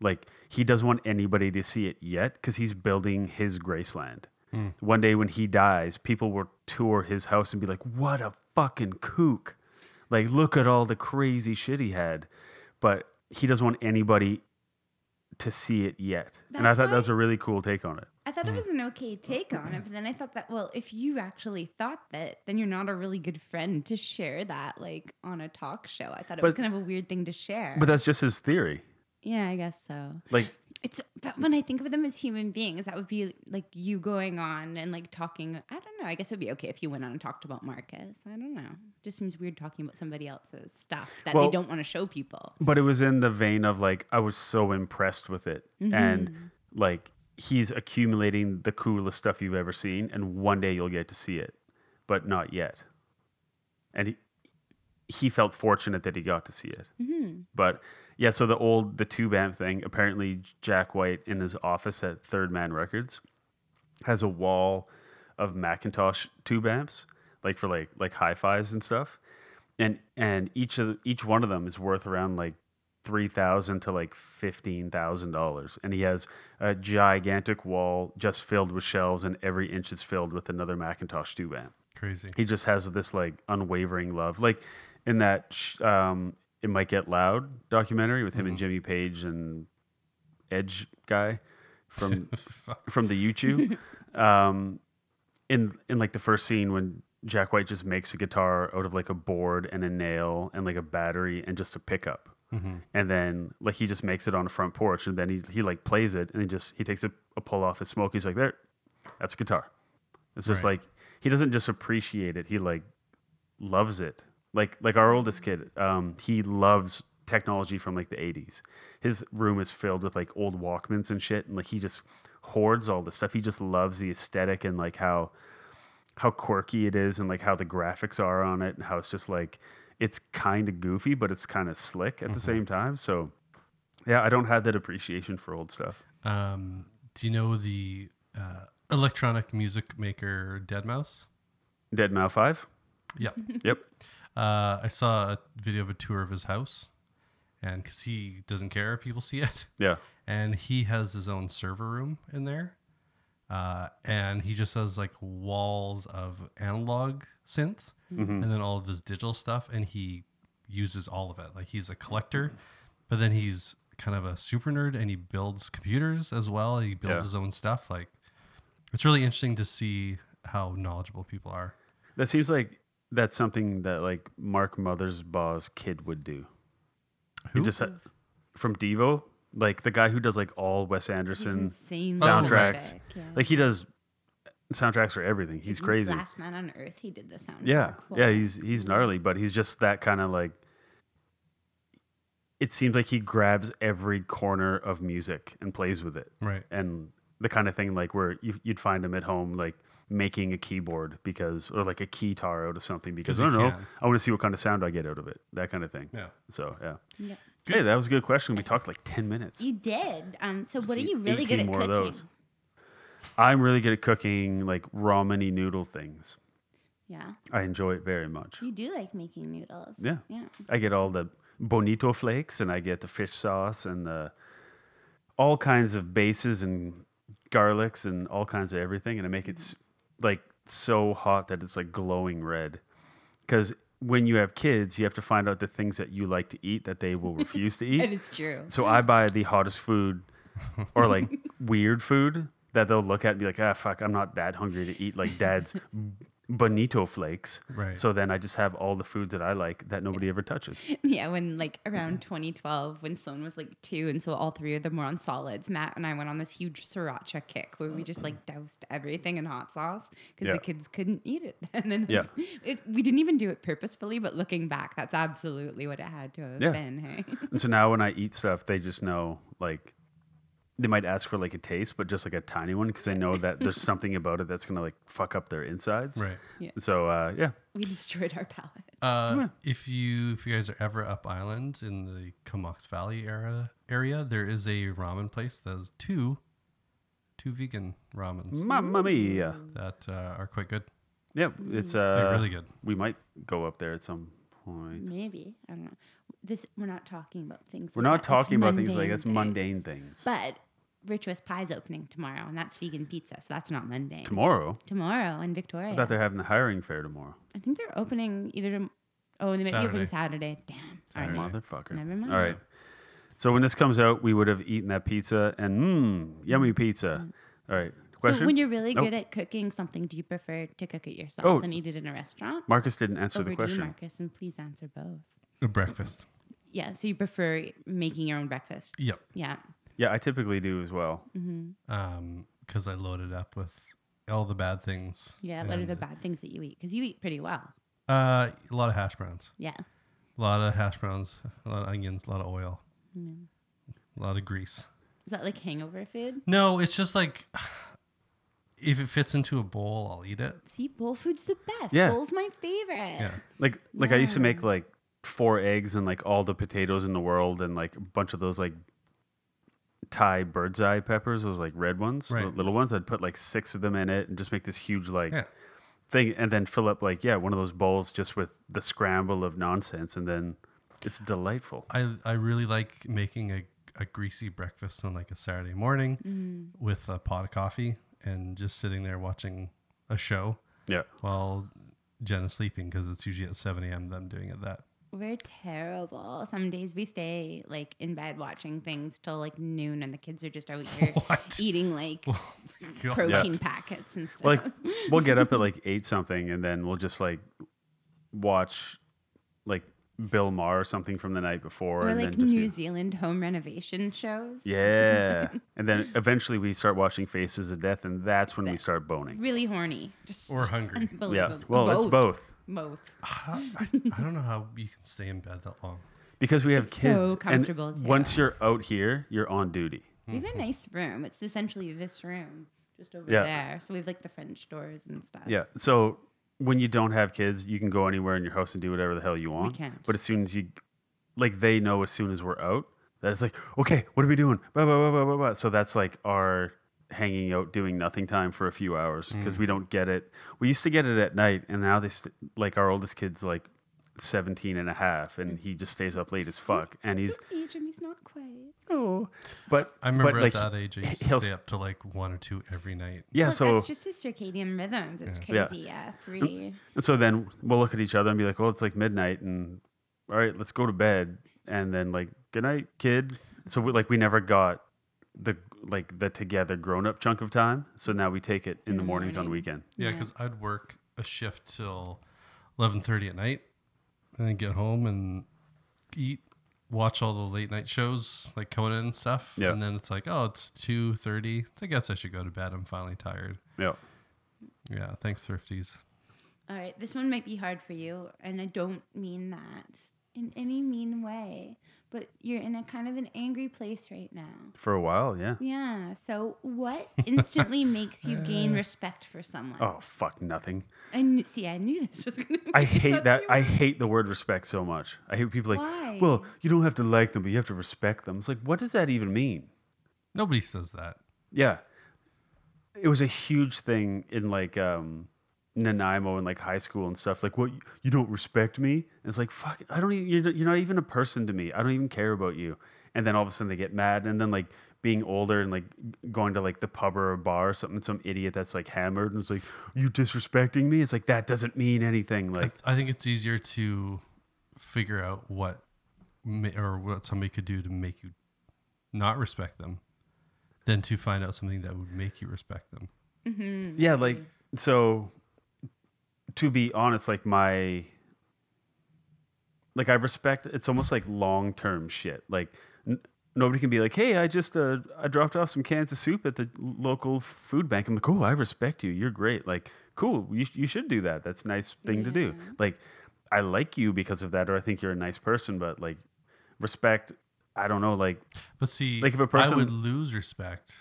[SPEAKER 2] Like he doesn't want anybody to see it yet because he's building his Graceland."
[SPEAKER 5] Hmm.
[SPEAKER 2] One day when he dies, people will tour his house and be like, "What a fucking kook! Like, look at all the crazy shit he had." But he doesn't want anybody to see it yet. and I
[SPEAKER 10] That's
[SPEAKER 2] thought that
[SPEAKER 10] why-
[SPEAKER 2] was a really cool take on it.
[SPEAKER 10] I thought it was an okay take on it, but then I thought that well, if you actually thought that, then you're not a really good friend to share that like on a talk show. I thought it was
[SPEAKER 2] But-
[SPEAKER 10] kind of a weird thing to share.
[SPEAKER 2] But that's just his theory.
[SPEAKER 10] yeah, I guess so.
[SPEAKER 2] Like,
[SPEAKER 10] It's but when I think of them as human beings, that would be like you going on and like talking. I don't know. I guess it would be okay if you went on and talked about Marcus. I don't know. Just seems weird talking about somebody else's stuff that
[SPEAKER 2] Well-
[SPEAKER 10] they don't want to show people.
[SPEAKER 2] but it was in the vein of like I was so impressed with it, and like he's accumulating the coolest stuff you've ever seen, and one day you'll get to see it, but not yet. And he he felt fortunate that he got to see it,
[SPEAKER 5] Mhm.
[SPEAKER 2] but yeah. So the old the tube amp thing apparently Jack White in his office at Third Man Records has a wall of Macintosh tube amps, like for like like hi fis and stuff, and and each of each one of them is worth around like three thousand to like fifteen thousand dollars, and he has a gigantic wall just filled with shelves, and every inch is filled with another Macintosh tube amp.
[SPEAKER 1] Crazy.
[SPEAKER 2] He just has this like unwavering love, like in that sh- um, it might get loud documentary with him and Jimmy Page and Edge guy from from the YouTube. Um, in in like the first scene when Jack White just makes a guitar out of like a board and a nail and like a battery and just a pickup,
[SPEAKER 5] Mhm.
[SPEAKER 2] and then like he just makes it on the front porch and then he he like plays it and he just he takes a, a pull off his smoke. He's like, there, that's a guitar. It's just
[SPEAKER 1] Right.
[SPEAKER 2] like he doesn't just appreciate it; he like loves it. Like like our oldest kid, um, he loves technology from like the '80s. His room is filled with like old Walkmans and shit, and like he just hoards all this stuff. He just loves the aesthetic and like how how quirky it is and like how the graphics are on it and how it's just like it's kind of goofy but it's kind of slick at the
[SPEAKER 1] Mhm.
[SPEAKER 2] same time so yeah i don't have that appreciation for old stuff
[SPEAKER 1] Um, do you know the uh, electronic music maker Dead Mouse?
[SPEAKER 2] Dead Mouth Five.
[SPEAKER 1] Yeah.
[SPEAKER 2] Yep.
[SPEAKER 1] Uh, I saw a video of a tour of his house, and because he doesn't care if people see it.
[SPEAKER 2] Yeah.
[SPEAKER 1] And he has his own server room in there, uh, and he just has like walls of analog synths,
[SPEAKER 2] Mhm.
[SPEAKER 1] and then all of his digital stuff, and he uses all of it. Like he's a collector, but then he's kind of a super nerd, and he builds computers as well. And he builds
[SPEAKER 2] Yeah.
[SPEAKER 1] his own stuff. Like it's really interesting to see how knowledgeable people are.
[SPEAKER 2] That seems like that's something that like Mark Mothersbaugh's kid would do. Who just had- from Devo, like the guy who does like all Wes Anderson
[SPEAKER 10] insanely
[SPEAKER 2] soundtracks.
[SPEAKER 10] prolific, yeah.
[SPEAKER 2] Like he does soundtracks for everything. He's
[SPEAKER 10] Even
[SPEAKER 2] crazy.
[SPEAKER 10] Last Man on Earth, he did the soundtrack.
[SPEAKER 2] Yeah, yeah,
[SPEAKER 10] Wow.
[SPEAKER 2] he's he's gnarly, but he's just that kind of like. It seems like he grabs every corner of music and plays with it,
[SPEAKER 1] Right.
[SPEAKER 2] And the kind of thing like where you, you'd find him at home, like making a keyboard because or like a keytar out of something because I
[SPEAKER 1] 'Cause
[SPEAKER 2] don't
[SPEAKER 1] he
[SPEAKER 2] know,
[SPEAKER 1] can.
[SPEAKER 2] I want to see what kind of sound I get out of it, that kind of thing.
[SPEAKER 1] Yeah.
[SPEAKER 2] So yeah.
[SPEAKER 10] Yep.
[SPEAKER 2] Hey, that was a good question. We talked like ten minutes.
[SPEAKER 10] You did. Um, so what are
[SPEAKER 2] Just eat
[SPEAKER 10] you really good
[SPEAKER 2] 18
[SPEAKER 10] at
[SPEAKER 2] more
[SPEAKER 10] cooking?
[SPEAKER 2] of those. I'm really good at cooking like rameny noodle things.
[SPEAKER 10] Yeah.
[SPEAKER 2] I enjoy it very much.
[SPEAKER 10] You do like making noodles.
[SPEAKER 2] Yeah.
[SPEAKER 10] Yeah.
[SPEAKER 2] I get all the bonito flakes and I get the fish sauce and the all kinds of bases and garlics and all kinds of everything and I make it s- like so hot that it's like glowing red. Cuz when you have kids, you have to find out the things that you like to eat that they will refuse to eat.
[SPEAKER 10] That is true.
[SPEAKER 2] So I buy the hottest food or like weird food that they'll look at and be like, "Ah, fuck, I'm not that hungry to eat like dad's bonito flakes."
[SPEAKER 1] Right.
[SPEAKER 2] So then I just have all the foods that I like that nobody ever touches.
[SPEAKER 10] Yeah, when like around 2012, when Sloan was like two, and so all three of them were on solids, Matt and I went on this huge sriracha kick where we just like doused everything in hot sauce because
[SPEAKER 2] Yeah.
[SPEAKER 10] the kids couldn't eat it. And then
[SPEAKER 2] Yeah.
[SPEAKER 10] it, we didn't even do it purposefully, but looking back, that's absolutely what it had to have
[SPEAKER 2] Yeah.
[SPEAKER 10] been. Hey,
[SPEAKER 2] And so now when I eat stuff, they just know like they might ask for like a taste, but just like a tiny one because they know that there's something about it that's gonna like fuck up their insides.
[SPEAKER 1] Right.
[SPEAKER 10] Yeah.
[SPEAKER 2] So uh, yeah,
[SPEAKER 10] we destroyed our palate.
[SPEAKER 1] Uh, If you if you guys are ever up island in the Comox Valley era area, there is a ramen place that has two two vegan ramens.
[SPEAKER 10] Mm.
[SPEAKER 2] Mamma mia.
[SPEAKER 1] That uh, are quite good.
[SPEAKER 2] yeah, it's uh,
[SPEAKER 1] They're really good.
[SPEAKER 2] We might go up there at some point.
[SPEAKER 10] Maybe I don't know. This we're not talking about things.
[SPEAKER 2] We're
[SPEAKER 10] like
[SPEAKER 2] not
[SPEAKER 10] that. That's
[SPEAKER 2] talking about things like
[SPEAKER 10] mundane
[SPEAKER 2] that's mundane things.
[SPEAKER 10] But Virtuous Pie's opening tomorrow, and that's vegan pizza, so that's not mundane.
[SPEAKER 2] Tomorrow?
[SPEAKER 10] Tomorrow in Victoria.
[SPEAKER 2] I thought they're having the hiring fair tomorrow.
[SPEAKER 10] I think they're opening either. Tom- oh, they might be opening Saturday. Damn. All right.
[SPEAKER 2] Motherfucker.
[SPEAKER 10] Never mind.
[SPEAKER 2] All right. So when this comes out, we would have eaten that pizza and mmm, yummy pizza. All right. Question.
[SPEAKER 10] Mm. So when you're really
[SPEAKER 2] Nope.
[SPEAKER 10] good at cooking something, do you prefer to cook it yourself
[SPEAKER 2] Oh.
[SPEAKER 10] and eat it in a restaurant?
[SPEAKER 2] Marcus didn't answer the
[SPEAKER 10] Over to you,
[SPEAKER 2] question.
[SPEAKER 10] Marcus, and please answer both.
[SPEAKER 1] breakfast.
[SPEAKER 10] Yeah. So you prefer making your own breakfast?
[SPEAKER 1] Yep.
[SPEAKER 10] Yeah.
[SPEAKER 2] Yeah, I typically do as well.
[SPEAKER 10] hmm
[SPEAKER 1] because Um, I loaded up with all the bad things.
[SPEAKER 10] Yeah. What are
[SPEAKER 1] and,
[SPEAKER 10] the bad things that you eat? Because you eat pretty well.
[SPEAKER 1] Uh, a lot of hash browns.
[SPEAKER 10] Yeah.
[SPEAKER 1] A lot of hash browns. A lot of onions. A lot of oil.
[SPEAKER 10] Mm.
[SPEAKER 1] A lot of grease.
[SPEAKER 10] Is that like hangover food?
[SPEAKER 1] No, it's just like if it fits into a bowl, I'll eat it.
[SPEAKER 10] See, bowl food's the best.
[SPEAKER 2] Yeah.
[SPEAKER 10] Bowl's my favorite.
[SPEAKER 1] Yeah.
[SPEAKER 2] Like like I used to
[SPEAKER 10] Yeah.
[SPEAKER 2] make like four eggs and like all the potatoes in the world and like a bunch of those like Thai bird's eye peppers, those like red ones, the
[SPEAKER 1] Right.
[SPEAKER 2] little ones. I'd put like six of them in it and just make this huge like
[SPEAKER 1] Yeah.
[SPEAKER 2] thing and then fill up like yeah, one of those bowls just with the scramble of nonsense and then it's delightful.
[SPEAKER 1] I I really like making a, a greasy breakfast on like a Saturday morning
[SPEAKER 10] Mm.
[SPEAKER 1] with a pot of coffee and just sitting there watching a show
[SPEAKER 2] Yeah.
[SPEAKER 1] while Jen is sleeping because it's usually at 7 a.m. that I'm doing it that.
[SPEAKER 10] We're terrible. Some days we stay like in bed watching things till like noon, and the kids are just out here eating like
[SPEAKER 1] God.
[SPEAKER 10] protein
[SPEAKER 2] Yeah.
[SPEAKER 10] packets and stuff.
[SPEAKER 2] like we'll get up at like eight something and then we'll just like watch like Bill Maher or something from the night before
[SPEAKER 10] or
[SPEAKER 2] and
[SPEAKER 10] like
[SPEAKER 2] then just be-
[SPEAKER 10] New Zealand home renovation shows.
[SPEAKER 2] Yeah. and then eventually we start watching Faces of Death and that's when we start boning.
[SPEAKER 10] Really horny. Just
[SPEAKER 1] Or hungry.
[SPEAKER 10] unbelievable.
[SPEAKER 2] Yeah. Well, it's both.
[SPEAKER 10] Both.
[SPEAKER 1] I, I don't know how you can stay in bed that long.
[SPEAKER 2] Because we have
[SPEAKER 10] It's so
[SPEAKER 2] kids.
[SPEAKER 10] comfortable,
[SPEAKER 2] and
[SPEAKER 10] too.
[SPEAKER 2] once you're out here, you're on duty.
[SPEAKER 10] We have a nice room. It's essentially this room just over
[SPEAKER 2] Yeah.
[SPEAKER 10] there. So we have like the French doors and stuff.
[SPEAKER 2] Yeah. So when you don't have kids, you can go anywhere in your house and do whatever the hell you want.
[SPEAKER 10] can't.
[SPEAKER 2] But as soon as you like they know as soon as we're out, that it's like, okay, what are we doing? Blah, blah, blah, blah, blah, blah. So that's like our hanging out, doing nothing time for a few hours because
[SPEAKER 11] Mm.
[SPEAKER 2] we don't get it. We used to get it at night, and now they, st- like, our oldest kid's like 17 and a half, and he just stays up late as fuck. And he's,
[SPEAKER 10] Hey, Jimmy's not quiet.
[SPEAKER 2] Oh. but
[SPEAKER 1] I remember
[SPEAKER 2] but,
[SPEAKER 1] at
[SPEAKER 2] like,
[SPEAKER 1] that
[SPEAKER 2] he-
[SPEAKER 1] age, I used to
[SPEAKER 2] he'll
[SPEAKER 1] stay up to like one or two every night.
[SPEAKER 2] Yeah,
[SPEAKER 10] Well,
[SPEAKER 2] so
[SPEAKER 10] that's just his circadian rhythms. It's
[SPEAKER 2] Yeah. Mm.
[SPEAKER 10] crazy. Yeah,
[SPEAKER 2] And-
[SPEAKER 10] three.
[SPEAKER 2] And so then we'll look at each other and be like, well, it's like midnight and all right, let's go to bed. And then like, good night, kid. So we like we never got the like the together grown up chunk of time. So now we take it in, the, mornings on weekend.
[SPEAKER 1] Yeah, because I'd work a shift till eleven thirty at night, and then get home and eat, watch all the late night shows like Conan and stuff.
[SPEAKER 2] Yeah.
[SPEAKER 1] and then it's like, oh, it's two thirty. I guess I should go to bed. I'm finally tired.
[SPEAKER 2] Yeah,
[SPEAKER 1] yeah. Thanks, thrifties.
[SPEAKER 10] All right, this one might be hard for you, and I don't mean that in any mean way, but you're in a kind of an angry place right now.
[SPEAKER 2] for a while. Yeah.
[SPEAKER 10] Yeah. So, what instantly makes you gain
[SPEAKER 2] Uh.
[SPEAKER 10] respect for someone?
[SPEAKER 2] Oh fuck, nothing.
[SPEAKER 10] I kn- see. I knew this was gonna. Be
[SPEAKER 2] I
[SPEAKER 10] a
[SPEAKER 2] hate
[SPEAKER 10] touchy
[SPEAKER 2] that. I
[SPEAKER 10] one.
[SPEAKER 2] hate the word respect so much. I hate people like,
[SPEAKER 10] Why?
[SPEAKER 2] well, you don't have to like them, but you have to respect them. It's like, what does that even mean?
[SPEAKER 1] Nobody says that.
[SPEAKER 2] Yeah. It was a huge thing in like um Nanaimo and like high school and stuff. Like, what you don't respect me? And it's like, fuck, I don't even, you're, you're not even a person to me. I don't even care about you. And then all of a sudden they get mad. And then like being older and like going to like the pub or a bar or something, some idiot that's like hammered and it's like, you disrespecting me? It's like, that doesn't mean anything. Like,
[SPEAKER 1] I think it's easier to figure out what ma- or what somebody could do to make you not respect them than to find out something that would make you respect them.
[SPEAKER 10] Mhm.
[SPEAKER 2] Yeah, like so. To be honest, like my, like I respect. It's almost like long term shit. Like n- nobody can be like, "Hey, I just uh, I dropped off some cans of soup at the local food bank." I'm like, "Oh, I respect you. You're great. Like, cool. You sh- you should do that. That's a nice thing to do. Like, I like you because of that, or I think you're a nice person. But like, respect. I don't know. Like,
[SPEAKER 1] but see,
[SPEAKER 2] like if a person
[SPEAKER 1] I would lose respect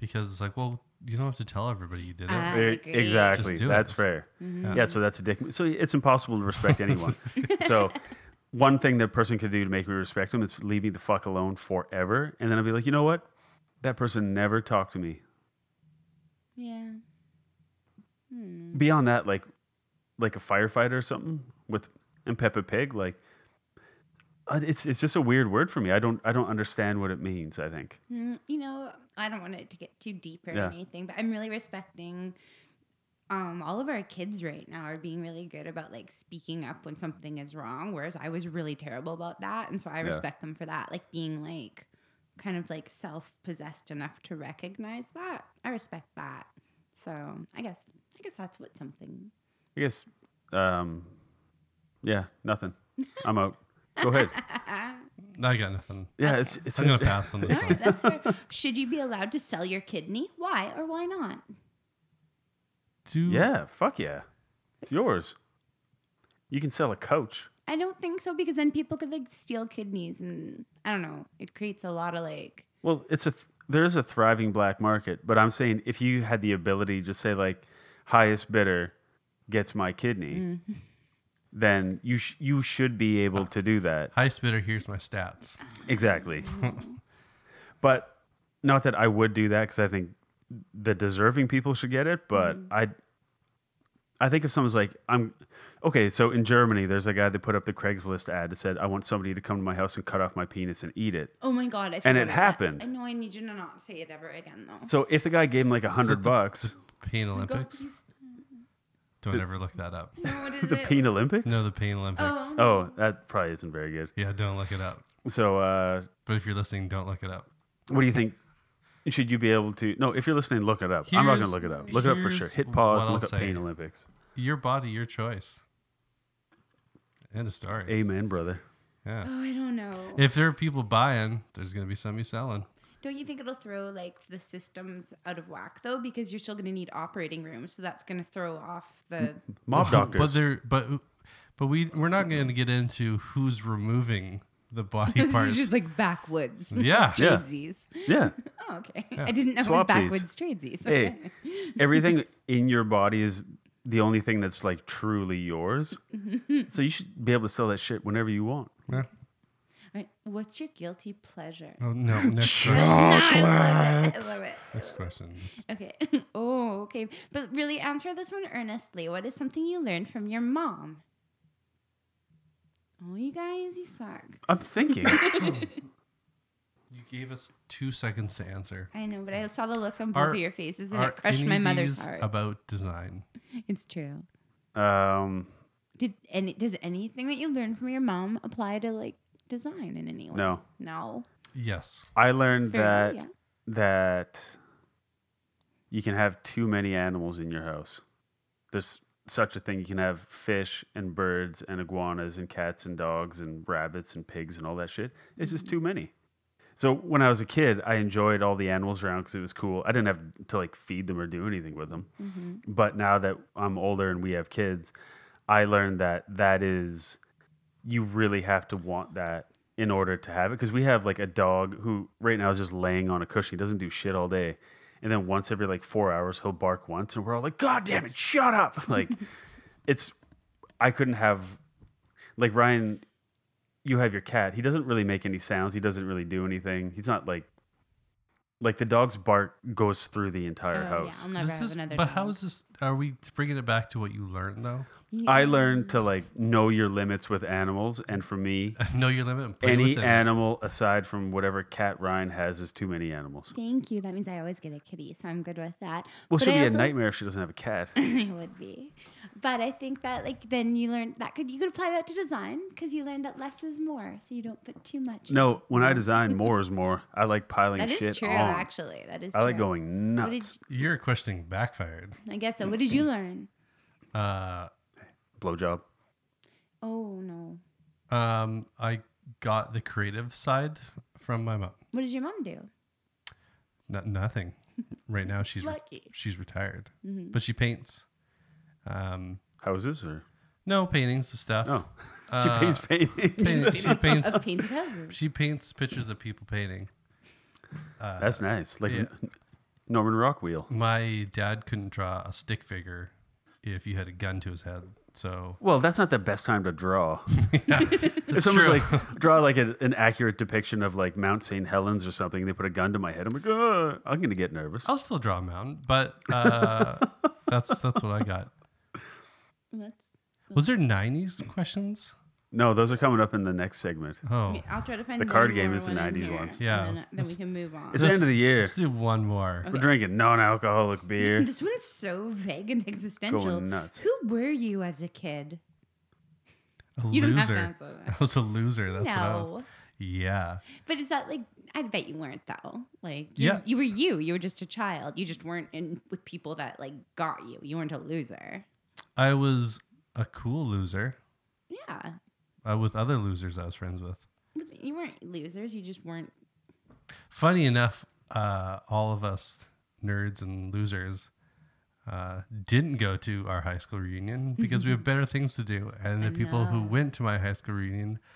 [SPEAKER 1] because it's like, well, you don't have to tell everybody you did it.
[SPEAKER 10] Uh,
[SPEAKER 2] I E- agree. exactly.
[SPEAKER 1] Just do
[SPEAKER 2] That's
[SPEAKER 1] it.
[SPEAKER 2] fair.
[SPEAKER 1] Mhm.
[SPEAKER 2] Yeah, so that's a dick. mo- So it's impossible to respect anyone. so one thing that person could do to make me respect them is leave me the fuck alone forever, and then I'll be like, you know what? That person never talked to me.
[SPEAKER 10] Yeah. Hmm.
[SPEAKER 2] Beyond that, like, like a firefighter or something with and Peppa Pig, like, uh, it's it's just a weird word for me. I don't I don't understand what it means. I think.
[SPEAKER 10] Mm, you know, I don't want it to get too deep or
[SPEAKER 2] Yeah.
[SPEAKER 10] anything, but I'm really respecting um all of our kids right now are being really good about like speaking up when something is wrong, whereas I was really terrible about that. And so I
[SPEAKER 6] Yeah.
[SPEAKER 10] respect them for that, like being like kind of like self-possessed enough to recognize that. I respect that. So, I guess I guess that's what something
[SPEAKER 2] I guess, um, yeah, nothing. I'm out. Go ahead.
[SPEAKER 1] I got nothing.
[SPEAKER 2] Yeah, it's it's
[SPEAKER 1] I'm gonna pass on this
[SPEAKER 10] All right, that's fair. Should you be allowed to sell your kidney? Why or why not?
[SPEAKER 1] Mm-hmm.
[SPEAKER 2] yeah, fuck yeah, it's yours. You can sell a coach.
[SPEAKER 10] I don't think so because then people could like steal kidneys and I don't know. It creates a lot of like
[SPEAKER 2] Well, it's a th- there is a thriving black market, but I'm saying if you had the ability to say like highest bidder gets my kidney,
[SPEAKER 10] Mm.
[SPEAKER 2] then you sh- you should be able to do that.
[SPEAKER 1] Highest bidder, here's my stats.
[SPEAKER 10] Uh,
[SPEAKER 2] Exactly. but not that I would do that because I think the deserving people should get it. But
[SPEAKER 1] Mm-hmm.
[SPEAKER 2] I, I think if someone's like, I'm okay. So in Germany, there's a guy that put up the Craigslist ad that said, "I want somebody to come to my house and cut off my penis and eat it."
[SPEAKER 10] Oh my god! I
[SPEAKER 2] and it
[SPEAKER 10] forgot about that.
[SPEAKER 2] happened.
[SPEAKER 10] I know I need you to not say it ever again though.
[SPEAKER 2] So if the guy gave him like a hundred bucks,
[SPEAKER 1] Pain
[SPEAKER 10] Oh my God,
[SPEAKER 1] Olympics.
[SPEAKER 10] please-
[SPEAKER 1] Don't ever look that up.
[SPEAKER 10] No, what is
[SPEAKER 2] the
[SPEAKER 10] it?
[SPEAKER 2] Pain Olympics?
[SPEAKER 1] No, the Pain Olympics.
[SPEAKER 2] Oh. that probably isn't very good.
[SPEAKER 1] Yeah, don't look it up.
[SPEAKER 2] So, uh,
[SPEAKER 1] but if you're listening, don't look it up.
[SPEAKER 2] What do you think? Should you be able to? No, if you're listening, look it up. I'm not gonna
[SPEAKER 1] Here's-
[SPEAKER 2] look it up. Look it up for sure.
[SPEAKER 1] here's
[SPEAKER 2] Hit pause
[SPEAKER 1] what
[SPEAKER 2] and look
[SPEAKER 1] I'll
[SPEAKER 2] up Pain
[SPEAKER 1] say.
[SPEAKER 2] Olympics.
[SPEAKER 1] Your body, your choice. End of story.
[SPEAKER 2] Amen, brother.
[SPEAKER 1] Yeah.
[SPEAKER 10] Oh, I don't know.
[SPEAKER 1] If there are people buying, there's going to be somebody selling.
[SPEAKER 10] Don't you think it'll throw like the systems out of whack though because you're still going to need operating rooms, so that's going to throw off the
[SPEAKER 2] Mob doctors.
[SPEAKER 1] But they're but but we we're not going to get into who's removing the body
[SPEAKER 10] This is
[SPEAKER 1] parts.
[SPEAKER 10] just like backwoods.
[SPEAKER 1] Yeah. Yeah.
[SPEAKER 10] Tradesies.
[SPEAKER 2] Yeah.
[SPEAKER 10] Oh, okay.
[SPEAKER 1] Yeah.
[SPEAKER 10] I didn't know
[SPEAKER 2] Swapsies.
[SPEAKER 10] it was backwards tradesies.
[SPEAKER 2] Hey, everything in your body is the only thing that's like truly yours. so you should be able to sell that shit whenever you want.
[SPEAKER 1] Yeah.
[SPEAKER 10] right, What's your guilty pleasure?
[SPEAKER 1] Oh, no, next question.
[SPEAKER 10] I love it. I
[SPEAKER 1] Chocolate.
[SPEAKER 10] love it.
[SPEAKER 1] Next question.
[SPEAKER 10] Okay. Oh, okay. But really answer this one earnestly. What is something you learned from your mom? Oh, you guys, you suck.
[SPEAKER 2] I'm thinking.
[SPEAKER 1] You gave us two seconds to answer.
[SPEAKER 10] I know, but I saw the looks on both
[SPEAKER 1] Are-
[SPEAKER 10] of your faces and
[SPEAKER 1] are
[SPEAKER 10] it crushed
[SPEAKER 1] any
[SPEAKER 10] my
[SPEAKER 1] of
[SPEAKER 10] mother's
[SPEAKER 1] these
[SPEAKER 10] heart.
[SPEAKER 1] About design.
[SPEAKER 10] It's true.
[SPEAKER 2] Um,
[SPEAKER 10] Did any does anything that you learned from your mom apply to like design in any way?
[SPEAKER 2] No.
[SPEAKER 10] No.
[SPEAKER 1] Yes.
[SPEAKER 2] I learned
[SPEAKER 10] Fair
[SPEAKER 2] that
[SPEAKER 10] enough,
[SPEAKER 2] that you can have too many animals in your house. There's such a thing. You can have fish and birds and iguanas and cats and dogs and rabbits and pigs and all that shit. It's just too many. So when I was a kid, I enjoyed all the animals around because it was cool. I didn't have to like feed them or do anything with them.
[SPEAKER 5] Mhm.
[SPEAKER 2] But now that I'm older and we have kids, I learned that that is you really have to want that in order to have it because we have like a dog who right now is just laying on a cushion. He doesn't do shit all day. And then once every like 4 hours he'll bark once and we're all like god damn it, shut up. Like it's I couldn't have like Ryan you have your cat. He doesn't really make any sounds. He doesn't really do anything. He's not like like the dog's bark goes through the entire
[SPEAKER 10] Oh, yeah,
[SPEAKER 2] house.
[SPEAKER 10] I'll never
[SPEAKER 1] This
[SPEAKER 10] have
[SPEAKER 1] is,
[SPEAKER 10] another
[SPEAKER 1] but
[SPEAKER 10] dog.
[SPEAKER 1] how is this? Are we bringing it back to what you learned though?
[SPEAKER 2] I learned to like know your limits with animals, and for me,
[SPEAKER 1] know your limit and play
[SPEAKER 2] any
[SPEAKER 1] with it.
[SPEAKER 2] animal aside from whatever cat Ryan has is too many animals.
[SPEAKER 10] Thank you. That means I always get a kitty, so I'm good with that.
[SPEAKER 2] Well,
[SPEAKER 10] But
[SPEAKER 2] she'll
[SPEAKER 10] I
[SPEAKER 2] be a
[SPEAKER 10] also-
[SPEAKER 2] nightmare if she doesn't have a cat.
[SPEAKER 10] it would be. But I think that like then you learn that could you could apply that to design because you learned that less is more, so you don't put too much.
[SPEAKER 2] No, when I design, more is more. I like piling
[SPEAKER 10] That is
[SPEAKER 2] shit
[SPEAKER 10] true,
[SPEAKER 2] on.
[SPEAKER 10] actually. That is
[SPEAKER 2] I like
[SPEAKER 10] true.
[SPEAKER 2] going
[SPEAKER 10] What did
[SPEAKER 2] nuts.
[SPEAKER 1] Your questioning backfired.
[SPEAKER 10] I guess so. What did you learn?
[SPEAKER 1] Uh,
[SPEAKER 2] Blowjob.
[SPEAKER 10] Oh no.
[SPEAKER 1] Um, I got the creative side from my mom.
[SPEAKER 10] What does your mom do?
[SPEAKER 1] No, nothing. Right now she's re-
[SPEAKER 10] Lucky.
[SPEAKER 1] she's retired,
[SPEAKER 10] Mhm.
[SPEAKER 1] but she paints. Um,
[SPEAKER 2] houses or
[SPEAKER 1] no paintings of stuff.
[SPEAKER 2] Oh. She paints paintings.
[SPEAKER 1] Uh, paint- she paints
[SPEAKER 10] Of painted houses.
[SPEAKER 1] She paints pictures of people painting. Uh,
[SPEAKER 2] That's nice. Like
[SPEAKER 1] yeah.
[SPEAKER 2] Norman Rockwheel.
[SPEAKER 1] my dad couldn't draw a stick figure if you had a gun to his head. So
[SPEAKER 2] Well, that's not the best time to draw.
[SPEAKER 1] it's
[SPEAKER 2] it's almost
[SPEAKER 1] true.
[SPEAKER 2] like draw like a, an accurate depiction of like Mount St. Helens or something. They put a gun to my head. I'm like, "Ugh." I'm gonna get nervous.
[SPEAKER 1] I'll still draw a mountain, but uh, that's that's what I got.
[SPEAKER 10] That's.
[SPEAKER 1] Was there nineties questions?
[SPEAKER 2] No, those are coming up in the next segment.
[SPEAKER 1] Oh,
[SPEAKER 10] I'll try to find
[SPEAKER 2] the
[SPEAKER 10] one
[SPEAKER 2] card game
[SPEAKER 10] more
[SPEAKER 2] is the
[SPEAKER 10] one in
[SPEAKER 2] '90s
[SPEAKER 10] here,
[SPEAKER 2] ones.
[SPEAKER 1] Yeah.
[SPEAKER 10] and Then, then we can move on.
[SPEAKER 2] It's the end of the year.
[SPEAKER 1] Let's do one more.
[SPEAKER 2] We're drinking non-alcoholic beer.
[SPEAKER 10] This one's so vague and existential.
[SPEAKER 2] Going nuts.
[SPEAKER 10] Who were you as a kid?
[SPEAKER 1] A
[SPEAKER 10] You don't have to
[SPEAKER 1] loser.
[SPEAKER 10] answer that.
[SPEAKER 1] I was a loser. That's what I was.
[SPEAKER 10] No.
[SPEAKER 1] Yeah.
[SPEAKER 10] But is that like? I bet you weren't though. Like, you,
[SPEAKER 1] Yeah.
[SPEAKER 10] you were you. You were just a child. You just weren't in with people that like got you. You weren't a loser.
[SPEAKER 1] I was a cool loser.
[SPEAKER 10] Yeah,
[SPEAKER 1] Uh, with other losers I was friends with.
[SPEAKER 10] you weren't losers. You just weren't.
[SPEAKER 1] Funny enough, uh, all of us nerds and losers uh, didn't go to our high school reunion because we have better things to do. And the people who went to my high school reunion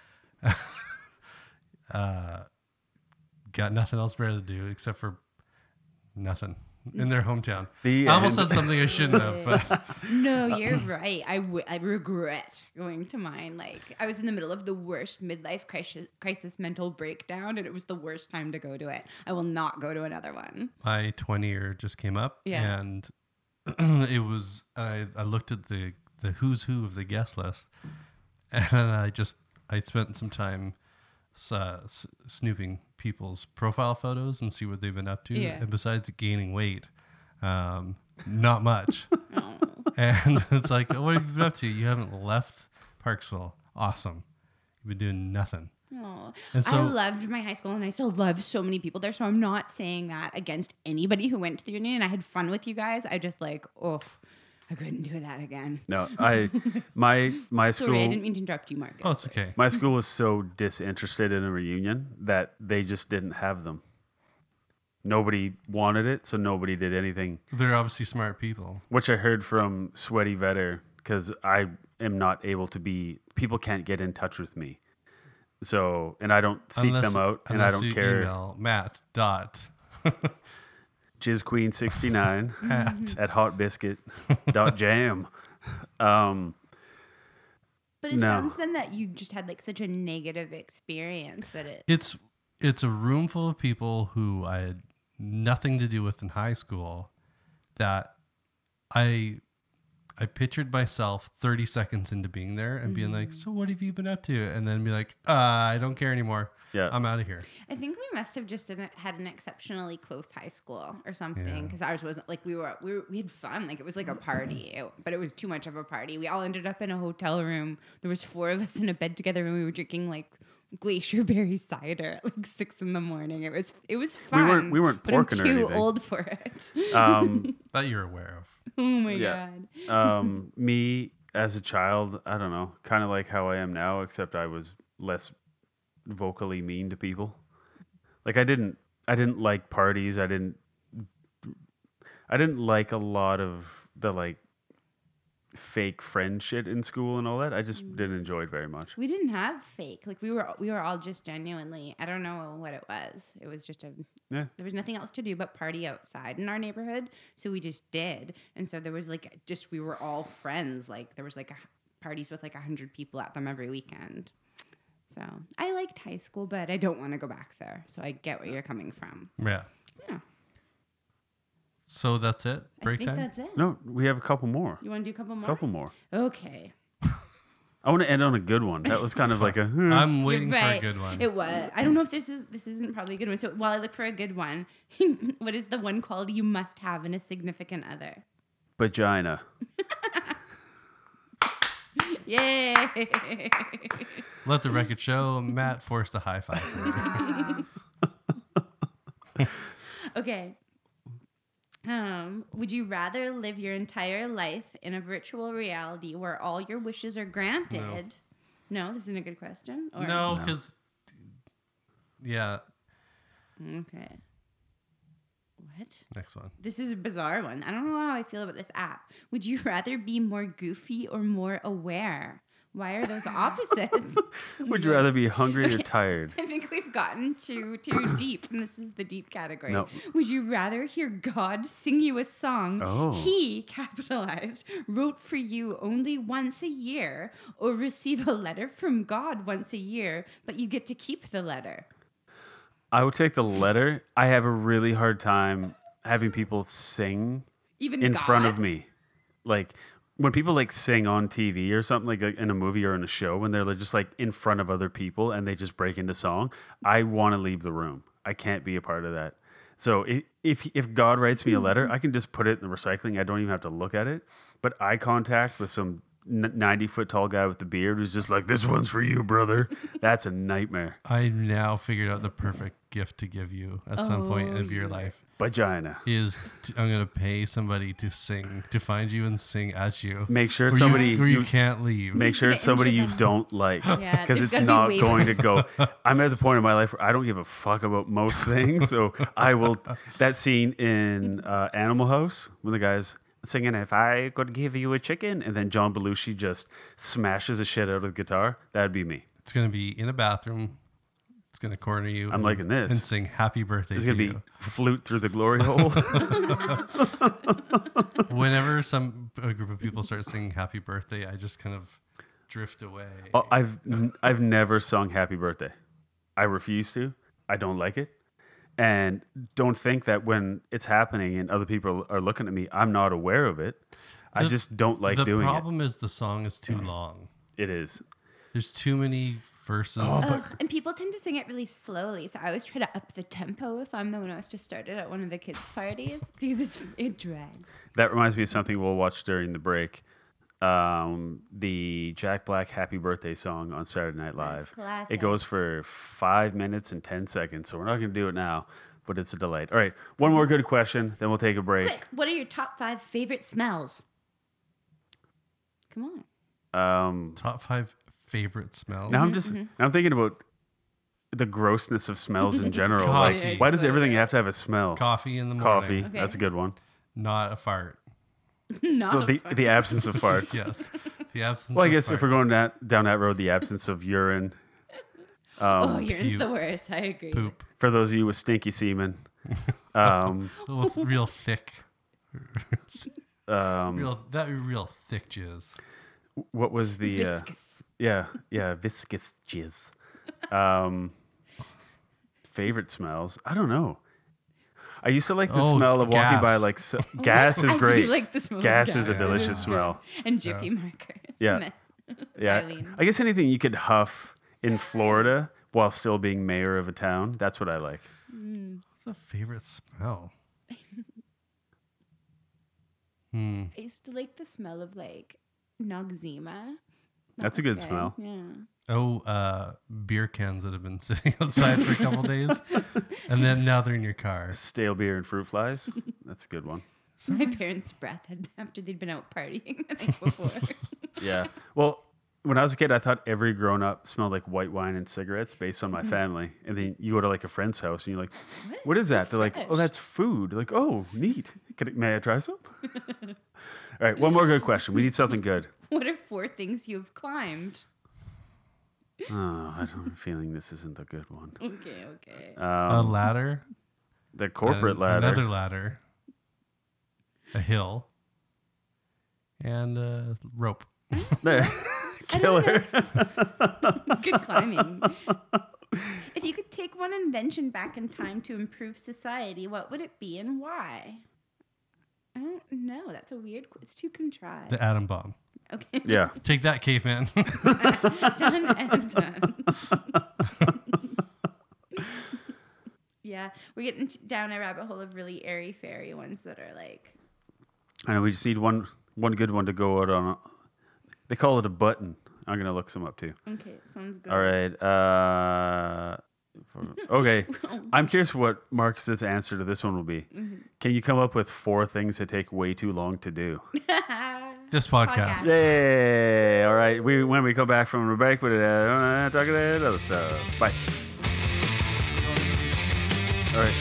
[SPEAKER 1] uh, got nothing else better to do except for nothing in their hometown.
[SPEAKER 2] The
[SPEAKER 1] I almost
[SPEAKER 2] end.
[SPEAKER 1] said something I shouldn't have, but
[SPEAKER 10] No, you're right. I, w- I regret going to mine. Like, I was in the middle of the worst midlife crisis, crisis mental breakdown, and it was the worst time to go to it. I will not go to another one.
[SPEAKER 1] my 20 year just came up
[SPEAKER 10] Yeah.
[SPEAKER 1] and it was I, I looked at the the who's who of the guest list and i just i spent some time s- uh, s- snooping people's profile photos and see what they've been up to
[SPEAKER 10] Yeah.
[SPEAKER 1] and besides gaining weight um, not much
[SPEAKER 10] Oh.
[SPEAKER 1] and it's like what have you been up to you haven't left parksville awesome you've been doing nothing
[SPEAKER 10] Oh,
[SPEAKER 1] And
[SPEAKER 10] I
[SPEAKER 1] so-
[SPEAKER 10] loved my high school and I still love so many people there. So I'm not saying that against anybody who went to the union. I had fun with you guys. I just like, oh, I couldn't do that again.
[SPEAKER 2] No, I my my school.
[SPEAKER 10] Sorry, I didn't mean to interrupt you, Marcus.
[SPEAKER 1] oh it's okay
[SPEAKER 2] My school was so disinterested in a reunion that they just didn't have them. Nobody wanted it, so nobody did anything.
[SPEAKER 1] they're obviously smart people
[SPEAKER 2] Which I heard from Sweaty Vetter because I am not able to be. People can't get in touch with me, so and I don't seek
[SPEAKER 1] Unless-
[SPEAKER 2] them out, and I
[SPEAKER 1] unless
[SPEAKER 2] don't
[SPEAKER 1] you
[SPEAKER 2] care.
[SPEAKER 1] email matt dot
[SPEAKER 2] Jizz Queen 69 at, at hotbiscuit.jam. Um,
[SPEAKER 10] But it
[SPEAKER 1] No.
[SPEAKER 10] sounds then that you just had like such a negative experience that it.
[SPEAKER 1] It's it's a room full of people who I had nothing to do with in high school that I I pictured myself 30 seconds into being there and being
[SPEAKER 10] Mm.
[SPEAKER 1] like, "So what have you been up to?" and then be like, uh, "I don't care anymore.
[SPEAKER 2] Yeah.
[SPEAKER 1] I'm out of here."
[SPEAKER 10] I think we must have just didn't, had an exceptionally close high school or something
[SPEAKER 1] Yeah.
[SPEAKER 10] because ours wasn't like we were, we were we had fun like it was like a party it- but it was too much of a party. We all ended up in a hotel room. There was four of us in a bed together and we were drinking like glacier berry cider at like six in the morning. It was it was
[SPEAKER 2] We
[SPEAKER 10] fun.
[SPEAKER 2] weren't- we weren't
[SPEAKER 10] but I'm
[SPEAKER 2] porking or
[SPEAKER 10] too
[SPEAKER 2] anything.
[SPEAKER 10] old for it.
[SPEAKER 2] Um,
[SPEAKER 1] that you're aware of.
[SPEAKER 10] oh my god.
[SPEAKER 2] um, me as a child, I don't know, kind of like how I am now, except I was less vocally mean to people. Like I didn't, I didn't like parties. I didn't, I didn't like a lot of the like fake friend shit in school and all that. I just
[SPEAKER 10] Mm.
[SPEAKER 2] didn't enjoy it very much.
[SPEAKER 10] We didn't have fake. Like we were we were all just genuinely. I don't know what it was. It was just a
[SPEAKER 2] Yeah.
[SPEAKER 10] There was nothing else to do but party outside in our neighborhood, so we just did. And so there was like just we were all friends. Like there was like a, parties with like hundred people at them every weekend. So I liked high school, but I don't want to go back there. So I get where you're coming from.
[SPEAKER 1] Yeah.
[SPEAKER 10] Yeah.
[SPEAKER 1] So that's it. Break
[SPEAKER 10] I think
[SPEAKER 1] time.
[SPEAKER 10] that's it.
[SPEAKER 2] No, we have a couple more.
[SPEAKER 10] You want to do a couple more?
[SPEAKER 2] Couple more.
[SPEAKER 10] Okay.
[SPEAKER 2] I want to end on a good one. That was kind of like a. hmm.
[SPEAKER 1] I'm
[SPEAKER 10] You're
[SPEAKER 1] waiting
[SPEAKER 10] right.
[SPEAKER 1] for a good one.
[SPEAKER 10] It was. I don't know if this is this isn't probably a good one. So while I look for a good one, what is the one quality you must have in a significant other?
[SPEAKER 2] Vagina.
[SPEAKER 10] Yay!
[SPEAKER 1] Let the record show Matt forced a high five.
[SPEAKER 10] okay. Um, would you rather live your entire life in a virtual reality where all your wishes are granted? No, this isn't a good question. Or
[SPEAKER 1] no, because yeah,
[SPEAKER 10] mm, Okay. What?
[SPEAKER 1] next one.
[SPEAKER 10] This is a bizarre one. I don't know how I feel about this app. Would you rather be more goofy or more aware? Why are those opposites?
[SPEAKER 2] Would you rather be hungry or tired?
[SPEAKER 10] I think we've gotten too too deep, and this is the deep category.
[SPEAKER 2] No.
[SPEAKER 10] Would you rather hear God sing you a song
[SPEAKER 2] Oh.
[SPEAKER 10] he capitalized wrote for you only once a year, or receive a letter from God once a year, but you get to keep the letter?
[SPEAKER 2] I would take the letter. I have a really hard time having people sing
[SPEAKER 10] Even
[SPEAKER 2] in front
[SPEAKER 10] God?
[SPEAKER 2] of me. Like when people like sing on TV or something, like in a movie or in a show, when they're like, just like in front of other people and they just break into song, I want to leave the room. I can't be a part of that. So i- if if God writes me a letter, I can just put it in the recycling. I don't even have to look at it. But eye contact with some ninety foot tall guy with the beard who's just like, "This one's for you, brother." That's a nightmare.
[SPEAKER 1] I now figured out the perfect gift to give you at some point
[SPEAKER 10] Oh,
[SPEAKER 1] of your
[SPEAKER 10] yeah.
[SPEAKER 1] life
[SPEAKER 2] Vagina.
[SPEAKER 1] is t- I'm gonna pay somebody to sing to find you and sing at you.
[SPEAKER 2] Make sure
[SPEAKER 1] Where you-
[SPEAKER 2] somebody
[SPEAKER 1] where you,
[SPEAKER 2] you-
[SPEAKER 1] can't leave.
[SPEAKER 2] Make sure it's somebody you don't like
[SPEAKER 10] Yeah,
[SPEAKER 2] because
[SPEAKER 10] it's
[SPEAKER 2] it's
[SPEAKER 10] gotta be
[SPEAKER 2] not going to go.
[SPEAKER 10] waivers.
[SPEAKER 2] I'm at the point in my life where I don't give a fuck about most things. So I will. That scene in uh, Animal House when the guy's singing, If I could give you a chicken, and then John Belushi just smashes the shit out of the guitar, that'd be me.
[SPEAKER 1] it's gonna be in a bathroom. It's gonna corner you.
[SPEAKER 2] I'm
[SPEAKER 1] and-
[SPEAKER 2] liking this.
[SPEAKER 1] and sing Happy Birthday
[SPEAKER 2] It's
[SPEAKER 1] to
[SPEAKER 2] going to
[SPEAKER 1] you.
[SPEAKER 2] be flute through the glory hole.
[SPEAKER 1] Whenever some a group of people start singing Happy Birthday, I just kind of drift away.
[SPEAKER 2] Oh, I've n- I've never sung Happy Birthday. I refuse to. I don't like it, and don't think that when it's happening and other people are looking at me, I'm not aware of it. I
[SPEAKER 1] The-
[SPEAKER 2] just don't like
[SPEAKER 1] the
[SPEAKER 2] doing
[SPEAKER 1] problem is the song is too long.
[SPEAKER 2] it. It is.
[SPEAKER 1] There's too many verses.
[SPEAKER 2] Oh,
[SPEAKER 10] Ugh, and people tend to sing it really slowly, so I always try to up the tempo if I'm the one who has just started at one of the kids' parties because it's it drags.
[SPEAKER 2] That reminds me of something we'll watch during the break. Um, the Jack Black Happy Birthday song on Saturday Night Live.
[SPEAKER 10] classic.
[SPEAKER 2] It goes for five minutes and ten seconds, so we're not going to do it now. But it's a delight. All right, one more good question, then we'll take a break.
[SPEAKER 10] Quick, what are your top five favorite smells? Come on.
[SPEAKER 2] Um,
[SPEAKER 1] Top five favorite smells.
[SPEAKER 10] Mm-hmm,
[SPEAKER 2] Now I'm just now I'm thinking about the grossness of smells in general.
[SPEAKER 1] Coffee.
[SPEAKER 2] Like, why does everything have to have a smell?
[SPEAKER 1] Coffee in the morning.
[SPEAKER 2] Coffee,
[SPEAKER 10] Okay.
[SPEAKER 2] that's a good one.
[SPEAKER 1] Not a fart.
[SPEAKER 10] Not
[SPEAKER 2] so
[SPEAKER 10] a
[SPEAKER 2] the
[SPEAKER 10] fart.
[SPEAKER 2] the absence of farts.
[SPEAKER 1] Yes. The absence.
[SPEAKER 2] Well, I
[SPEAKER 1] of
[SPEAKER 2] guess
[SPEAKER 1] fart.
[SPEAKER 2] if we're going that, down that road, the absence of urine.
[SPEAKER 10] oh, yours
[SPEAKER 1] puke.
[SPEAKER 10] the worst. I agree.
[SPEAKER 1] poop,
[SPEAKER 2] For those of you with stinky semen, um,
[SPEAKER 1] Little- real thick,
[SPEAKER 2] um,
[SPEAKER 1] real that real thick jizz.
[SPEAKER 2] what was the uh,
[SPEAKER 10] Viscous.
[SPEAKER 2] Yeah, yeah, viscous jizz. Um, favorite smells? I don't know. I used to like the
[SPEAKER 1] Oh,
[SPEAKER 2] smell of walking by
[SPEAKER 1] gas.
[SPEAKER 2] like s gas is
[SPEAKER 10] I do
[SPEAKER 2] great.
[SPEAKER 10] like the smell of
[SPEAKER 2] gas, is a
[SPEAKER 10] gas.
[SPEAKER 2] delicious
[SPEAKER 10] Yeah.
[SPEAKER 2] smell.
[SPEAKER 10] And Jiffy markers.
[SPEAKER 2] Yeah. Yeah.
[SPEAKER 10] Eileen.
[SPEAKER 2] I guess anything you could huff in Florida while still being mayor of a town, that's what I like.
[SPEAKER 10] Mm.
[SPEAKER 1] What's a favorite smell? Hmm.
[SPEAKER 10] I used to like the smell of like Noxzema. That
[SPEAKER 1] That's a
[SPEAKER 10] was
[SPEAKER 1] good smell.
[SPEAKER 10] Yeah.
[SPEAKER 1] Oh, uh, beer cans that have been sitting outside for a couple days, and then now they're in your car.
[SPEAKER 2] Stale beer and fruit flies. That's a good one.
[SPEAKER 10] My parents' breath had, after they'd been out partying the night before.
[SPEAKER 2] Yeah. Well, when I was a kid, I thought every grown up smelled like white wine and cigarettes based on my
[SPEAKER 10] Mhm.
[SPEAKER 2] family. And then you go to like a friend's house and you're like, what is that? They're like, oh, that's food. Like, oh, neat. Can I, may I try some? All right. One more good question. We need something good.
[SPEAKER 10] what are four things you've climbed?
[SPEAKER 2] Oh, I don't- I'm feeling this isn't a good one.
[SPEAKER 10] Okay, okay.
[SPEAKER 2] Uh.
[SPEAKER 1] a ladder,
[SPEAKER 2] The Um, corporate
[SPEAKER 1] an-
[SPEAKER 2] ladder.
[SPEAKER 1] Uh, another ladder, a hill, and a rope.
[SPEAKER 2] There, killer.
[SPEAKER 10] Good climbing. if you could take one invention back in time to improve society, what would it be and why? I don't know. That's a weird. qu- It's too contrived.
[SPEAKER 1] The atom bomb.
[SPEAKER 10] Okay.
[SPEAKER 1] Take that, caveman.
[SPEAKER 10] done and done. yeah, we're getting t- down a rabbit hole of really airy fairy ones that are like
[SPEAKER 2] And we just need one one good one to go out on. a- they call it a button. I'm gonna look some up too.
[SPEAKER 10] Okay, sounds good.
[SPEAKER 2] All right. Uh, for- okay. I'm curious what Marcus's answer to this one will be.
[SPEAKER 10] Mhm.
[SPEAKER 2] Can you come up with four things that take way too long to do?
[SPEAKER 1] This podcast.
[SPEAKER 2] Yay! All right. We when we come back from a break, we're uh, talking about other stuff. Bye. All right.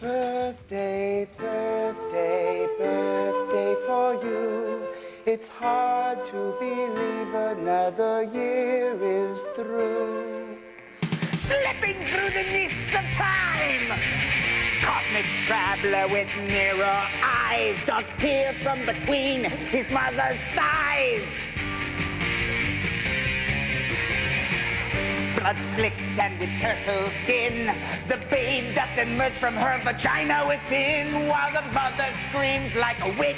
[SPEAKER 8] Birthday, birthday, birthday for you. It's hard to believe another year is through. Slipping through the mists of time. Cosmic traveler with mirror eyes doth peer from between his mother's thighs. Blood slicked and with purple skin. The babe doth emerge from her vagina within, while the mother screams like a witch,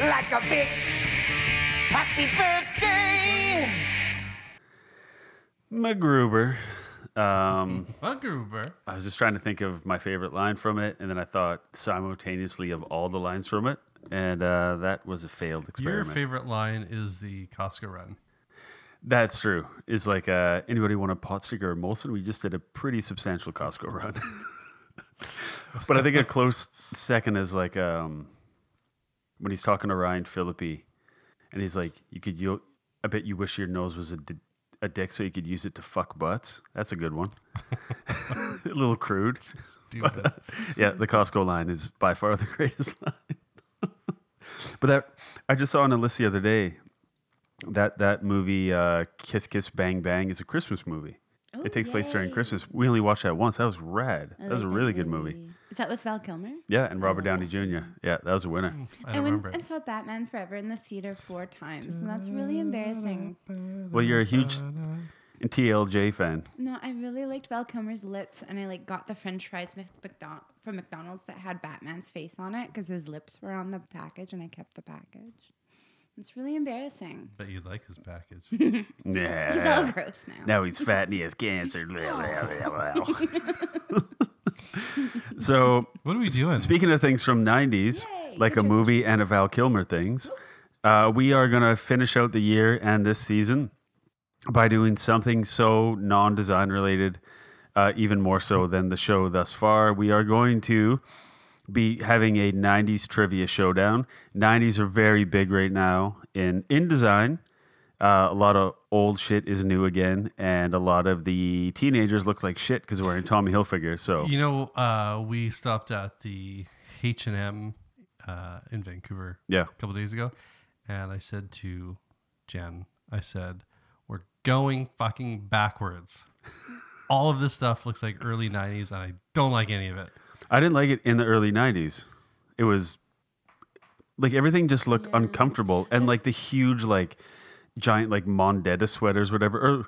[SPEAKER 8] like a bitch. Happy birthday!
[SPEAKER 2] MacGruber. Um,
[SPEAKER 1] MacGruber.
[SPEAKER 2] I was just trying to think of my favorite line from it, and then I thought simultaneously of all the lines from it, and uh, that was a failed
[SPEAKER 1] Your
[SPEAKER 2] experiment.
[SPEAKER 1] favorite line is the Costco run.
[SPEAKER 2] That's true. Is like uh, anybody want a pot sticker or Molson? We just did a pretty substantial Costco run. but I think a close second is like um, when he's talking to Ryan Philippi, and he's like, "You could, you, I bet you wish your nose was a, di- a dick so you could use it to fuck butts." That's a good one. a little crude.
[SPEAKER 1] Stupid.
[SPEAKER 2] But, yeah, the Costco line is by far the greatest line. but that I just saw on a list the other day that that movie uh, Kiss Kiss Bang Bang is a Christmas movie.
[SPEAKER 10] Oh,
[SPEAKER 2] it takes place during
[SPEAKER 10] yay. Oh,
[SPEAKER 2] Christmas. We only watched that once. That was rad.
[SPEAKER 10] I
[SPEAKER 2] that was a
[SPEAKER 10] like
[SPEAKER 2] really good movie.
[SPEAKER 10] Is that with Val Kilmer?
[SPEAKER 2] Yeah, and Robert Downey Jr. Yeah, that was a winner.
[SPEAKER 10] went and saw Batman Forever in the theater four times, and that's really embarrassing.
[SPEAKER 2] Well, you're a huge TLJ fan.
[SPEAKER 10] No, I really liked Val Kilmer's lips, and I like got the French fries with McDon- from McDonald's that had Batman's face on it because his lips were on the package, and I kept the package. It's really embarrassing.
[SPEAKER 1] Bet you like his package.
[SPEAKER 2] Yeah.
[SPEAKER 10] He's all gross now.
[SPEAKER 2] Now he's fat and he has cancer. so
[SPEAKER 1] what are we doing?
[SPEAKER 2] Speaking of things from '90s, like a movie and a Val Kilmer things, uh, we are gonna finish out the year and this season by doing something so non-design related, uh, even more so than the show thus far. We are going to be having a 90s trivia showdown. 90s are very big right now in in design. Uh, a lot of old shit is new again, and a lot of the teenagers look like shit because they're wearing Tommy Hilfiger. So
[SPEAKER 1] You know, uh, we stopped at the H and M uh, in Vancouver.
[SPEAKER 2] Yeah.
[SPEAKER 1] a couple days ago, and I said to Jen, I said, "We're going fucking backwards. All of this stuff looks like early '90s, and I don't like any of it."
[SPEAKER 2] I didn't like it in the early 90s. It was like everything just looked uncomfortable and like the huge like giant like Mondetta sweaters whatever or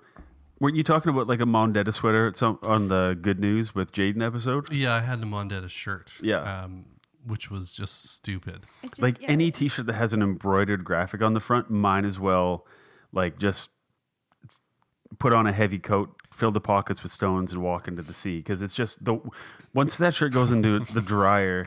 [SPEAKER 2] weren't you talking about like a Mondetta sweater at some on the good news with Jaden episode?
[SPEAKER 1] Yeah, I had a Mondetta shirt.
[SPEAKER 2] Yeah.
[SPEAKER 1] um, which was just stupid.
[SPEAKER 2] like any t-shirt that has an embroidered graphic on the front might as well like just put on a heavy coat fill the pockets with stones and walk into the sea because it's just the once that shirt goes into the dryer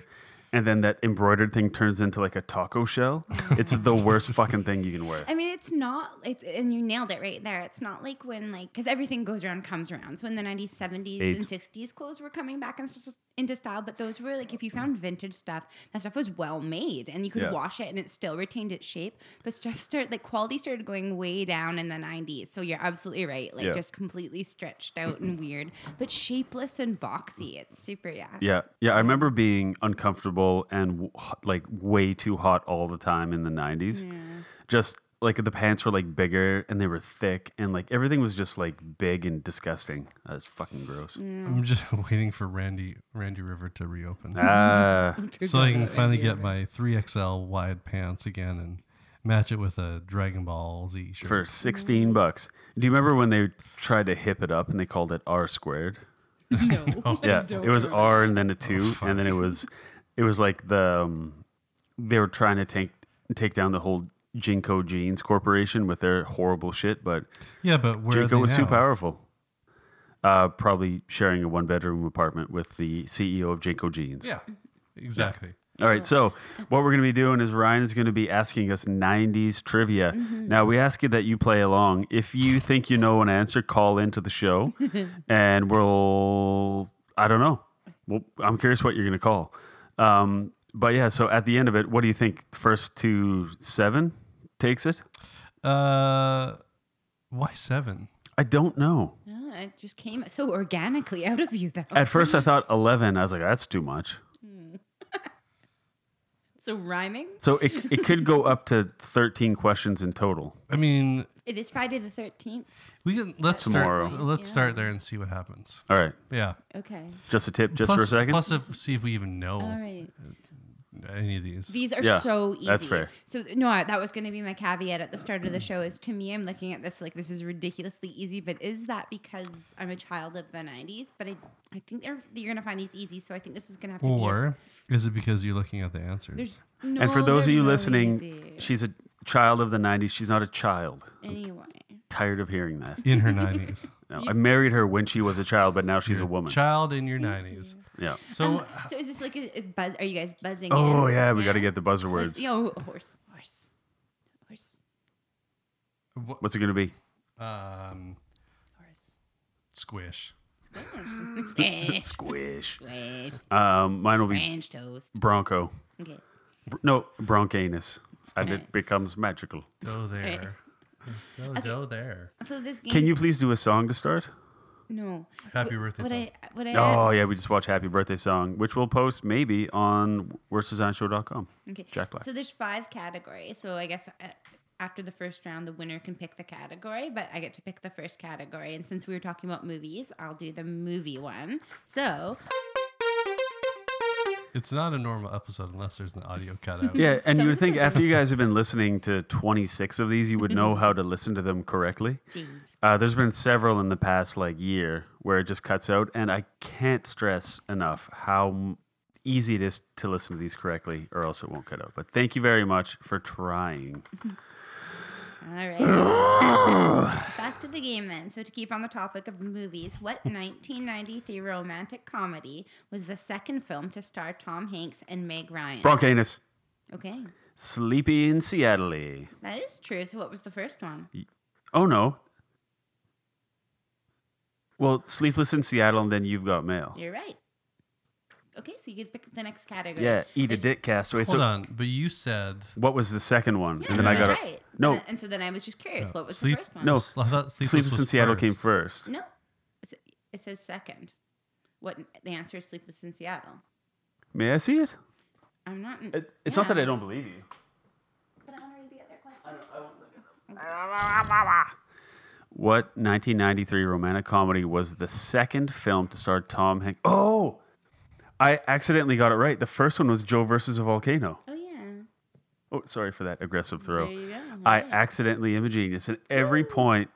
[SPEAKER 2] and then that embroidered thing turns into like a taco shell it's the worst fucking thing you can wear
[SPEAKER 10] I mean, it's not. It's and you nailed it right there. It's not like when like because everything goes around comes around. So in the 90s, 70s,
[SPEAKER 2] Eight.
[SPEAKER 10] and 60s, clothes were coming back into, into style. But those were like if you found vintage stuff, that stuff was well made and you could
[SPEAKER 11] Yeah.
[SPEAKER 10] wash it and it still retained its shape. But stuff started like quality started going way down in the 90s. So you're absolutely right. Like
[SPEAKER 2] Yeah.
[SPEAKER 10] just completely stretched out and weird, but shapeless and boxy. It's super yeah.
[SPEAKER 2] yeah yeah i remember being uncomfortable and w- hot- like way too hot all the time in the 90s just like the pants were like bigger and they were thick and like everything was just like big and disgusting that's fucking gross
[SPEAKER 10] Oh.
[SPEAKER 1] I'm just waiting for Randy Randy River to reopen.
[SPEAKER 2] Ah.
[SPEAKER 1] so I can finally get my 3XL wide pants again and match it with a Dragon Ball Z shirt.
[SPEAKER 2] for 16 bucks. Do you remember when they tried to hip it up and they called it R squared? No. yeah,
[SPEAKER 1] don't
[SPEAKER 2] it was
[SPEAKER 1] remember.
[SPEAKER 2] R and then a 2 and then it was it was like the um, they were trying to take take down the whole Jinko Jeans Corporation with their horrible shit, but
[SPEAKER 1] Yeah, but where are
[SPEAKER 2] Jinko
[SPEAKER 1] they
[SPEAKER 2] was too
[SPEAKER 1] now?
[SPEAKER 2] powerful. Uh, probably sharing a one bedroom apartment with the CEO of Jinko Jeans.
[SPEAKER 1] Yeah, exactly.
[SPEAKER 2] All right, so what we're going to be doing is Ryan is going to be asking us 90s trivia.
[SPEAKER 1] Mhm.
[SPEAKER 2] Now, we ask you that you play along. If you think you know an answer, call into the show and we'll, I don't know. Well, I'm curious what you're going to call. Um, but yeah, so at the end of it, what do you think? First to seven takes it?
[SPEAKER 1] Uh, why seven?
[SPEAKER 2] I don't know.
[SPEAKER 10] Oh, it just came so organically out of you though.
[SPEAKER 2] At first, I thought 11. I was like, that's too much.
[SPEAKER 10] so rhyming.
[SPEAKER 2] So it, it could go up to 13 questions in total.
[SPEAKER 1] I mean,
[SPEAKER 10] It is Friday the 13th.
[SPEAKER 1] we can let's
[SPEAKER 2] Tomorrow.
[SPEAKER 1] start. Let's start there and see what happens.
[SPEAKER 2] All right.
[SPEAKER 1] Yeah.
[SPEAKER 10] Okay.
[SPEAKER 2] Just a tip, just for a
[SPEAKER 1] Plus-
[SPEAKER 2] second.
[SPEAKER 1] Plus, if, see if we even
[SPEAKER 2] Oh.
[SPEAKER 1] know
[SPEAKER 10] All right.
[SPEAKER 1] any of these.
[SPEAKER 10] These are so easy. So no, I- that was going to be my caveat at the start of the show. Is to me, I'm looking at this like this is ridiculously easy. But is that because I'm a child of the '90s? But I, I think they're you're going to find these easy. So I think this is going to have to be.
[SPEAKER 1] Or is it because you're looking at the answers?
[SPEAKER 10] There's
[SPEAKER 2] and for
[SPEAKER 10] no,
[SPEAKER 2] those of
[SPEAKER 10] they're
[SPEAKER 2] you
[SPEAKER 10] really
[SPEAKER 2] listening,
[SPEAKER 10] easy.
[SPEAKER 2] she's a child of the 90s. She's not a child. I'm s-
[SPEAKER 10] Anyway. Um,
[SPEAKER 2] tired of hearing that.
[SPEAKER 1] In her 90s.
[SPEAKER 2] No, I married her when she was a child, but now she's a woman.
[SPEAKER 1] Child in your 90s.
[SPEAKER 2] Yeah.
[SPEAKER 1] So
[SPEAKER 10] Um, so is this like a, a buzz? Are you guys buzzing?
[SPEAKER 2] Oh,
[SPEAKER 10] in?
[SPEAKER 2] yeah, we got to get the buzzer words.
[SPEAKER 10] Yo, horse, horse, horse.
[SPEAKER 2] What's it going to be?
[SPEAKER 1] Um, squish.
[SPEAKER 10] Squish.
[SPEAKER 2] Squish.
[SPEAKER 10] Squish.
[SPEAKER 2] Um, mine will be
[SPEAKER 10] Ranch toast.
[SPEAKER 2] Bronco.
[SPEAKER 10] Okay.
[SPEAKER 2] Br- no, Broncanus. And it becomes magical.
[SPEAKER 1] Go
[SPEAKER 10] there.
[SPEAKER 1] Go,
[SPEAKER 10] Okay.
[SPEAKER 1] go there.
[SPEAKER 10] So this game.
[SPEAKER 2] Can you please do a song to start?
[SPEAKER 10] No.
[SPEAKER 1] Happy
[SPEAKER 10] Wh-
[SPEAKER 1] birthday
[SPEAKER 10] What
[SPEAKER 1] song.
[SPEAKER 10] I, what I
[SPEAKER 2] Oh, yeah, we just watched Happy Birthday Song, which we'll post maybe on worstdesignshow.com.
[SPEAKER 10] Okay.
[SPEAKER 2] Jack Black.
[SPEAKER 10] So there's five categories. So I guess uh, after the first round, the winner can pick the category, but I get to pick the first category. And since we were talking about movies, I'll do the movie one. So
[SPEAKER 1] It's not a normal episode unless there's an audio cutout.
[SPEAKER 2] Yeah, and you would think after you guys have been listening to 26 of these, you would know how to listen to them correctly.
[SPEAKER 10] Mm-hmm. Jeez.
[SPEAKER 2] Uh, there's been several in the past like year where it just cuts out, and I can't stress enough how m- easy it is to listen to these correctly, or else it won't cut out. But thank you very much for trying.
[SPEAKER 10] All right. Back to the game then. So, to keep on the topic of movies, what 1993 romantic comedy was the second film to star Tom Hanks and Meg Ryan?
[SPEAKER 2] Broncanus,
[SPEAKER 10] Okay.
[SPEAKER 2] sleepy in Seattle.
[SPEAKER 10] That is true. So, what was the first one?
[SPEAKER 2] Oh no. Well, sleepless in Seattle, and then you've got mail.
[SPEAKER 10] You're right. Okay, so you could pick the next category.
[SPEAKER 2] Yeah, eat a dick castaway.
[SPEAKER 1] Hold
[SPEAKER 2] so,
[SPEAKER 1] on, but you said
[SPEAKER 2] what was the second one?
[SPEAKER 10] Yeah,
[SPEAKER 2] and then I
[SPEAKER 10] that's
[SPEAKER 2] got a-
[SPEAKER 10] right.
[SPEAKER 2] no,
[SPEAKER 10] And, and so then I was just curious, what was
[SPEAKER 2] Sleep-
[SPEAKER 10] the first one?
[SPEAKER 2] No, I thought Sleepless Sleepless in was Seattle came first. first.
[SPEAKER 10] No, It's- it says second. What the answer is Sleepless in Seattle.
[SPEAKER 2] may I see it?
[SPEAKER 10] I'm not.
[SPEAKER 2] It- it's not that I don't believe you. What 1993 romantic comedy was the second film to star Tom Hanks? Oh, I accidentally got it right. The first one was Joe versus a volcano.
[SPEAKER 10] Oh yeah.
[SPEAKER 2] Oh, sorry for that aggressive throw.
[SPEAKER 10] There you go.
[SPEAKER 2] I accidentally am a genius, and every point,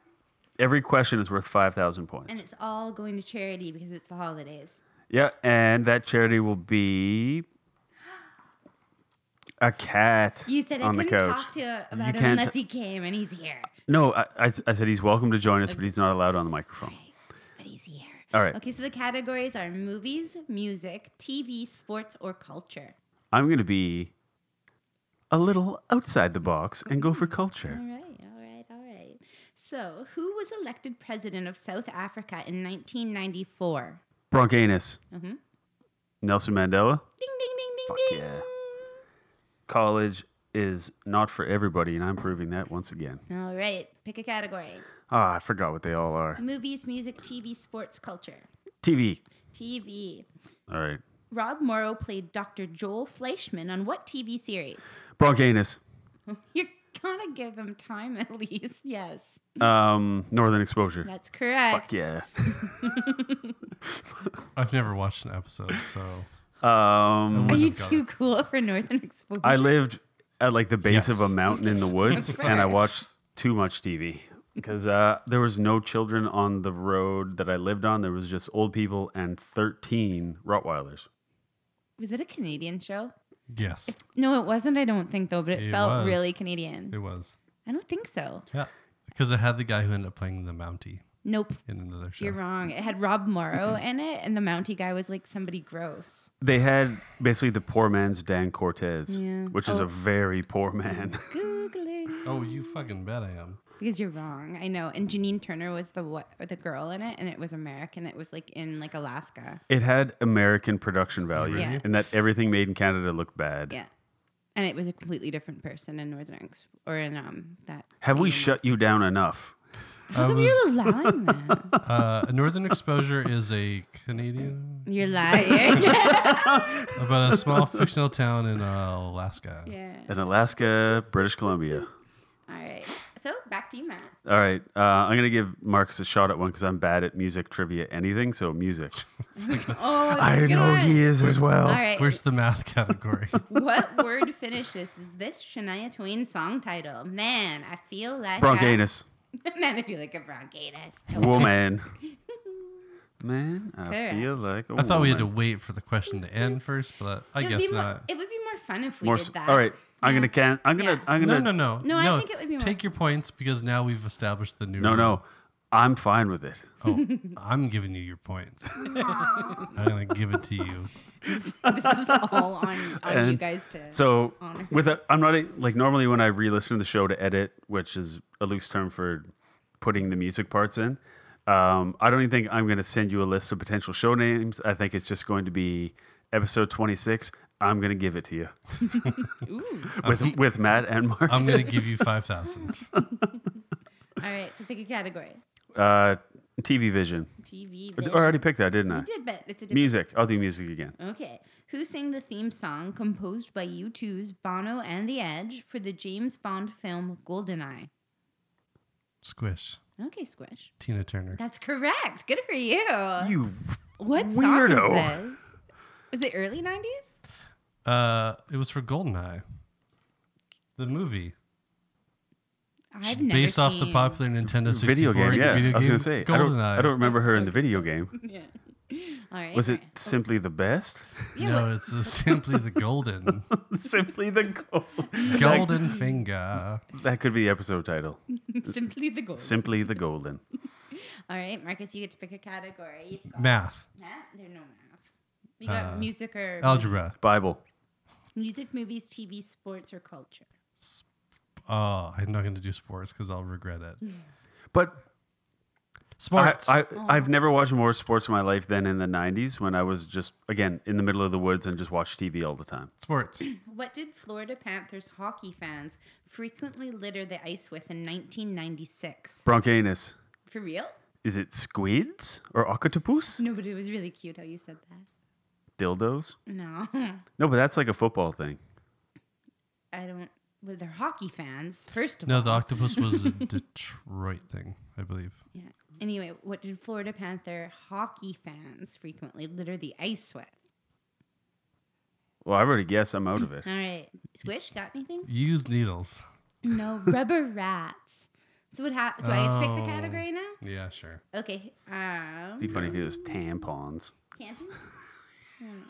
[SPEAKER 2] every question is worth five thousand points.
[SPEAKER 10] And it's all going to charity because it's the holidays.
[SPEAKER 2] Yeah, and that charity will be a cat
[SPEAKER 10] You said I
[SPEAKER 2] on the
[SPEAKER 10] couldn't
[SPEAKER 2] couch.
[SPEAKER 10] talk to him about him
[SPEAKER 2] can't
[SPEAKER 10] unless
[SPEAKER 2] t-
[SPEAKER 10] he came, and he's here.
[SPEAKER 2] No, I, I, I said he's welcome to join us, but he's not allowed on the microphone.
[SPEAKER 10] But he's here.
[SPEAKER 2] All right.
[SPEAKER 10] Okay, so the categories are movies, music, TV, sports, or culture.
[SPEAKER 2] I'm going to be a little outside the box and go for
[SPEAKER 10] All
[SPEAKER 2] culture.
[SPEAKER 10] right, all right, all right. So, who was elected president of South Africa in 1994?
[SPEAKER 2] Broncanus,
[SPEAKER 10] Mm-hmm. Ding,
[SPEAKER 2] Nelson Mandela.
[SPEAKER 10] ding, ding, ding, ding.
[SPEAKER 2] Yeah. College is not for everybody, and I'm proving that once again.
[SPEAKER 10] All right, pick a category.
[SPEAKER 2] Ah, I forgot what they all are.
[SPEAKER 10] Movies, music, TV, sports, culture.
[SPEAKER 2] TV.
[SPEAKER 10] TV.
[SPEAKER 2] All right.
[SPEAKER 10] Rob Morrow played Dr. Joel Fleischman on what TV series?
[SPEAKER 2] Broncanus,
[SPEAKER 10] You're gonna give him time at least. Yes.
[SPEAKER 2] um, Northern Exposure.
[SPEAKER 10] That's correct.
[SPEAKER 2] Fuck yeah.
[SPEAKER 1] I've never watched an episode, so
[SPEAKER 2] Um,
[SPEAKER 10] Are you too cool for Northern Exposure?
[SPEAKER 2] I lived at like the base of a mountain in the woods,
[SPEAKER 10] Of
[SPEAKER 2] and I
[SPEAKER 10] course.
[SPEAKER 2] watched too much TV because uh, there was no children on the road that I lived on. There was just old people and thirteen Rottweilers.
[SPEAKER 10] Was it a Canadian show?
[SPEAKER 1] yes,
[SPEAKER 10] No, it wasn't. I don't think though, but it,
[SPEAKER 1] It
[SPEAKER 10] felt
[SPEAKER 1] was.
[SPEAKER 10] really Canadian.
[SPEAKER 1] it was.
[SPEAKER 10] I don't think so.
[SPEAKER 1] Yeah, because it had the guy who ended up playing the Mountie
[SPEAKER 10] Nope.
[SPEAKER 1] in another show.
[SPEAKER 10] You're wrong. It had Rob Morrow in it, and the Mountie guy was like somebody gross.
[SPEAKER 2] They had basically the poor man's Dan Cortez,
[SPEAKER 10] Yeah.
[SPEAKER 2] which is
[SPEAKER 10] Oh.
[SPEAKER 2] a very poor man.
[SPEAKER 10] Googling.
[SPEAKER 1] Oh, you fucking bet I am.
[SPEAKER 10] Because you're wrong. I know. And Janine Turner was the what the girl in it, and it was American. It was like in like Alaska.
[SPEAKER 2] It had American production value,
[SPEAKER 10] Yeah.
[SPEAKER 2] and that everything made in Canada looked bad.
[SPEAKER 10] Yeah. And it was a completely different person in Northern Ex- or in um that.
[SPEAKER 2] Have we shut you down enough?
[SPEAKER 10] How
[SPEAKER 1] I
[SPEAKER 10] come you're lying? then?
[SPEAKER 1] Uh, Northern Exposure is a Canadian
[SPEAKER 10] You're lying.
[SPEAKER 1] about a small fictional town in uh, Alaska.
[SPEAKER 10] yeah.
[SPEAKER 2] In Alaska, British Columbia.
[SPEAKER 10] All right. So back to you, Matt.
[SPEAKER 2] All right, uh, I'm gonna give Marcus a shot at one because I'm bad at music trivia, anything. So music.
[SPEAKER 10] Oh,
[SPEAKER 2] I know he is as well.
[SPEAKER 10] All right.
[SPEAKER 1] Where's the math category?
[SPEAKER 10] What word finishes this Shania Twain song title? Man, I feel like
[SPEAKER 2] Broncanus,
[SPEAKER 10] I- Man, I feel like a bronchitis.
[SPEAKER 2] woman. Man, I
[SPEAKER 10] Correct.
[SPEAKER 2] feel like I
[SPEAKER 1] I thought we had to wait for the question to end first, but I
[SPEAKER 10] it would
[SPEAKER 1] guess
[SPEAKER 10] be More,
[SPEAKER 1] not.
[SPEAKER 10] it would be more fun if we
[SPEAKER 2] More.
[SPEAKER 10] did
[SPEAKER 2] s-
[SPEAKER 10] that.
[SPEAKER 2] All right, I'm gonna can. I'm gonna.
[SPEAKER 10] Yeah.
[SPEAKER 2] I'm
[SPEAKER 1] No,
[SPEAKER 2] gonna.
[SPEAKER 1] no, no,
[SPEAKER 10] No, I think it would be more-
[SPEAKER 1] Take your points because now we've established the new.
[SPEAKER 2] No,
[SPEAKER 1] rule.
[SPEAKER 2] no. I'm fine with it.
[SPEAKER 1] I'm giving you your points. I'm gonna give it to you.
[SPEAKER 10] this is all on, on you
[SPEAKER 2] And
[SPEAKER 10] guys to.
[SPEAKER 2] So
[SPEAKER 10] honor.
[SPEAKER 2] with a, I'm not a, like normally when I re-listen to the show to edit, which is a loose term for putting the music parts in. Um, I don't even think I'm going to send you a list of potential show names. I think it's just going to be episode 26. I'm going to give it to you
[SPEAKER 10] Ooh.
[SPEAKER 2] with with Matt and Mark.
[SPEAKER 1] I'm gonna give you five thousand.
[SPEAKER 10] All right. So pick a category.
[SPEAKER 2] uh, TV Vision.
[SPEAKER 10] TV.
[SPEAKER 2] I
[SPEAKER 10] Vision.
[SPEAKER 2] already picked that, didn't I?
[SPEAKER 10] You did, but it's a different.
[SPEAKER 2] Music. I'll do music again.
[SPEAKER 10] Okay. Who sang the theme song composed by U2's Bono and the Edge for the James Bond film Goldeneye?
[SPEAKER 1] Squish.
[SPEAKER 10] Okay, Squish.
[SPEAKER 1] Tina Turner.
[SPEAKER 10] That's correct. Good for you.
[SPEAKER 1] Oh.
[SPEAKER 2] You.
[SPEAKER 10] what song
[SPEAKER 2] weirdo.
[SPEAKER 10] is this? Was it early 90s?
[SPEAKER 1] Uh, it was for Goldeneye, the movie.
[SPEAKER 10] I've never
[SPEAKER 1] based off the
[SPEAKER 10] seen-
[SPEAKER 1] popular Nintendo 64
[SPEAKER 2] Video game, yeah.
[SPEAKER 1] video
[SPEAKER 2] I was
[SPEAKER 1] game
[SPEAKER 2] gonna say, I don't,
[SPEAKER 1] GoldenEye.
[SPEAKER 2] I don't remember her in the video game.
[SPEAKER 10] Yeah. All right.
[SPEAKER 2] Was it simply the best?
[SPEAKER 10] Yeah,
[SPEAKER 1] no,
[SPEAKER 10] what-
[SPEAKER 1] it's uh, simply the golden
[SPEAKER 2] simply the gold.
[SPEAKER 1] golden finger.
[SPEAKER 2] That could be the episode title.
[SPEAKER 10] Mm-hmm. Simply the Gold.
[SPEAKER 2] Simply the golden.
[SPEAKER 10] All right, Marcus, you get to pick a category. You've got
[SPEAKER 1] Math,
[SPEAKER 10] math. There's no math. You got
[SPEAKER 1] Uh,
[SPEAKER 10] music or.
[SPEAKER 1] algebra.
[SPEAKER 2] Bible.
[SPEAKER 10] Music, movies, TV, sports, or culture. Mm.
[SPEAKER 1] Oh, I'm not going to do sports because I'll regret it.
[SPEAKER 2] But
[SPEAKER 1] Sports.
[SPEAKER 2] I, I, I've never watched more sports in my life than in the 90s when I was just, again, in the middle of the woods and just watched TV all the time.
[SPEAKER 1] Sports.
[SPEAKER 10] What did Florida Panthers hockey fans frequently litter the ice with in 1996?
[SPEAKER 2] Bronchianus.
[SPEAKER 10] For real?
[SPEAKER 2] Is it squids or octopus?
[SPEAKER 10] No, but it was really cute how you said that.
[SPEAKER 2] Dildos?
[SPEAKER 10] No,
[SPEAKER 2] No, but that's like a football thing.
[SPEAKER 10] I don't. Well, they're hockey fans, first of all.
[SPEAKER 1] No, the octopus was a Detroit thing, I believe.
[SPEAKER 10] Yeah. Anyway, what did Florida Panther hockey fans frequently litter the ice with?
[SPEAKER 2] Well, I already guess I'm out of it.
[SPEAKER 10] All right. Squish, got anything?
[SPEAKER 1] Use needles.
[SPEAKER 10] No, rubber rats. So what hap- So I get to pick
[SPEAKER 2] Oh.
[SPEAKER 10] the category now.
[SPEAKER 1] Yeah, sure.
[SPEAKER 10] Okay. Um.
[SPEAKER 2] Be funny if it was tampons.
[SPEAKER 10] Camping.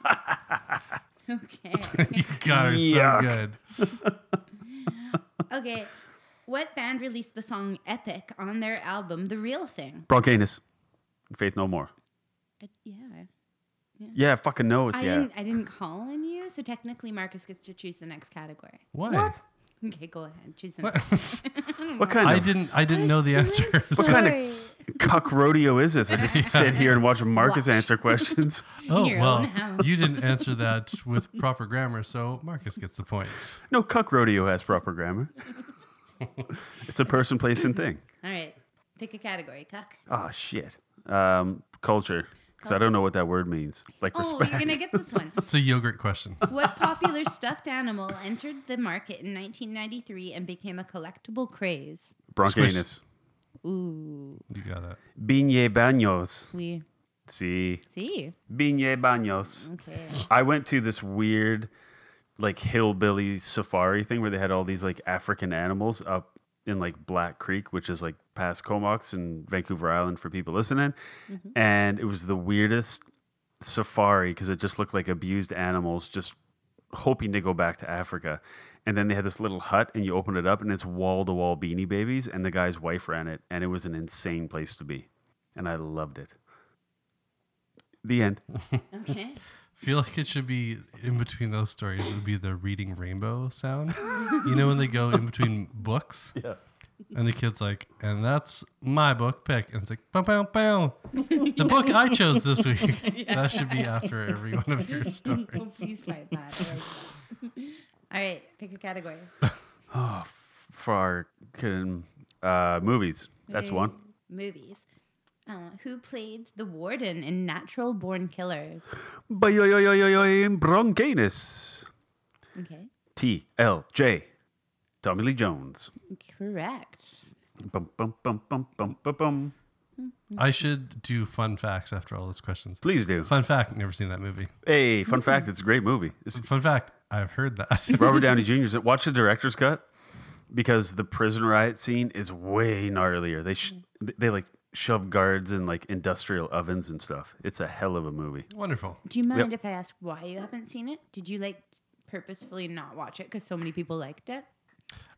[SPEAKER 10] Hmm. okay.
[SPEAKER 1] God, it was so
[SPEAKER 2] Yuck.
[SPEAKER 1] good.
[SPEAKER 10] okay. What band released the song "Epic" on their album "The Real Thing"?
[SPEAKER 2] Bronchianus. Faith No More.
[SPEAKER 10] I- yeah.
[SPEAKER 2] Yeah, I fucking no, it's
[SPEAKER 10] I
[SPEAKER 2] yeah.
[SPEAKER 10] didn't. I didn't call on you, so technically Marcus gets to choose the next category.
[SPEAKER 1] What? What?
[SPEAKER 10] Okay, go ahead. Choose the next. category.
[SPEAKER 2] What kind
[SPEAKER 1] I
[SPEAKER 2] of-
[SPEAKER 1] didn't. I didn't know the answers.
[SPEAKER 2] What kind of cuck rodeo is this? I just sit here and watch Marcus
[SPEAKER 10] Watch.
[SPEAKER 2] answer questions.
[SPEAKER 1] Oh
[SPEAKER 10] your
[SPEAKER 1] well,
[SPEAKER 10] own house.
[SPEAKER 1] you didn't answer that with proper grammar, so Marcus gets the points.
[SPEAKER 2] No, cuck rodeo has proper grammar. it's a person, place, and thing.
[SPEAKER 10] All right, pick a category, cuck.
[SPEAKER 2] Ah, shit. Um, culture. Because I don't know what that word means. Like
[SPEAKER 10] Oh,
[SPEAKER 2] respect.
[SPEAKER 10] you're gonna get this one.
[SPEAKER 1] It's a yogurt question.
[SPEAKER 10] What popular stuffed animal entered the market in 1993 and became a collectible craze?
[SPEAKER 2] Bronchianus.
[SPEAKER 10] Ooh,
[SPEAKER 1] You got it.
[SPEAKER 2] Biñe baños.
[SPEAKER 10] we
[SPEAKER 2] See.
[SPEAKER 10] see.
[SPEAKER 2] Biñe baños.
[SPEAKER 10] Okay.
[SPEAKER 2] I went to this weird, like hillbilly safari thing where they had all these like African animals up in like Black Creek, which is like past Comox and Vancouver Island for people listening.
[SPEAKER 5] Mhm.
[SPEAKER 2] And it was the weirdest safari because it just looked like abused animals just hoping to go back to Africa. And then they had this little hut, and you open it up, and it's wall to wall beanie babies. And the guy's wife ran it, and it was an insane place to be. And I loved it. The end.
[SPEAKER 10] Okay.
[SPEAKER 1] feel like it should be in between those stories would be the reading rainbow sound. you know when they go in between books?
[SPEAKER 2] Yeah.
[SPEAKER 1] And the kid's like, and that's my book pick. And it's like, bow, bow, bow. The book I chose this week.
[SPEAKER 10] Yeah.
[SPEAKER 1] That should be after every one of your stories.
[SPEAKER 10] Please fight that. I like that. All right, pick a category.
[SPEAKER 2] Oh, f- for fucking, uh, movies. That's
[SPEAKER 10] Movie-
[SPEAKER 2] one.
[SPEAKER 10] Movies. Uh, who played the warden in Natural Born Killers?
[SPEAKER 2] Bayoyoyoyoyoyin Bronchitis.
[SPEAKER 10] Okay.
[SPEAKER 2] T L J. Tommy Lee Jones.
[SPEAKER 10] Correct.
[SPEAKER 2] Bum bum bum bum bum bum bum.
[SPEAKER 1] I should do fun facts after all those questions.
[SPEAKER 2] Please do.
[SPEAKER 1] Fun fact, never seen that movie.
[SPEAKER 2] Hey, fun fact, it's a great movie.
[SPEAKER 1] Fun fact, I've heard that.
[SPEAKER 2] Robert Downey Jr.'s watch the director's cut because the prison riot scene is way gnarlier. They sh- they like shove guards in like industrial ovens and stuff. It's a hell of a movie.
[SPEAKER 1] Wonderful.
[SPEAKER 10] Do you
[SPEAKER 2] Yep.
[SPEAKER 10] mind if I ask why you haven't seen it? Did you like purposefully not watch it because so many people liked it?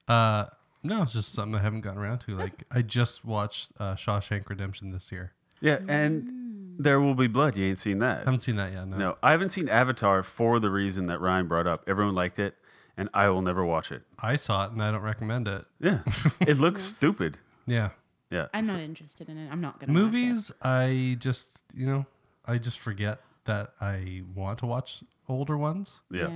[SPEAKER 1] Uh, no, it's just something I haven't gotten around to. Like, I just watched uh, Shawshank Redemption this year.
[SPEAKER 2] Yeah, and there will be blood. You ain't seen that.
[SPEAKER 1] Haven't seen that yet. No.
[SPEAKER 2] No, I haven't seen Avatar for the reason that Ryan brought up. Everyone liked it, and I will never watch it.
[SPEAKER 1] I saw it and I don't recommend it.
[SPEAKER 2] Yeah, it looks stupid.
[SPEAKER 1] Yeah.
[SPEAKER 2] Yeah,
[SPEAKER 10] I'm
[SPEAKER 2] so-
[SPEAKER 10] not interested in it. I'm not gonna. Watch
[SPEAKER 1] Movies, I just, you know, I just forget that I want to watch older ones.
[SPEAKER 2] Yeah.
[SPEAKER 10] Yeah.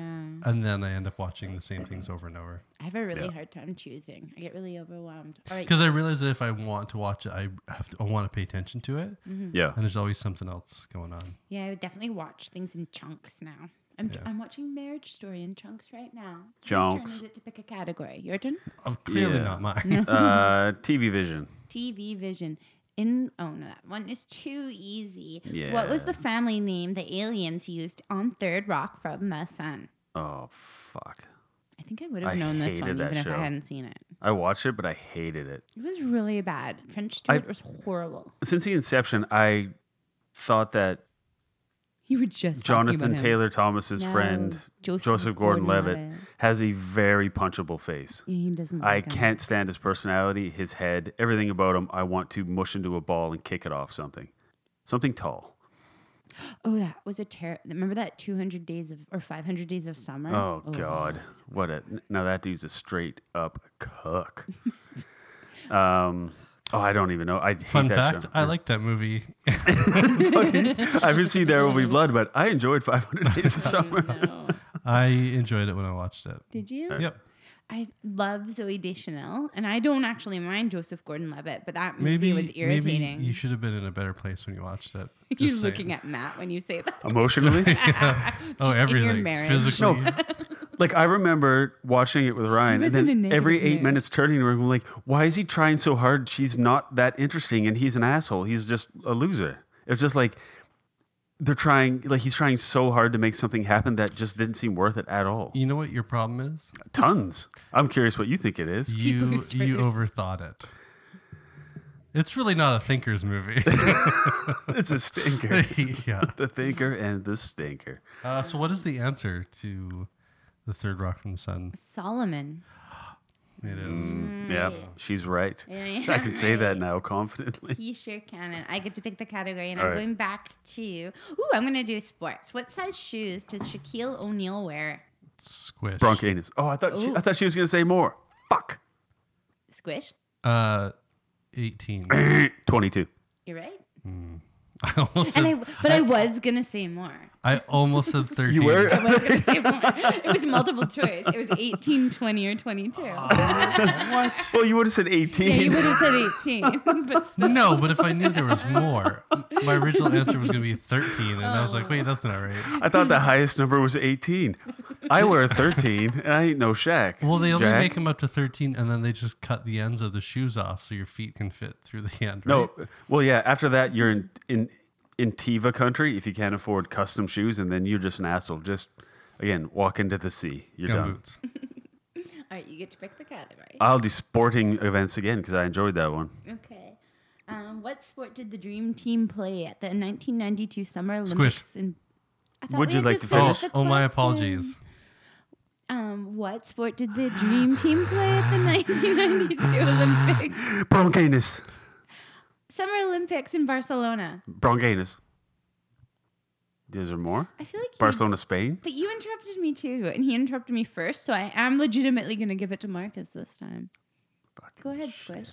[SPEAKER 1] And then I end up watching the same things over and over.
[SPEAKER 10] it. I have a really
[SPEAKER 1] Yeah.
[SPEAKER 10] hard time choosing. I get really overwhelmed. All right.
[SPEAKER 1] Because I realize that if I want to watch it, I have to, I want to pay attention to it.
[SPEAKER 10] Mhm.
[SPEAKER 2] Yeah.
[SPEAKER 1] And there's always something else going on.
[SPEAKER 10] yeah, I would definitely watch things in chunks now. I'm,
[SPEAKER 1] Yeah.
[SPEAKER 10] I'm watching Marriage Story in chunks right now. Whose
[SPEAKER 2] Chunks.
[SPEAKER 10] Turn is it to pick a category? Your turn.
[SPEAKER 1] Of Oh, clearly
[SPEAKER 2] Yeah.
[SPEAKER 1] not mine.
[SPEAKER 2] uh, TV Vision.
[SPEAKER 10] TV Vision. In oh no, that one is too easy. What was
[SPEAKER 2] Yeah.
[SPEAKER 10] the family name the aliens used on Third Rock from the Sun?
[SPEAKER 2] Oh fuck!
[SPEAKER 10] I think I would have
[SPEAKER 2] I
[SPEAKER 10] known this
[SPEAKER 2] hated
[SPEAKER 10] one
[SPEAKER 2] that
[SPEAKER 10] even if
[SPEAKER 2] show.
[SPEAKER 10] I hadn't seen it.
[SPEAKER 2] I watched it, but I hated it.
[SPEAKER 10] It was really bad. French
[SPEAKER 2] I-
[SPEAKER 10] Stewart was horrible.
[SPEAKER 2] Since the inception, I thought that
[SPEAKER 10] You were just talking about
[SPEAKER 2] Jonathan
[SPEAKER 10] him.
[SPEAKER 2] Taylor Thomas's
[SPEAKER 10] No,
[SPEAKER 2] friend
[SPEAKER 10] Joseph
[SPEAKER 2] Joseph, Gordon Levitt
[SPEAKER 10] Gordon-Levitt.
[SPEAKER 2] has a very punchable face.
[SPEAKER 10] Yeah, oh he doesn't
[SPEAKER 2] I
[SPEAKER 10] look good.
[SPEAKER 2] can't stand his personality, his head, everything about him. I want to mush into a ball and kick it off something, something tall.
[SPEAKER 10] Oh, that was a terror. Remember that 200 days of or 500 days of summer?
[SPEAKER 2] Oh God, what a now that dude's a straight up cook. um, Oh, I don't even know. I hate
[SPEAKER 1] Fun
[SPEAKER 2] that
[SPEAKER 1] fact:
[SPEAKER 2] show.
[SPEAKER 1] I like that movie.
[SPEAKER 2] I haven't seen There Will Be Blood, but I enjoyed 500 Days of Summer.
[SPEAKER 1] I enjoyed it when I watched it.
[SPEAKER 10] Did you?
[SPEAKER 1] Yep.
[SPEAKER 10] I love Zoe Deschanel, and I don't actually mind Joseph Gordon-Levitt, but that movie
[SPEAKER 1] Maybe
[SPEAKER 10] was irritating.
[SPEAKER 1] Maybe you should have been in a better place when you watched it.
[SPEAKER 10] You're
[SPEAKER 1] Just saying.
[SPEAKER 10] looking at Matt when you say that.
[SPEAKER 2] Emotionally?
[SPEAKER 1] Yeah. Oh,
[SPEAKER 10] Just in your
[SPEAKER 1] everything.
[SPEAKER 10] marriage.
[SPEAKER 1] Physically.
[SPEAKER 2] No. Like I remember watching it with Ryan, and
[SPEAKER 10] He was in a
[SPEAKER 2] then
[SPEAKER 10] negative
[SPEAKER 2] every eight
[SPEAKER 10] mood.
[SPEAKER 2] minutes turning to her, I'm like, "Why is he trying so hard? She's not that interesting, and he's an asshole. He's just a loser." It's just like they're trying, like he's trying so hard to make something happen that just didn't seem worth it at all.
[SPEAKER 1] You know what your problem is?
[SPEAKER 2] Tons. I'm curious what you think it is.
[SPEAKER 1] You you overthought it. It's really not a thinker's movie.
[SPEAKER 2] it's a stinker.
[SPEAKER 1] yeah.
[SPEAKER 2] the thinker and the stinker.
[SPEAKER 1] Uh, so, what is the answer to the third rock from the sun?
[SPEAKER 10] Solomon.
[SPEAKER 1] It is.
[SPEAKER 2] Mm, yeah, she's right.
[SPEAKER 10] Yeah,
[SPEAKER 2] I can say that
[SPEAKER 10] right.
[SPEAKER 2] now confidently.
[SPEAKER 10] He sure can, and I get to pick the category, and
[SPEAKER 2] All
[SPEAKER 10] I'm
[SPEAKER 2] right.
[SPEAKER 10] going back to. Ooh, I'm gonna do sports. What size shoes does Shaquille O'Neal wear?
[SPEAKER 1] Squish.
[SPEAKER 2] Bronc anus. Oh, I thought she,
[SPEAKER 10] Ooh.
[SPEAKER 2] I thought she was gonna say more.
[SPEAKER 10] Squish.
[SPEAKER 1] Uh, 18.
[SPEAKER 2] 22.
[SPEAKER 10] You're right.
[SPEAKER 1] I almost
[SPEAKER 10] And I,
[SPEAKER 1] said,
[SPEAKER 10] but I was gonna say more.
[SPEAKER 1] I almost said 13.
[SPEAKER 2] You were?
[SPEAKER 10] I was gonna say more. It was multiple choice. It was 18, 20, or 22.
[SPEAKER 2] what? Well, you would have said 18.
[SPEAKER 10] yeah, you would have said 18, but still.
[SPEAKER 1] No, but if I knew there was more, my original answer was going to be 13. And I was like, wait, that's not right.
[SPEAKER 2] I thought the highest number was 18. I wear a 13, and I ain't no Shaq.
[SPEAKER 1] Well, they only
[SPEAKER 2] Jack.
[SPEAKER 1] make them up to 13 and then they just cut the ends of the shoes off so your feet can fit through the end. Right?
[SPEAKER 2] No, well, yeah. After that, you're in in in Tiva country if you can't afford custom shoes, and then you're just an asshole. Just again, walk into the sea. You're
[SPEAKER 1] Gum
[SPEAKER 2] done.
[SPEAKER 1] boots.
[SPEAKER 10] All right, you get to pick the category.
[SPEAKER 2] I'll do sporting events again because I enjoyed that one.
[SPEAKER 10] Okay. Um, what sport did the Dream Team play at the 1992 Summer Olympics? In, I thought
[SPEAKER 2] Would
[SPEAKER 10] we
[SPEAKER 2] you
[SPEAKER 10] had
[SPEAKER 2] like to
[SPEAKER 1] Oh,
[SPEAKER 10] finish the
[SPEAKER 1] oh, my
[SPEAKER 10] question.
[SPEAKER 1] apologies.
[SPEAKER 10] Um, what sport did the Dream Team play at the 1992 Olympics?
[SPEAKER 2] Broncanus.
[SPEAKER 10] Summer Olympics in Barcelona.
[SPEAKER 2] Broncanus. Is there more?
[SPEAKER 10] I feel like you-
[SPEAKER 2] Barcelona, Spain.
[SPEAKER 10] But you interrupted me too, and he interrupted me first, so I am legitimately going to give it to Marcus this time. Go ahead, Squish.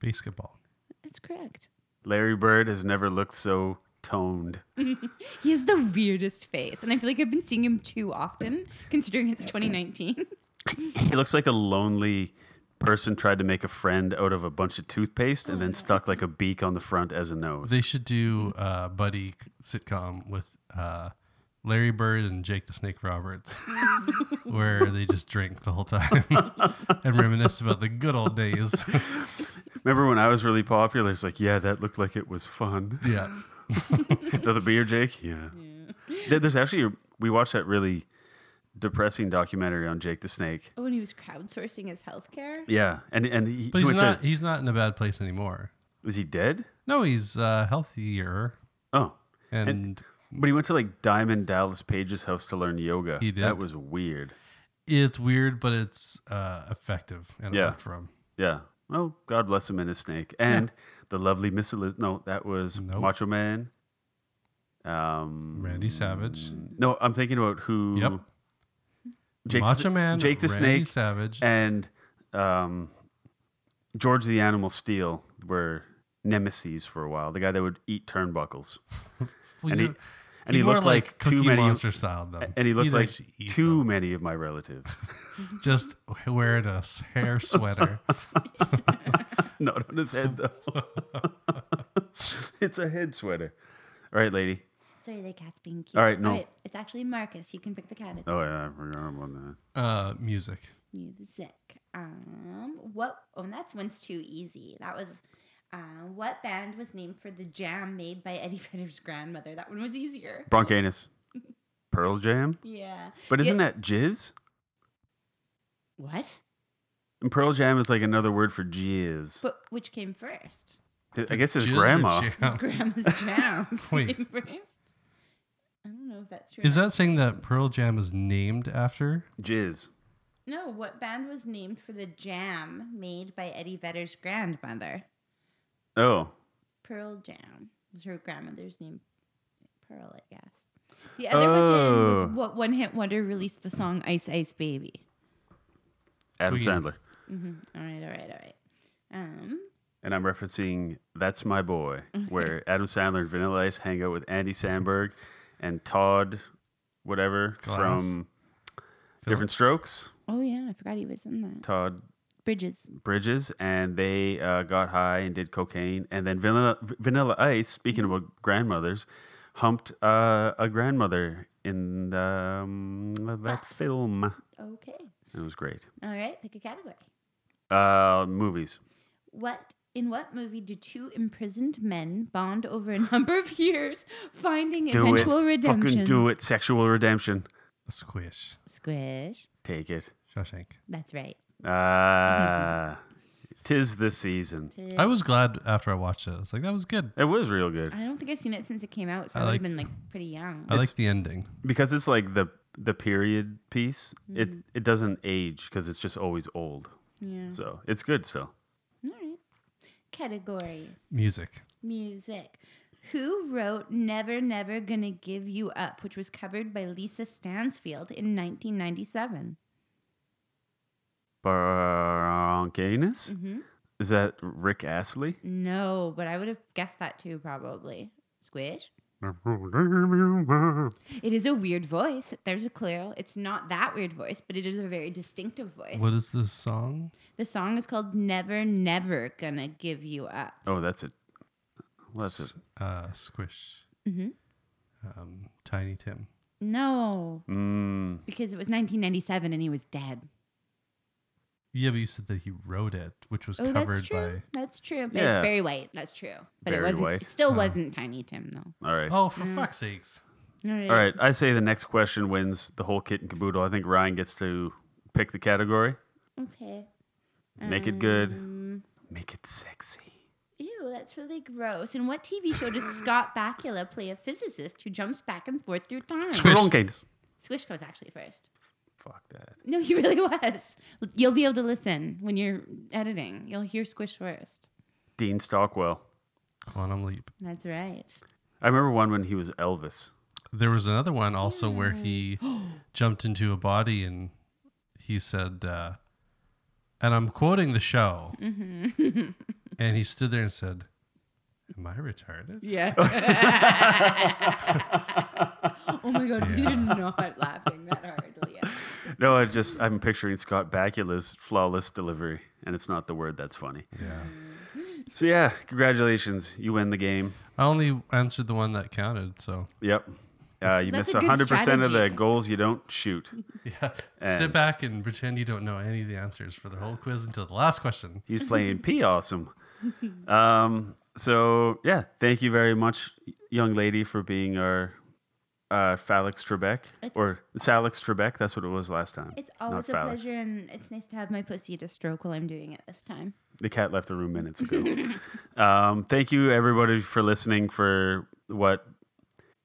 [SPEAKER 1] Basketball.
[SPEAKER 10] That's correct.
[SPEAKER 2] Larry Bird has never looked so toned.
[SPEAKER 10] He has the weirdest face, and I feel like I've been seeing him too often, considering it's 2019.
[SPEAKER 2] He looks like a lonely person tried to make a friend out of a bunch of toothpaste and then stuck like a beak on the front as a nose.
[SPEAKER 1] They should do
[SPEAKER 2] Hmm.
[SPEAKER 1] a buddy sitcom with uh, Larry Bird and Jake the Snake Roberts, where they just drink the whole time and reminisce about the good old days.
[SPEAKER 2] Remember when I was really popular? It's like, yeah, that looked like it was fun.
[SPEAKER 1] Yeah.
[SPEAKER 2] Another beer, Jake? Yeah. There- There's actually, we watched that really depressing documentary on Jake the Snake.
[SPEAKER 10] oh, and he was crowdsourcing his healthcare.
[SPEAKER 2] Yeah. And, and he,
[SPEAKER 1] But
[SPEAKER 2] he
[SPEAKER 1] he's
[SPEAKER 2] went to-
[SPEAKER 1] not, he's not in a bad place anymore.
[SPEAKER 2] was he dead?
[SPEAKER 1] No, he's uh, healthier.
[SPEAKER 2] Oh.
[SPEAKER 1] And,
[SPEAKER 2] But he went to like Diamond Dallas Page's house to learn yoga.
[SPEAKER 1] He did.
[SPEAKER 2] That was weird.
[SPEAKER 1] it's weird, but it's uh, effective and
[SPEAKER 2] Yeah.
[SPEAKER 1] yeah. for him.
[SPEAKER 2] Yeah. Well, God bless him and his snake. And the lovely Miss Elizabeth. No, that was Macho Man. Um,
[SPEAKER 1] Randy Savage.
[SPEAKER 2] No, I'm thinking about who.
[SPEAKER 1] Yep.
[SPEAKER 2] the
[SPEAKER 1] Macho
[SPEAKER 2] Sn-
[SPEAKER 1] Man,
[SPEAKER 2] Jake the
[SPEAKER 1] Randy
[SPEAKER 2] Snake,
[SPEAKER 1] Savage.
[SPEAKER 2] and um, George the Animal Steel were nemesis for a while. The guy that would eat turnbuckles.
[SPEAKER 1] Well,
[SPEAKER 2] and he,
[SPEAKER 1] you're-
[SPEAKER 2] and he
[SPEAKER 1] you're more
[SPEAKER 2] looked
[SPEAKER 1] like
[SPEAKER 2] like, too
[SPEAKER 1] Cookie
[SPEAKER 2] many
[SPEAKER 1] Monster style, though.
[SPEAKER 2] And he looked
[SPEAKER 1] He'd
[SPEAKER 2] like
[SPEAKER 1] actually eat
[SPEAKER 2] too many of my relatives.
[SPEAKER 1] Just wearing a s- hair sweater.
[SPEAKER 2] Not on his head though. it's a head sweater. All right, lady.
[SPEAKER 10] Sorry, the cat's being cute.
[SPEAKER 2] All right, no.
[SPEAKER 10] it's actually Marcus. You can pick the category.
[SPEAKER 2] Oh yeah, I forgot about that.
[SPEAKER 1] Uh, music.
[SPEAKER 10] Music. Um, what? Oh, and that's one's too easy. That was. Uh, what band was named for the jam made by Eddie Vedder's grandmother? That one was easier.
[SPEAKER 2] Broncanus. Pearl Jam.
[SPEAKER 10] Yeah.
[SPEAKER 2] But
[SPEAKER 10] Yeah.
[SPEAKER 2] isn't that jizz?
[SPEAKER 10] What?
[SPEAKER 2] And Pearl Jam is like another word for jizz.
[SPEAKER 10] But which came first?
[SPEAKER 2] I guess his
[SPEAKER 1] Jizz or
[SPEAKER 2] grandma.
[SPEAKER 1] jam?
[SPEAKER 10] Grandma's jam.
[SPEAKER 1] Oh. Wait.
[SPEAKER 10] came first. I don't know if that's true.
[SPEAKER 1] Is
[SPEAKER 10] or not.
[SPEAKER 1] that saying that Pearl Jam is named after?
[SPEAKER 2] Jizz.
[SPEAKER 10] No, what band was named for the jam made by Eddie Vedder's grandmother?
[SPEAKER 2] Oh.
[SPEAKER 10] Pearl Jam was her grandmother's name. Pearl, I guess. The other question
[SPEAKER 2] Oh.
[SPEAKER 10] was what one hit wonder released the song Ice Ice Baby? Mm-hmm.
[SPEAKER 2] Adam
[SPEAKER 1] Boogie.
[SPEAKER 2] Sandler.
[SPEAKER 10] Mhm. All right, all right, all right. Um,
[SPEAKER 2] and I'm referencing That's My Boy,
[SPEAKER 10] Mm-hmm.
[SPEAKER 2] where Adam Sandler and Vanilla Ice hang out with Andy Sandberg and Todd, whatever,
[SPEAKER 10] Glass.
[SPEAKER 2] from Different Strokes,
[SPEAKER 10] Oh yeah, I forgot he was in that.
[SPEAKER 2] Todd
[SPEAKER 10] Bridges.
[SPEAKER 2] Bridges, and they uh, got high and did cocaine. And then Vanilla, Vanilla Ice, speaking about grandmothers, humped uh, a grandmother in the, um, that
[SPEAKER 10] Ah.
[SPEAKER 2] film.
[SPEAKER 10] Okay.
[SPEAKER 2] It was great.
[SPEAKER 10] All right, pick a category.
[SPEAKER 2] Uh, movies.
[SPEAKER 10] What in what movie do two imprisoned men bond over a number of years, finding
[SPEAKER 2] Do it.
[SPEAKER 10] eventual redemption?
[SPEAKER 2] Fucking do it. Sexual redemption.
[SPEAKER 1] Squish.
[SPEAKER 10] Squish.
[SPEAKER 2] Take it.
[SPEAKER 1] Shawshank.
[SPEAKER 10] That's right.
[SPEAKER 2] Ah, tis the season.
[SPEAKER 1] I was glad after I watched it. I was like, that was good.
[SPEAKER 2] It was real good.
[SPEAKER 10] I don't think I've seen it since it came out, so
[SPEAKER 2] I
[SPEAKER 10] I, would
[SPEAKER 2] like-
[SPEAKER 10] have been like pretty young.
[SPEAKER 1] I like the ending
[SPEAKER 2] because it's like the the period piece. It
[SPEAKER 10] Mhm.
[SPEAKER 2] it doesn't age because it's just always old.
[SPEAKER 10] Yeah.
[SPEAKER 2] So it's good still.
[SPEAKER 10] All right. Category
[SPEAKER 1] music.
[SPEAKER 10] music. Who wrote Never Never Gonna Give You Up, which was covered by Lisa Stansfield in 1997?
[SPEAKER 2] Bronchitis.
[SPEAKER 10] Mhm.
[SPEAKER 2] Is that Rick Astley?
[SPEAKER 10] No, but I would have guessed that too, probably. Squish.
[SPEAKER 2] Oh,
[SPEAKER 10] It is a weird voice. There's a clue. It's not that weird voice, but it is a very distinctive voice.
[SPEAKER 1] What is this song?
[SPEAKER 10] The song is called Never Never Gonna Give You Up.
[SPEAKER 2] Oh, that's it. That's it.
[SPEAKER 1] Uh, Squish.
[SPEAKER 10] hmm
[SPEAKER 1] Um, Tiny Tim.
[SPEAKER 10] No,
[SPEAKER 2] Mm.
[SPEAKER 10] because it was 1997 and he was dead.
[SPEAKER 1] Yeah, but you said that he wrote it, which was
[SPEAKER 10] oh,
[SPEAKER 1] covered
[SPEAKER 10] that's true.
[SPEAKER 1] by.
[SPEAKER 10] That's true. But
[SPEAKER 1] Yeah.
[SPEAKER 10] It's Barry White. That's true. But
[SPEAKER 2] Barry
[SPEAKER 10] it wasn't.
[SPEAKER 2] White.
[SPEAKER 10] It still
[SPEAKER 2] Oh.
[SPEAKER 10] wasn't Tiny Tim though.
[SPEAKER 2] All right.
[SPEAKER 1] Oh, for
[SPEAKER 10] Yeah.
[SPEAKER 1] fuck's sakes!
[SPEAKER 10] All
[SPEAKER 2] All right. I say the next question wins the whole kit and caboodle. I think Ryan gets to pick the category.
[SPEAKER 10] Okay.
[SPEAKER 2] Make it good.
[SPEAKER 10] Um,
[SPEAKER 2] Make it sexy.
[SPEAKER 10] Ew, that's really gross. In what TV show does Scott Bakula play a physicist who jumps back and forth through time?
[SPEAKER 2] Bronchitis.
[SPEAKER 10] Squish goes actually first.
[SPEAKER 2] Fuck that.
[SPEAKER 10] No, he really was. You'll be able to listen when you're editing. You'll hear Squish first.
[SPEAKER 2] Dean Stockwell.
[SPEAKER 1] Quantum Leap.
[SPEAKER 10] That's right.
[SPEAKER 2] I remember one when he was Elvis.
[SPEAKER 1] There was another one also where he jumped into a body and he said, uh, and I'm quoting the show,
[SPEAKER 10] Mm-hmm.
[SPEAKER 1] and he stood there and said, "Am I retarded?"
[SPEAKER 10] Yeah. oh my god, we
[SPEAKER 1] Yeah.
[SPEAKER 10] are not laughing that hard, Leah.
[SPEAKER 2] No, I just I'm picturing Scott Bakula's flawless delivery, and it's not the word that's funny.
[SPEAKER 1] Yeah.
[SPEAKER 2] So yeah, congratulations, you win the game.
[SPEAKER 1] I only answered the one that counted, so
[SPEAKER 2] Yep. Uh, you
[SPEAKER 1] That's
[SPEAKER 2] miss
[SPEAKER 1] a good
[SPEAKER 2] 100% of the
[SPEAKER 1] strategy.
[SPEAKER 2] goals you don't shoot.
[SPEAKER 1] yeah.
[SPEAKER 2] And-
[SPEAKER 1] Sit back and pretend you don't know any of the answers for the whole quiz until the last question.
[SPEAKER 2] He's playing P awesome. Um, so yeah, thank you very much, young lady, for being our uh, Falix Trebek or Salix Trebek. That's what it was last time.
[SPEAKER 10] It's
[SPEAKER 2] not
[SPEAKER 10] always a
[SPEAKER 2] Falix.
[SPEAKER 10] pleasure, and it's nice to have my pussy to stroke while I'm doing it this time.
[SPEAKER 2] The cat left the room minutes ago. um, thank you, everybody, for listening for what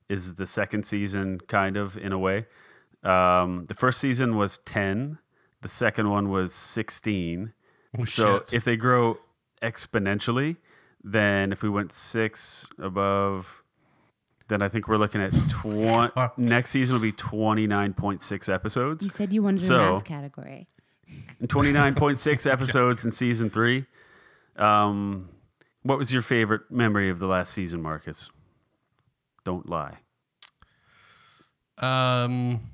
[SPEAKER 2] is the second season, kind of in a way. Um, the first season was 10, the second one was 16.
[SPEAKER 1] Oh,
[SPEAKER 2] so
[SPEAKER 1] shit.
[SPEAKER 2] if they grow exponentially, then if we went six above, then I think we're looking at 20. next season will be 29.6 episodes.
[SPEAKER 10] You said you wanted
[SPEAKER 2] so,
[SPEAKER 10] a math category.
[SPEAKER 2] and 29.6 episodes in season three. Um, what was your favorite memory of the last season, Marcus? Don't lie.
[SPEAKER 1] Um,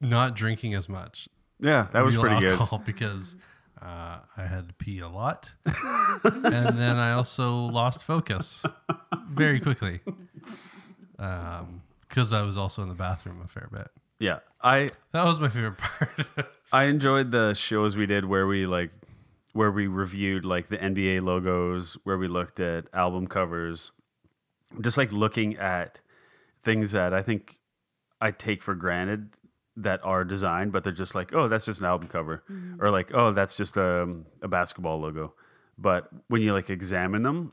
[SPEAKER 1] not drinking as much.
[SPEAKER 2] Yeah, that was
[SPEAKER 1] Real
[SPEAKER 2] pretty good.
[SPEAKER 1] alcohol Because uh, I had to pee a lot, and then I also lost focus very quickly. Um, because I was also in the bathroom a fair bit.
[SPEAKER 2] Yeah, I
[SPEAKER 1] that was my favorite part.
[SPEAKER 2] I enjoyed the shows we did where we like where we reviewed like the NBA logos, where we looked at album covers, just like looking at things that I think I take for granted that are designed, but they're just like, oh, that's just an album cover,
[SPEAKER 5] Mhm.
[SPEAKER 2] or like, oh, that's just um, a basketball logo. But when you like examine them,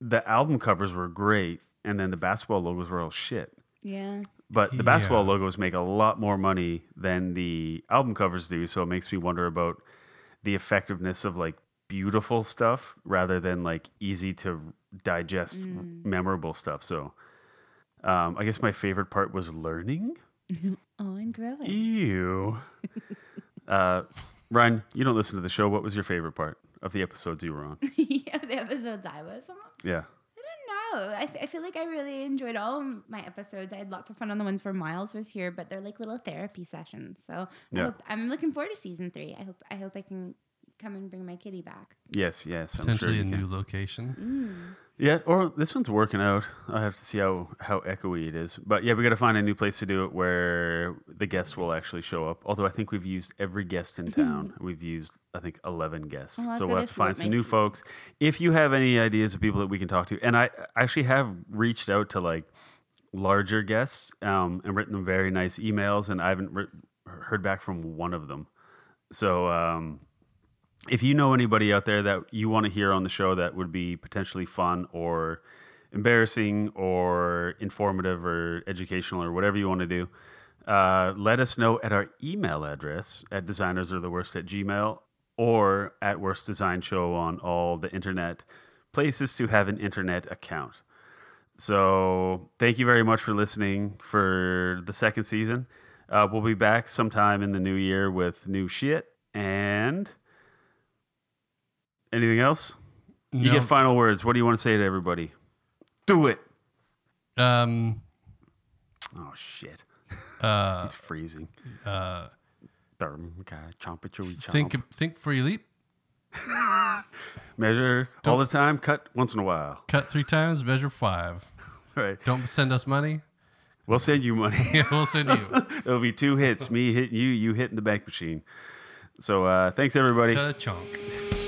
[SPEAKER 2] the album covers were great, and then the basketball logos were all shit.
[SPEAKER 10] Yeah.
[SPEAKER 2] But the basketball logos make a lot more money than the album covers do, so it makes me wonder about the effectiveness of like beautiful stuff rather than like easy to digest
[SPEAKER 10] Mm.
[SPEAKER 2] memorable stuff. So um, I guess my favorite part was learning.
[SPEAKER 10] oh, and growing.
[SPEAKER 2] Ew. uh, Ryan, you don't listen to the show. What was your favorite part of the episodes you were on?
[SPEAKER 10] yeah, the episodes I was on.
[SPEAKER 2] Yeah.
[SPEAKER 10] I don't know. I, f- I feel like I really enjoyed all of my episodes. I had lots of fun on the ones where Miles was here, but they're like little therapy sessions. So I
[SPEAKER 2] Yeah.
[SPEAKER 10] hope, I'm looking forward to season three. I hope I hope I can come and bring my kitty back.
[SPEAKER 2] Yes, yes. I'm
[SPEAKER 1] Potentially
[SPEAKER 2] sure
[SPEAKER 1] a
[SPEAKER 2] you
[SPEAKER 1] new
[SPEAKER 2] can.
[SPEAKER 1] location.
[SPEAKER 2] Yeah, or this one's working out. I have to see how how echoey it is. But yeah, we got to find a new place to do it where the guests will actually show up. Although I think we've used every guest in town. we've used I think eleven guests,
[SPEAKER 11] Well, I've
[SPEAKER 2] so
[SPEAKER 11] gotta
[SPEAKER 2] we'll have to
[SPEAKER 11] float
[SPEAKER 2] find some
[SPEAKER 11] my
[SPEAKER 2] new
[SPEAKER 11] seat.
[SPEAKER 2] folks. If you have any ideas of people that we can talk to, and I I actually have reached out to like larger guests um, and written them very nice emails, and I haven't re- heard back from one of them. So. Um, if you know anybody out there that you want to hear on the show that would be potentially fun or embarrassing or informative or educational or whatever you want to do, uh, let us know at our email address at designersaretheworst at gmail or at worst design show on all the internet places to have an internet account. So thank you very much for listening for the second season. Uh, we'll be back sometime in the new year with new shit and anything else. You
[SPEAKER 1] No.
[SPEAKER 2] get final words. What do you want to say to everybody? Do it.
[SPEAKER 1] Um.
[SPEAKER 2] Oh shit.
[SPEAKER 1] Uh,
[SPEAKER 2] it's freezing.
[SPEAKER 1] Uh,
[SPEAKER 2] Therm guy, chomp it, chewy chomp.
[SPEAKER 1] think think before you leap.
[SPEAKER 2] measure all the
[SPEAKER 1] Don't-
[SPEAKER 2] time. Cut once in a while.
[SPEAKER 1] Cut three times, measure five.
[SPEAKER 2] Right.
[SPEAKER 1] Don't send us money.
[SPEAKER 2] We'll send you money.
[SPEAKER 1] yeah, we'll send you.
[SPEAKER 2] It'll be two hits. Me hitting you. You hitting the bank machine. So uh, thanks everybody.
[SPEAKER 1] Cut a chunk.